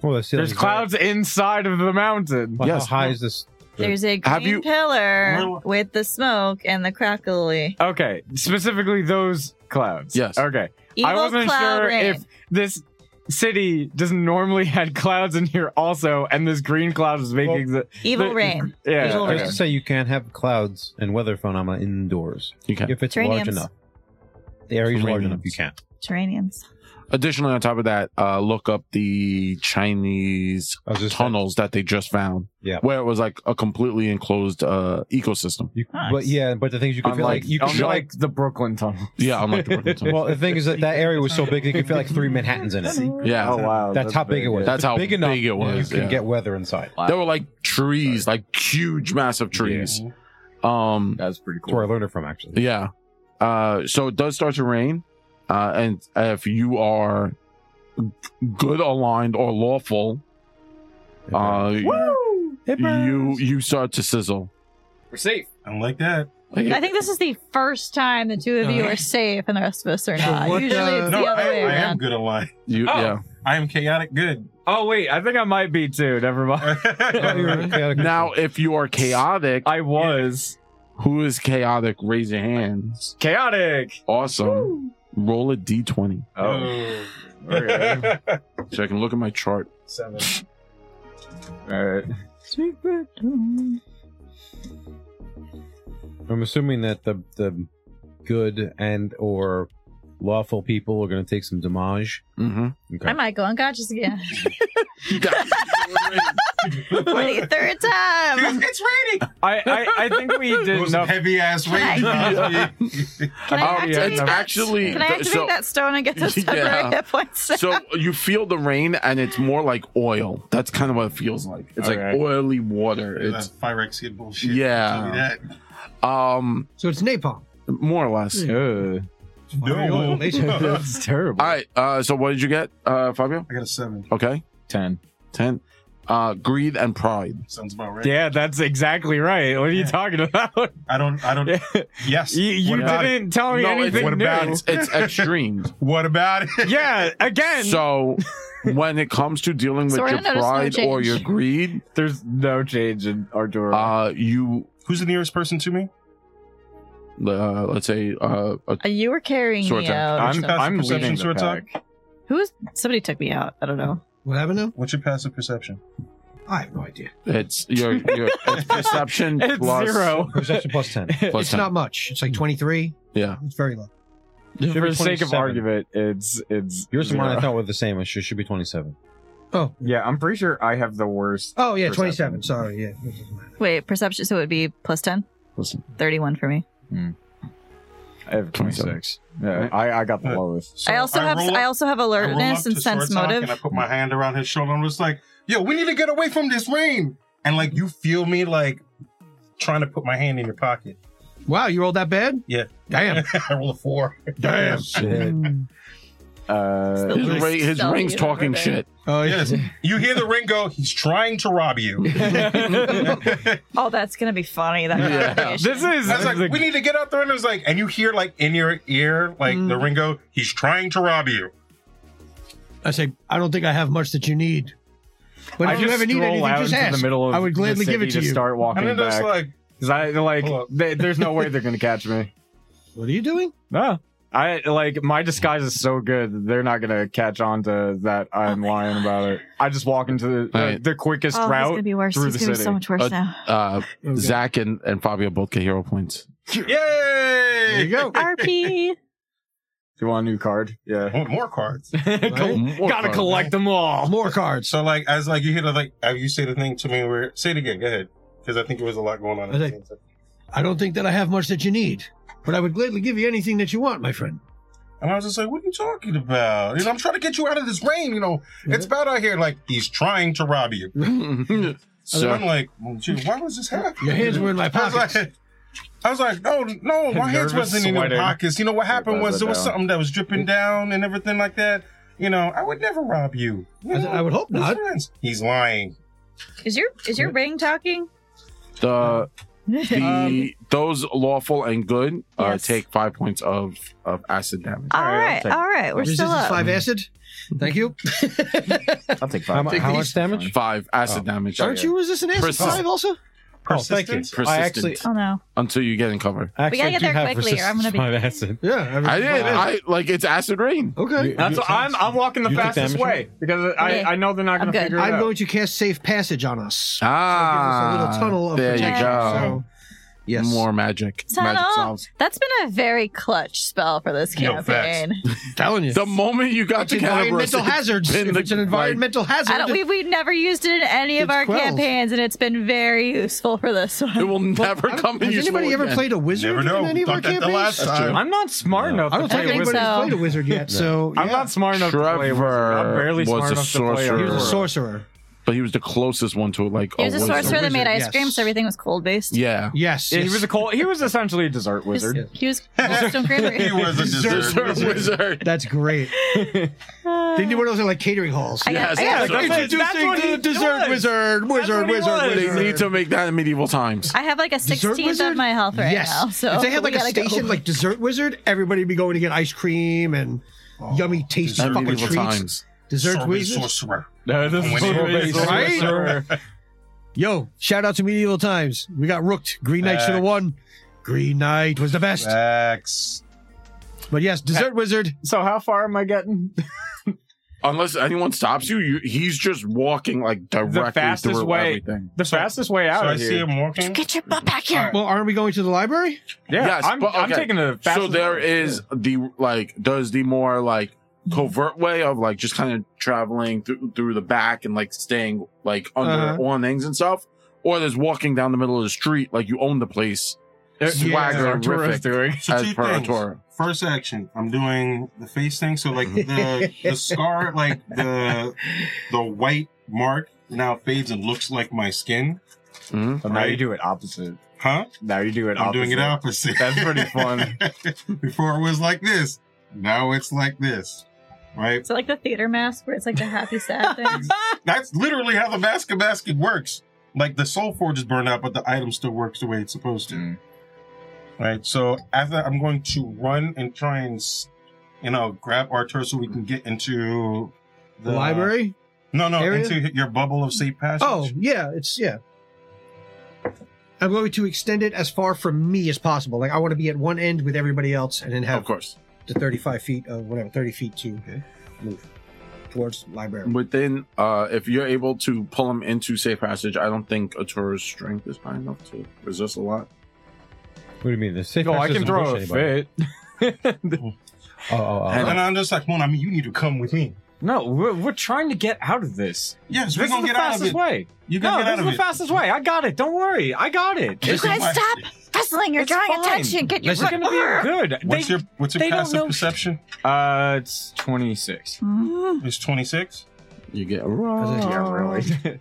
Speaker 5: Well,
Speaker 3: There's clouds inside of the mountain.
Speaker 5: Well,
Speaker 1: Yes.
Speaker 5: How high is this?
Speaker 2: There's a
Speaker 1: Have
Speaker 2: green
Speaker 1: you-
Speaker 2: pillar with the smoke and the crackly
Speaker 3: Okay, specifically those clouds.
Speaker 1: Yes.
Speaker 3: Okay.
Speaker 2: evil
Speaker 3: I wasn't
Speaker 2: cloud
Speaker 3: sure
Speaker 2: rain.
Speaker 3: if this city doesn't normally had clouds in here also, and this green cloud is making the
Speaker 2: evil
Speaker 3: the-
Speaker 2: rain.
Speaker 3: Yeah.
Speaker 2: Evil
Speaker 5: Just
Speaker 3: okay.
Speaker 5: to say, you can't have clouds and weather phenomena indoors
Speaker 1: You can.
Speaker 5: if it's large
Speaker 2: Terraniums.
Speaker 5: enough. The area's large
Speaker 1: Terraniums.
Speaker 5: enough. You can't.
Speaker 2: Terranians.
Speaker 1: Additionally, on top of that, uh, look up the Chinese
Speaker 5: I was just saying-
Speaker 1: tunnels that they just found.
Speaker 5: Yeah.
Speaker 1: where it was like a completely enclosed uh, ecosystem.
Speaker 5: You,
Speaker 2: Nice.
Speaker 5: But yeah, but the things you could feel
Speaker 3: Unlike,
Speaker 5: like you could feel like.
Speaker 3: unlike the Brooklyn Tunnel.
Speaker 1: Yeah, unlike the Brooklyn tunnel.
Speaker 5: Well, the thing is that that area was so big you could feel like three Manhattans in it.
Speaker 1: Yeah,
Speaker 3: wow.
Speaker 5: That's, how big it was.
Speaker 1: That's
Speaker 5: If it's
Speaker 1: how big it was,
Speaker 5: You can
Speaker 1: yeah.
Speaker 5: get weather inside.
Speaker 1: There were like trees, like huge, massive trees. Um,
Speaker 3: That's pretty
Speaker 5: That's where I
Speaker 3: cool.
Speaker 5: learned it from, actually.
Speaker 1: yeah. Uh, so it does start to rain, uh, and if you are good aligned or lawful, uh,
Speaker 3: Woo!
Speaker 1: you you start to sizzle.
Speaker 3: We're safe.
Speaker 4: I'm like that.
Speaker 2: I think this is the first time the two of you are safe and the rest of us are not.
Speaker 6: what,
Speaker 2: Usually
Speaker 6: uh,
Speaker 2: it's
Speaker 4: No,
Speaker 2: the other
Speaker 4: I,
Speaker 2: way
Speaker 4: I am
Speaker 2: around.
Speaker 4: good at lying.
Speaker 1: you,
Speaker 3: Oh.
Speaker 1: yeah.
Speaker 4: I am chaotic good.
Speaker 3: Oh wait, I think I might be too. Never mind.
Speaker 5: Oh, you're right. Chaotic
Speaker 1: Now, if you are chaotic,
Speaker 3: I was
Speaker 1: who is chaotic? Raise your hands.
Speaker 3: chaotic.
Speaker 1: Awesome. Roll a d20
Speaker 3: Oh,
Speaker 4: Oh.
Speaker 3: okay.
Speaker 1: so I can look at my chart.
Speaker 4: Seven.
Speaker 3: all right.
Speaker 5: I'm assuming that the the good and or lawful people are going to take some damage.
Speaker 1: Mm-hmm.
Speaker 5: Okay.
Speaker 2: I might go unconscious again. Already a third time.
Speaker 8: it's raining.
Speaker 3: I, I, I think we did enough.
Speaker 8: heavy ass
Speaker 2: Can
Speaker 8: rain.
Speaker 1: I-
Speaker 2: Can I
Speaker 1: Oh,
Speaker 2: activate
Speaker 1: it's
Speaker 2: that?
Speaker 1: actually-
Speaker 2: Can I activate
Speaker 1: so-
Speaker 2: that stone and get those
Speaker 1: Yeah.
Speaker 2: temporary hit points?
Speaker 1: so you feel the rain, and it's more like oil. That's kind of what it feels like. It's like
Speaker 3: Okay.
Speaker 1: oily water.
Speaker 4: That
Speaker 1: It's
Speaker 4: Phyrexia bullshit.
Speaker 1: Yeah.
Speaker 4: Tell me that.
Speaker 1: um
Speaker 6: So it's napalm.
Speaker 1: more or less.
Speaker 5: Ugh.
Speaker 4: No.
Speaker 5: That's terrible.
Speaker 1: All right. Uh, so what did you get, uh, Fabio?
Speaker 4: I got a seven.
Speaker 1: Okay,
Speaker 5: Ten.
Speaker 1: ten. Uh, greed and pride.
Speaker 4: Sounds about right.
Speaker 3: Yeah, that's exactly right. What are you
Speaker 4: Yeah.
Speaker 3: talking about?
Speaker 4: I don't. I don't. Yes.
Speaker 3: you you
Speaker 4: What about it?
Speaker 3: didn't tell me
Speaker 1: No, it's-
Speaker 3: anything
Speaker 1: what
Speaker 3: new.
Speaker 1: It's, it's extreme.
Speaker 4: What about it?
Speaker 3: yeah, again,
Speaker 1: so when it comes to dealing with
Speaker 2: So I
Speaker 1: your
Speaker 2: noticed no
Speaker 1: pride or your
Speaker 2: change.
Speaker 1: greed,
Speaker 3: there's no change in Arturo.
Speaker 1: uh, you
Speaker 4: Who's the nearest person to me?
Speaker 1: uh, let's say uh, a
Speaker 2: Uh, you were carrying
Speaker 1: Sword
Speaker 2: me
Speaker 1: attack.
Speaker 2: out. or
Speaker 3: I'm,
Speaker 2: something.
Speaker 3: I'm
Speaker 4: Perception
Speaker 3: leading the
Speaker 4: sword attack?
Speaker 3: pack.
Speaker 2: Who is somebody took me out? I don't know.
Speaker 6: What happened now?
Speaker 4: What's your passive perception?
Speaker 6: I have no idea.
Speaker 1: It's your, your it's perception
Speaker 3: It's
Speaker 1: plus
Speaker 3: zero.
Speaker 5: Perception plus ten.
Speaker 1: plus
Speaker 6: it's
Speaker 1: 10.
Speaker 6: not much. It's like 23.
Speaker 1: Yeah.
Speaker 6: It's very low.
Speaker 3: For the sake of
Speaker 5: 27.
Speaker 3: argument, it's it's
Speaker 5: Yours and mine I
Speaker 3: zero.
Speaker 5: thought were the same. It should, should be twenty-seven.
Speaker 6: Oh.
Speaker 3: Yeah, I'm pretty sure I have the worst.
Speaker 6: Oh, yeah,
Speaker 3: Perception.
Speaker 6: 27. Sorry, yeah.
Speaker 2: Wait, perception. So it would be plus 10?
Speaker 1: Plus 10.
Speaker 2: 31 for me.
Speaker 3: I have
Speaker 1: 27.
Speaker 3: 26. Yeah, I, I got the
Speaker 4: Uh,
Speaker 3: lowest.
Speaker 4: So
Speaker 2: I also have
Speaker 4: roll up-
Speaker 2: I also have
Speaker 4: I roll
Speaker 2: alertness
Speaker 4: up
Speaker 2: and
Speaker 4: to
Speaker 2: sense
Speaker 4: Swartok
Speaker 2: motive.
Speaker 4: And I put my hand around his shoulder and was like, "Yo, we need to get away from this rain." And like, you feel me like trying to put my hand in your pocket.
Speaker 6: Wow, you rolled that bad?
Speaker 4: Yeah.
Speaker 6: Damn.
Speaker 4: I roll a four.
Speaker 6: Damn.
Speaker 2: Hmm.
Speaker 3: Uh,
Speaker 1: His, ra- his
Speaker 2: Stealthy
Speaker 1: ring's
Speaker 2: and
Speaker 1: talking
Speaker 2: everything.
Speaker 1: shit.
Speaker 6: Oh, yeah.
Speaker 4: Yes. You hear the ring go. He's trying to rob you.
Speaker 2: Oh, that's gonna be funny. That conversation.
Speaker 3: this is
Speaker 4: I was like, "We need to get out there." And it was like, and you hear like in your ear like the ring go. He's trying to rob you.
Speaker 6: I say, I don't think I have much that you need. But
Speaker 3: I
Speaker 6: if you
Speaker 3: just
Speaker 6: ever need
Speaker 3: stroll
Speaker 6: anything,
Speaker 3: out
Speaker 6: just
Speaker 3: into
Speaker 6: ask.
Speaker 3: the middle of
Speaker 6: I would
Speaker 3: the
Speaker 6: gladly give
Speaker 3: city
Speaker 6: it to you.
Speaker 3: start
Speaker 4: And
Speaker 3: walking
Speaker 4: then there's
Speaker 3: back.
Speaker 4: like,
Speaker 3: Cause I like
Speaker 4: Hold up.
Speaker 3: they, there's no way they're gonna catch me.
Speaker 6: What are you doing?
Speaker 3: No, I like my disguise is so good that they're not gonna catch on to that I'm lying about it. I just walk into the the,
Speaker 1: Alright.
Speaker 3: the quickest
Speaker 2: oh, it's
Speaker 3: route.
Speaker 2: gonna be worse.
Speaker 3: through
Speaker 2: It's
Speaker 3: the
Speaker 2: gonna be so
Speaker 3: city.
Speaker 2: much worse
Speaker 1: Uh,
Speaker 2: now.
Speaker 1: Uh, Zach and, and Fabio both get hero points.
Speaker 4: "Yay!"
Speaker 3: There you go.
Speaker 2: RP.
Speaker 3: Do you want a new card? Yeah.
Speaker 4: Want more cards.
Speaker 3: Col-
Speaker 1: More
Speaker 3: Gotta
Speaker 1: cards.
Speaker 3: collect them all.
Speaker 6: oh, More cards.
Speaker 4: So like as like you hear the like uh, you say the thing to me where say it again, go ahead. Because I think there was a lot going on at the
Speaker 6: Okay.
Speaker 4: same time.
Speaker 6: I don't think that I have much that you need, but I would gladly give you anything that you want, my friend.
Speaker 4: And I was just like, What are you talking about? You know, I'm trying to get you out of this rain, you know. It's bad out here. Like he's trying to rob you. So I'm
Speaker 1: so,
Speaker 4: like, well, gee, why was this happening?
Speaker 6: Your hands were in my
Speaker 4: I was
Speaker 6: pockets.
Speaker 4: like, I was like, no, no, my hands
Speaker 3: Nervous
Speaker 4: wasn't in
Speaker 3: sweating.
Speaker 4: your pockets. You know what happened
Speaker 3: Everybody
Speaker 4: was there was
Speaker 3: down.
Speaker 4: something that was dripping down and everything like that. You know, I would never rob you. You
Speaker 6: I said,
Speaker 4: know,
Speaker 6: I would hope
Speaker 4: we're
Speaker 6: not.
Speaker 4: friends. He's lying.
Speaker 2: Is your is your ring talking?
Speaker 1: the,
Speaker 2: Um,
Speaker 1: the those lawful and good uh,
Speaker 2: Yes.
Speaker 1: take five points of, of acid damage.
Speaker 2: all
Speaker 3: Alright, I'll
Speaker 2: right,
Speaker 3: take it.
Speaker 2: all right, we're still
Speaker 6: Resistance
Speaker 2: up.
Speaker 6: five acid. Thank you.
Speaker 3: I'll take
Speaker 5: How,
Speaker 3: five.
Speaker 5: mu- how much damage?
Speaker 1: Five acid damage.
Speaker 6: Aren't Oh. you resistant acid
Speaker 1: Persistent.
Speaker 6: five also?
Speaker 5: thank you.
Speaker 4: Persistence.
Speaker 5: I
Speaker 1: Persistent
Speaker 5: actually,
Speaker 2: Oh no,
Speaker 1: until you get in cover.
Speaker 5: I
Speaker 2: We
Speaker 5: actually
Speaker 2: gotta get
Speaker 5: do
Speaker 2: there
Speaker 5: have
Speaker 2: quickly or I'm gonna be-
Speaker 5: resistance to my acid.
Speaker 6: Yeah.
Speaker 1: I did.
Speaker 6: resistant five
Speaker 1: I like it's acid rain.
Speaker 6: acid. okay.
Speaker 5: You-
Speaker 3: That's
Speaker 5: you-
Speaker 3: what I'm. I'm walking the
Speaker 5: you took
Speaker 3: fastest
Speaker 5: damage
Speaker 3: way because I,
Speaker 2: Okay.
Speaker 3: I know they're not
Speaker 2: I'm
Speaker 3: gonna
Speaker 2: good.
Speaker 3: figure it
Speaker 6: I'm
Speaker 3: out.
Speaker 6: going to cast safe passage on us.
Speaker 1: Ah,
Speaker 6: So it gives us a little tunnel of
Speaker 1: there you
Speaker 2: protection,
Speaker 1: go.
Speaker 6: So, yes.
Speaker 1: More magic. Magic
Speaker 2: Tunnel.
Speaker 1: solves.
Speaker 2: that's been a very clutch spell for this
Speaker 4: Yo, facts.
Speaker 2: campaign.
Speaker 6: telling you.
Speaker 1: The moment you got
Speaker 6: It's
Speaker 1: to Calaveras,
Speaker 6: environmental
Speaker 1: it-
Speaker 6: hazards.
Speaker 1: been
Speaker 6: If
Speaker 1: the-
Speaker 6: it's an environmental hazard,
Speaker 2: I don't, we we've never used it in any of
Speaker 6: It's
Speaker 2: our
Speaker 6: 12.
Speaker 2: campaigns, and it's been very useful for this
Speaker 1: it
Speaker 2: one.
Speaker 1: will never
Speaker 6: I don't-
Speaker 1: come in
Speaker 6: Has
Speaker 1: useful
Speaker 6: anybody ever
Speaker 1: again.
Speaker 6: played a wizard
Speaker 4: Never know.
Speaker 6: in any of our
Speaker 4: Thought that
Speaker 6: campaigns?
Speaker 4: the last time.
Speaker 3: I'm not smart
Speaker 5: No.
Speaker 3: enough.
Speaker 6: I
Speaker 3: to
Speaker 6: don't think
Speaker 3: play
Speaker 6: anybody's
Speaker 3: wizards.
Speaker 2: so.
Speaker 6: played a wizard yet, so
Speaker 3: I'm
Speaker 6: yeah.
Speaker 3: not smart enough. to play wizard. I'm
Speaker 1: Trevor
Speaker 3: barely
Speaker 1: was
Speaker 3: smart
Speaker 1: a
Speaker 3: enough to play
Speaker 1: sorcerer.
Speaker 6: He was a
Speaker 3: wizard.
Speaker 6: sorcerer.
Speaker 1: But he was the closest one to like.
Speaker 2: He was a
Speaker 1: wizard.
Speaker 2: sorcerer that made
Speaker 6: Wizard,
Speaker 2: ice
Speaker 6: yes.
Speaker 2: cream, so everything was cold based.
Speaker 1: Yeah.
Speaker 6: Yes.
Speaker 3: Yeah, he
Speaker 6: yes.
Speaker 3: was a cold. He was essentially a dessert wizard.
Speaker 2: He was Stone Creamery.
Speaker 4: He was a
Speaker 1: There's
Speaker 4: dessert.
Speaker 1: a wizard.
Speaker 6: That's great. they knew one of those like catering halls.
Speaker 2: I got,
Speaker 1: Yes,
Speaker 2: I got-
Speaker 1: yes. That's what-
Speaker 3: that's what he was.
Speaker 6: wizard,
Speaker 3: what he was.
Speaker 1: They need to make that in medieval times.
Speaker 2: I have like a
Speaker 6: Dessert
Speaker 2: sixteenth of
Speaker 6: wizard?
Speaker 2: my health right
Speaker 6: yes.
Speaker 2: now. So
Speaker 6: if they had like
Speaker 2: we
Speaker 6: a
Speaker 2: gotta go.
Speaker 6: station like dessert wizard, everybody would be going to get ice cream and yummy tasty
Speaker 1: In
Speaker 6: fucking
Speaker 1: medieval
Speaker 6: treats.
Speaker 1: times.
Speaker 6: Dessert
Speaker 4: Sorbet
Speaker 6: wizard.
Speaker 4: sorcerer.
Speaker 3: No, this
Speaker 4: When
Speaker 3: is
Speaker 4: he
Speaker 3: based
Speaker 6: was
Speaker 3: on
Speaker 6: right?
Speaker 3: wizard.
Speaker 6: Yo, shout out to medieval times. We got rooked. Green Knight should have
Speaker 4: Facts.
Speaker 6: won. Green Knight was the best.
Speaker 4: Facts.
Speaker 6: But yes, dessert wizard.
Speaker 3: So how far am I getting?
Speaker 1: unless anyone stops you, you he's just walking like directly
Speaker 3: fastest
Speaker 1: through
Speaker 3: way-
Speaker 1: everything.
Speaker 3: The fastest way out
Speaker 4: so I
Speaker 3: of here.
Speaker 4: see him walking.
Speaker 2: Get your butt back here.
Speaker 6: Well, aren't we going to the library?
Speaker 3: Yeah,
Speaker 1: Yes,
Speaker 3: I'm,
Speaker 1: but-
Speaker 3: I'm
Speaker 1: okay.
Speaker 3: taking the fastest.
Speaker 1: So there is the like does the more like covert way of like just kind of traveling through through the back and like staying like under
Speaker 6: Uh-huh.
Speaker 1: awnings and stuff, or there's walking down the middle of the street like you own the place. Swaggerific.
Speaker 3: doing.
Speaker 4: So
Speaker 1: As
Speaker 4: two
Speaker 1: per our
Speaker 4: things.
Speaker 1: tour.
Speaker 4: First action, I'm doing the face thing. So like the the scar, like the the white mark now fades and looks like my skin.
Speaker 1: Mhm.
Speaker 3: But now you do it opposite.
Speaker 4: Huh?
Speaker 3: Now you do it.
Speaker 4: I'm
Speaker 3: opposite.
Speaker 4: doing it opposite.
Speaker 3: That's pretty fun.
Speaker 4: Before it was like this. Now it's like this. Right?
Speaker 10: Is it like the theater mask where it's like the happy sad thing?
Speaker 4: That's literally how the basket basket works. Like the soul forge is burned out, but the item still works the way it's supposed to.
Speaker 3: Mm.
Speaker 4: Right. So after that, I'm going to run and try and, s- you know, grab Arthur so we can get into
Speaker 6: The library?
Speaker 4: No, no,
Speaker 6: area?
Speaker 4: into your bubble of safe passage.
Speaker 6: Oh, yeah, it's yeah. I'm going to extend it as far from me as possible. Like I want to be at one end with everybody else, and then
Speaker 1: Of
Speaker 6: have
Speaker 1: course.
Speaker 6: the 35 feet of whatever, 30 feet to move towards library.
Speaker 1: Within uh if you're able to pull him into safe passage, I don't think a tour's strength is high enough to resist a lot.
Speaker 5: What do you mean? The safe
Speaker 3: Oh, I
Speaker 5: access doesn't
Speaker 3: can throw
Speaker 5: push
Speaker 3: a
Speaker 5: anybody.
Speaker 3: fit.
Speaker 5: Oh, oh, oh.
Speaker 4: And then I'm just like, Mona, I mean, you need to come with me.
Speaker 3: No, we're, we're trying to get out of this.
Speaker 4: Yes, we're
Speaker 3: This is
Speaker 4: gonna
Speaker 3: the
Speaker 4: get out of
Speaker 3: fastest
Speaker 4: it.
Speaker 3: way.
Speaker 4: You're
Speaker 3: No,
Speaker 4: gonna get
Speaker 3: this
Speaker 4: out
Speaker 3: is
Speaker 4: of
Speaker 3: the
Speaker 4: it.
Speaker 3: fastest way. I got it. Don't worry. I got it.
Speaker 2: you
Speaker 4: This is
Speaker 2: guys
Speaker 4: my-
Speaker 2: stop fussling. You're
Speaker 3: It's
Speaker 2: drawing
Speaker 3: fine.
Speaker 2: attention. Get your
Speaker 3: It's
Speaker 5: Listen.
Speaker 2: butt
Speaker 3: gonna be
Speaker 2: over.
Speaker 3: good.
Speaker 4: What's your what's
Speaker 3: they
Speaker 4: your
Speaker 3: don't
Speaker 4: passive
Speaker 3: know-
Speaker 4: perception?
Speaker 3: Uh, it's 26.
Speaker 2: Mm.
Speaker 4: It's 26.
Speaker 1: You get
Speaker 3: Yeah, really.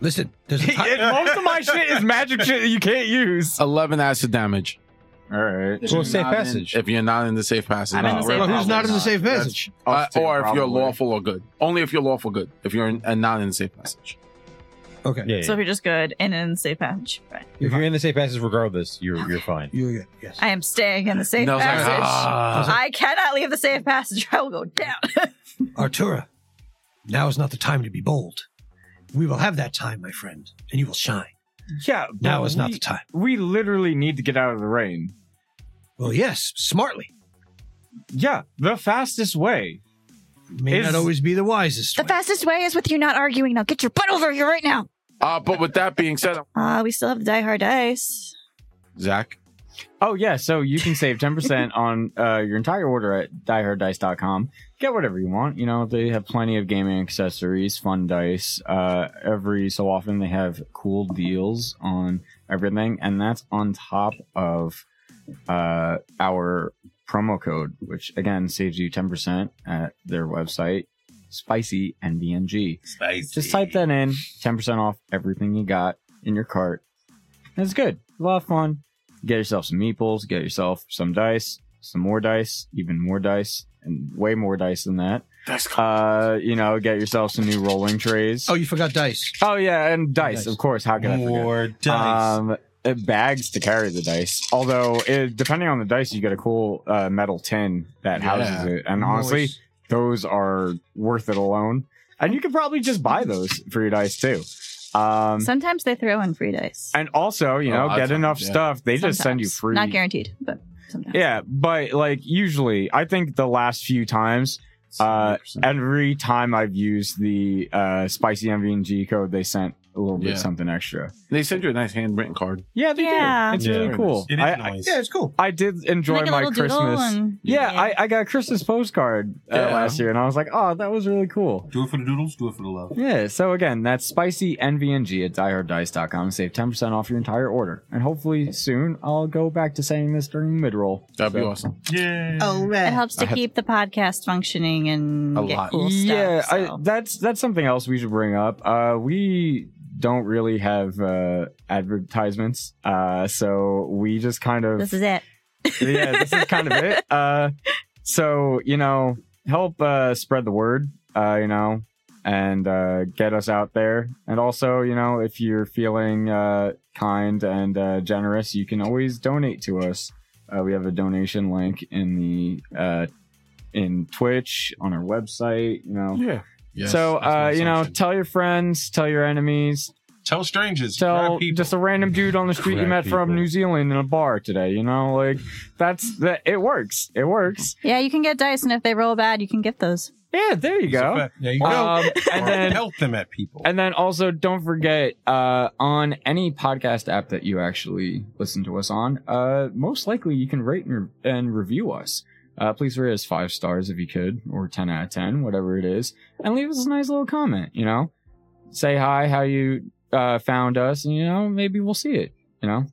Speaker 6: Listen, there's a ti-
Speaker 3: Most of my shit is magic shit that you can't use.
Speaker 1: eleven acid damage.
Speaker 3: All right.
Speaker 5: Well, safe
Speaker 1: Not in-
Speaker 5: passage.
Speaker 1: if you're not in the safe passage.
Speaker 2: I'm in the safe
Speaker 6: well,
Speaker 2: probably
Speaker 6: who's not in the
Speaker 2: not.
Speaker 6: safe passage?
Speaker 1: Uh,
Speaker 3: Us two,
Speaker 1: or if you're
Speaker 3: probably.
Speaker 1: lawful or good. Only if you're lawful good. If you're in, and not in the safe passage.
Speaker 6: Okay,
Speaker 5: Yeah, yeah.
Speaker 2: So if you're just good and in safe passage, right.
Speaker 5: if you're in the safe passage, regardless, you're you're fine.
Speaker 6: you're good. Yes.
Speaker 2: I am staying in the safe
Speaker 1: And I was like,
Speaker 2: passage.
Speaker 6: Uh,
Speaker 1: "Ah."
Speaker 2: I cannot leave the safe passage. I will go down.
Speaker 6: Artura, now is not the time to be bold. We will have that time, my friend, and you will shine.
Speaker 3: Yeah. but
Speaker 6: Now is not
Speaker 3: we-
Speaker 6: the time.
Speaker 3: We literally need to get out of the rain.
Speaker 6: Well, yes, smartly
Speaker 3: Yeah, the fastest way.
Speaker 6: may
Speaker 3: Is-
Speaker 6: not always be the wisest.
Speaker 2: The
Speaker 6: way.
Speaker 2: fastest way is with you not arguing. Now get your butt over here right now.
Speaker 1: Uh, but with that being said,
Speaker 2: Uh, we still have the die hard dice.
Speaker 1: Zach,
Speaker 3: Oh yeah, so you can save 10% on uh, your entire order at dieharddice.com. Get whatever you want. You know, they have plenty of gaming accessories, fun dice. Uh, every so often they have cool deals on everything, and that's on top of uh, our promo code, which again saves you 10% at their website, spicy NBNG.
Speaker 8: Spicy.
Speaker 3: Just type that in, 10% off everything you got in your cart. That's good. A lot of fun. Get yourself some meeples, get yourself some dice, some more dice, even more dice, and way more dice than that.
Speaker 1: that's
Speaker 3: Uh, you know, get yourself some new rolling trays.
Speaker 6: Oh, you forgot dice.
Speaker 3: Oh, yeah, and dice,
Speaker 6: Dice.
Speaker 3: of course. How can I forget?
Speaker 4: More dice.
Speaker 3: Um, uh, bags to carry the dice. Although, it, depending on the dice, you get a cool uh, metal tin that houses
Speaker 1: Yeah.
Speaker 3: it. And honestly,
Speaker 6: Nice.
Speaker 3: those are worth it alone. And you could probably just buy those for your dice too. Um,
Speaker 2: Sometimes they throw in free dice.
Speaker 3: and also, you
Speaker 1: A
Speaker 3: know,
Speaker 1: lot of
Speaker 3: get
Speaker 1: times,
Speaker 3: enough
Speaker 1: yeah.
Speaker 3: stuff. They just send you
Speaker 2: Sometimes.
Speaker 3: free.
Speaker 2: Not guaranteed, but sometimes.
Speaker 3: yeah, but like usually, I think the last few times, uh,
Speaker 1: 70%.
Speaker 3: every time I've used the uh, spicy MVNG code, they sent a little bit
Speaker 1: Yeah.
Speaker 3: something extra.
Speaker 1: they send you a nice handwritten card.
Speaker 3: Yeah, they
Speaker 2: Yeah.
Speaker 3: do. It's
Speaker 5: Yeah.
Speaker 3: really
Speaker 1: Very
Speaker 3: cool.
Speaker 4: It is
Speaker 3: I, I,
Speaker 4: nice.
Speaker 6: Yeah, it's cool.
Speaker 3: I did enjoy
Speaker 2: Make a
Speaker 3: my
Speaker 2: little doodle
Speaker 3: Christmas.
Speaker 2: and-
Speaker 3: Yeah, I, I got a Christmas postcard uh,
Speaker 1: Yeah.
Speaker 3: last year, and I was like, oh, that was really cool.
Speaker 4: Do it for the doodles. Do it for the love.
Speaker 3: Yeah, so again, that's spicy NVNG at dieharddice.com. Save 10% off your entire order. And hopefully soon I'll go back to saying this during mid roll.
Speaker 1: That'd be awesome.
Speaker 4: Yeah.
Speaker 3: Oh,
Speaker 2: It helps to
Speaker 3: I had-
Speaker 2: keep the podcast functioning and
Speaker 1: A
Speaker 2: get
Speaker 1: lot.
Speaker 2: cool stuff.
Speaker 3: yeah, I,
Speaker 2: so.
Speaker 3: that's that's something else we should bring up. Uh, we don't really have uh, advertisements, uh, so we just kind of
Speaker 2: this is it.
Speaker 3: yeah, this is kind of it. Uh, so you know, help uh, spread the word. Uh, you know, and uh, get us out there. And also, you know, if you're feeling uh, kind and uh, generous, you can always donate to us. Uh, we have a donation link in the uh, in Twitch on our website. You know,
Speaker 1: Yeah. Yes,
Speaker 3: so
Speaker 1: that's my
Speaker 3: uh, you know,
Speaker 1: assumption.
Speaker 3: tell your friends, tell your enemies,
Speaker 4: Tell strangers.
Speaker 11: tell
Speaker 4: grab people.
Speaker 11: just a random dude on the street you
Speaker 5: Grab
Speaker 11: met from
Speaker 5: people.
Speaker 11: New Zealand in a bar today. You know, like that's that. It works. It works.
Speaker 2: Yeah, you can get dice, and if they roll bad, you can get those.
Speaker 11: Yeah, there you
Speaker 4: It's a
Speaker 11: go.
Speaker 4: fact. Yeah, you go.
Speaker 3: Uh,
Speaker 11: Um,
Speaker 4: Or
Speaker 11: and then
Speaker 4: pelt them at people.
Speaker 11: And then also, don't forget uh, on any podcast app that you actually listen to us on, uh, most likely you can rate and, and review us. Uh, please rate us five stars if you could, or 10 out of 10, whatever it is, and leave us a nice little comment, you know? Say hi, how you uh, found us, and, you know, maybe we'll see it, you know?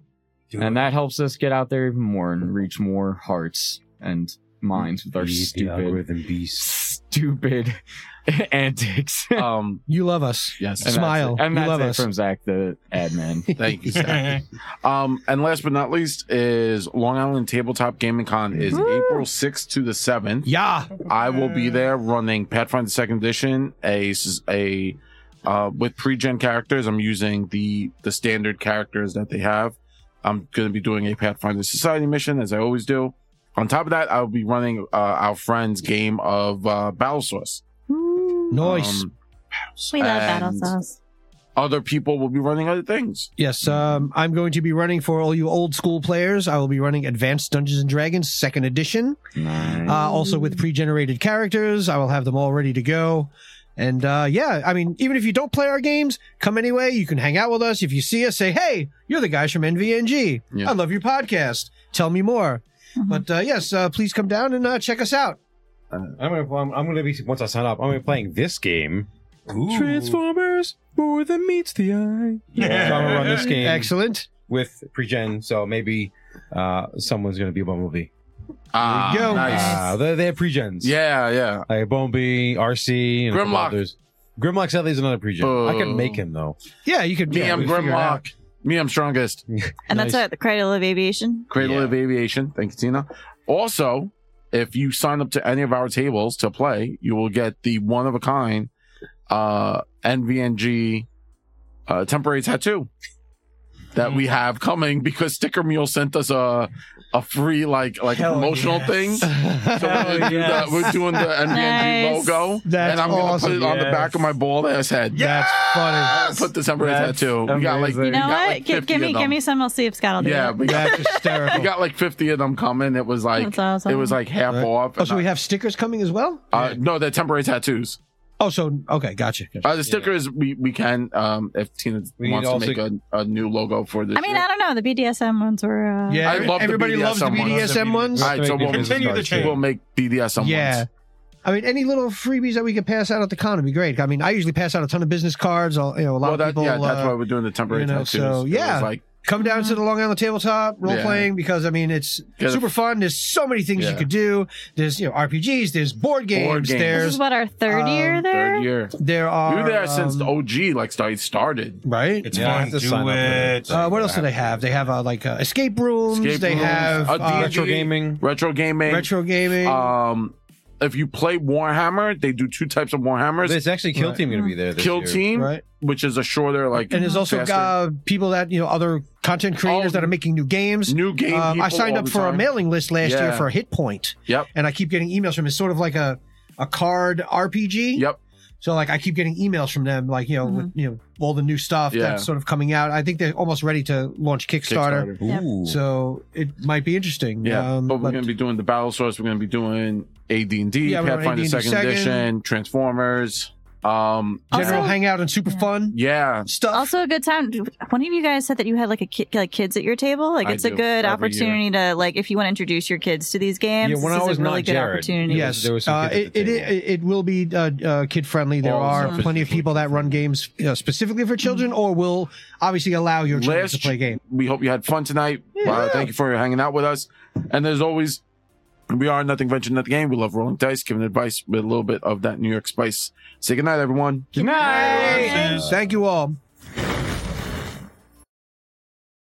Speaker 8: Do
Speaker 11: and that helps us get out there even more and reach more hearts and minds with our
Speaker 5: Beat the
Speaker 11: stupid,
Speaker 5: algorithm beast.
Speaker 11: stupid antics.
Speaker 1: Um,
Speaker 6: You love us.
Speaker 1: yes.
Speaker 11: And that's
Speaker 6: Smile.
Speaker 11: it. And
Speaker 6: You
Speaker 11: that's
Speaker 6: love
Speaker 11: it
Speaker 6: us.
Speaker 11: from Zach the admin.
Speaker 1: Thank you, Zach. um, and last but not least is Long Island Tabletop Gaming Con is April 6th to the 7th.
Speaker 6: Yeah.
Speaker 1: I will be there running Pathfinder Second Edition, a s- a uh, with pre-gen characters. I'm using the the standard characters that they have. I'm going to be doing a Pathfinder Society mission as I always do. On top of that, I'll be running uh, our friend's game of uh, Battle Source.
Speaker 6: Nice.
Speaker 1: Um,
Speaker 2: We love battle
Speaker 1: And-
Speaker 2: sauce.
Speaker 1: other people will be running other things.
Speaker 6: Yes, um, I'm going to be running for all you old school players. I will be running Advanced Dungeons and Dragons Second Edition, uh, also with pre-generated characters. I will have them all ready to go. And uh, yeah, I mean, even if you don't play our games, come anyway. You can hang out with us. If you see us, say, "Hey, you're the guys from NVNG.
Speaker 1: Yeah.
Speaker 6: I love your podcast. Tell me more."
Speaker 2: Mhm.
Speaker 6: But uh, yes, uh, please come down and uh, check us out.
Speaker 5: I'm gonna. I'm, I'm gonna be once I sign up. I'm gonna be playing this game.
Speaker 4: Ooh.
Speaker 5: Transformers more than meets the eye.
Speaker 4: Yeah.
Speaker 5: So I'm gonna run this game
Speaker 6: Excellent.
Speaker 5: with pregen. So maybe uh, someone's gonna be Bumblebee.
Speaker 1: Ah,
Speaker 6: go.
Speaker 1: nice.
Speaker 5: Uh, they're, they're pregens.
Speaker 1: yeah, yeah.
Speaker 5: like Bumblebee, RC, and a couple
Speaker 1: Grimlock. Oh.
Speaker 5: others. Grimlock sadly is another pregen. I could
Speaker 1: Boo.
Speaker 5: make him though.
Speaker 6: Yeah, you could.
Speaker 1: Me,
Speaker 6: yeah,
Speaker 1: I'm
Speaker 6: we figure it out.
Speaker 1: Grimlock. Me, I'm strongest.
Speaker 2: And that's at the Cradle of Aviation.
Speaker 1: Cradle
Speaker 5: Yeah.
Speaker 1: of Aviation. Thank you, Tina. Also, if you sign up to any of our tables to play, you will get the one of a kind uh NVNG uh temporary tattoo that we have coming because Sticker Mule sent us a a free like like
Speaker 9: Hell
Speaker 1: promotional
Speaker 9: yes.
Speaker 1: thing. So
Speaker 5: Hell
Speaker 1: we're,
Speaker 5: yes.
Speaker 1: we're doing the NVNG
Speaker 2: Nice.
Speaker 1: logo,
Speaker 6: That's
Speaker 1: and I'm gonna
Speaker 6: awesome.
Speaker 1: put it on the
Speaker 11: Yes.
Speaker 1: back of my bald ass head.
Speaker 6: That's funny.
Speaker 1: Put the temporary
Speaker 11: That's
Speaker 1: tattoo. We got like
Speaker 11: amazing.
Speaker 1: we
Speaker 2: You know
Speaker 1: got
Speaker 2: what?
Speaker 1: like
Speaker 2: Gi-
Speaker 1: 50
Speaker 2: give me,
Speaker 1: of them.
Speaker 2: give me some. I'll see if Scott will do
Speaker 1: Yeah,
Speaker 2: it.
Speaker 1: we got
Speaker 6: That's hysterical.
Speaker 1: we got like 50 of them coming. It was like
Speaker 2: That's awesome.
Speaker 1: it was like half
Speaker 6: Right.
Speaker 1: off.
Speaker 6: Oh, so
Speaker 1: and
Speaker 6: we have stickers coming as well.
Speaker 1: I- uh, no, they're temporary tattoos.
Speaker 6: Oh, so okay, gotcha. gotcha.
Speaker 1: Uh, the stickers we we can um if Tina
Speaker 5: We need
Speaker 1: wants to
Speaker 5: also-
Speaker 1: make a, a new logo for this.
Speaker 2: I mean,
Speaker 1: year.
Speaker 2: I don't know. The BDSM ones were. Uh,
Speaker 6: Yeah,
Speaker 1: I love the
Speaker 6: everybody loves the
Speaker 1: BDSM ones.
Speaker 6: BDSM ones.
Speaker 1: All right, so we'll
Speaker 4: Continue the chain.
Speaker 1: We'll make BDSM ones.
Speaker 6: Yeah. I mean, any little freebies that we could pass out at the con would be great. I mean, I usually pass out a ton of business cards. I'll, you know, a lot
Speaker 1: Well,
Speaker 6: of
Speaker 1: that,
Speaker 6: people
Speaker 1: yeah, that's
Speaker 6: uh,
Speaker 1: why we're doing the temporary
Speaker 6: you know,
Speaker 1: tattoos.
Speaker 6: so,
Speaker 1: It was
Speaker 6: yeah.
Speaker 1: like
Speaker 6: come down to the Long Island tabletop role
Speaker 1: Yeah.
Speaker 6: playing because I mean, it's
Speaker 1: Get a-
Speaker 6: super fun. There's so many things
Speaker 1: Yeah.
Speaker 6: you could do. There's you know RPGs. There's board games.
Speaker 1: Board games.
Speaker 2: This is
Speaker 6: There's
Speaker 2: what our third
Speaker 6: um,
Speaker 2: year there.
Speaker 1: third year.
Speaker 6: there
Speaker 1: We
Speaker 6: are
Speaker 1: were there since the
Speaker 6: um,
Speaker 1: OG like started started.
Speaker 6: right.
Speaker 4: It's
Speaker 5: Yeah, I
Speaker 4: fun.
Speaker 5: have to
Speaker 4: Do
Speaker 5: sign up for
Speaker 4: it.
Speaker 5: it.
Speaker 6: Uh, what else do they have? They have uh, like uh, escape rooms.
Speaker 1: Escape
Speaker 6: they
Speaker 1: rooms,
Speaker 6: have
Speaker 1: a
Speaker 6: uh,
Speaker 1: D&D,
Speaker 5: Retro gaming.
Speaker 1: Retro gaming.
Speaker 6: retro gaming.
Speaker 1: Um, if you play Warhammer, they do two types of Warhammers.
Speaker 5: There's actually Kill
Speaker 6: Right.
Speaker 5: Team gonna be there. This
Speaker 1: Kill
Speaker 5: year.
Speaker 1: Team,
Speaker 6: right.
Speaker 1: which is a shorter like
Speaker 6: And there's also
Speaker 1: faster-
Speaker 6: uh, people that you know, other content
Speaker 1: Oh,
Speaker 6: creators that are making new games.
Speaker 1: new game.
Speaker 6: Um,
Speaker 1: people
Speaker 6: I signed
Speaker 1: all
Speaker 6: up
Speaker 1: the
Speaker 6: for a
Speaker 1: time.
Speaker 6: mailing list last year
Speaker 1: Yeah.
Speaker 6: for Hit Point.
Speaker 1: Yep.
Speaker 6: And I keep getting emails from. It's sort of like a a card RPG.
Speaker 1: Yep.
Speaker 6: So like I keep getting emails from them, like you know, with,
Speaker 2: Mm-hmm.
Speaker 6: you know, all the new stuff
Speaker 1: Yeah.
Speaker 6: that's sort of coming out. I think they're almost ready to launch Kickstarter.
Speaker 1: Kickstarter.
Speaker 5: Ooh.
Speaker 6: So it might be interesting.
Speaker 1: Yeah,
Speaker 6: Um,
Speaker 1: but we're
Speaker 6: but-
Speaker 1: going to be doing the Battle Source. We're going to be doing AD and D,
Speaker 6: Yeah, we're doing
Speaker 1: Pathfinder
Speaker 6: AD&D
Speaker 1: Second
Speaker 6: second. Oh,
Speaker 1: Edition, Transformers. Um,
Speaker 6: general
Speaker 2: Also-
Speaker 6: hangout and super
Speaker 2: Yeah.
Speaker 6: fun
Speaker 1: yeah,
Speaker 6: stuff.
Speaker 2: Also, a good time. One of you guys said that you had like a kid, like kids at your table. Like
Speaker 1: I
Speaker 2: it's a
Speaker 1: do,
Speaker 2: good
Speaker 1: every
Speaker 2: opportunity to like if you want to introduce your kids to these games.
Speaker 5: Yeah, when
Speaker 2: this
Speaker 5: I
Speaker 2: is
Speaker 5: was
Speaker 2: a really
Speaker 5: not
Speaker 2: good
Speaker 5: Jared.
Speaker 2: opportunity.
Speaker 6: Yes,
Speaker 5: There was some
Speaker 6: uh,
Speaker 5: kids at
Speaker 6: it,
Speaker 5: the
Speaker 6: it,
Speaker 5: table.
Speaker 6: it it will be uh, uh, kid friendly. There
Speaker 5: All
Speaker 6: are
Speaker 5: stuff is
Speaker 6: plenty of people that run games you know, specifically for children, or will obviously allow your children
Speaker 1: Last
Speaker 6: to play games.
Speaker 1: we hope you had fun tonight. Uh, thank you for hanging out with us. And as always, we are nothing venture, nothing game. We love rolling dice, giving advice with a little bit of that New York spice. Say goodnight, everyone.
Speaker 11: Good night.
Speaker 4: Hey.
Speaker 6: Thank you all.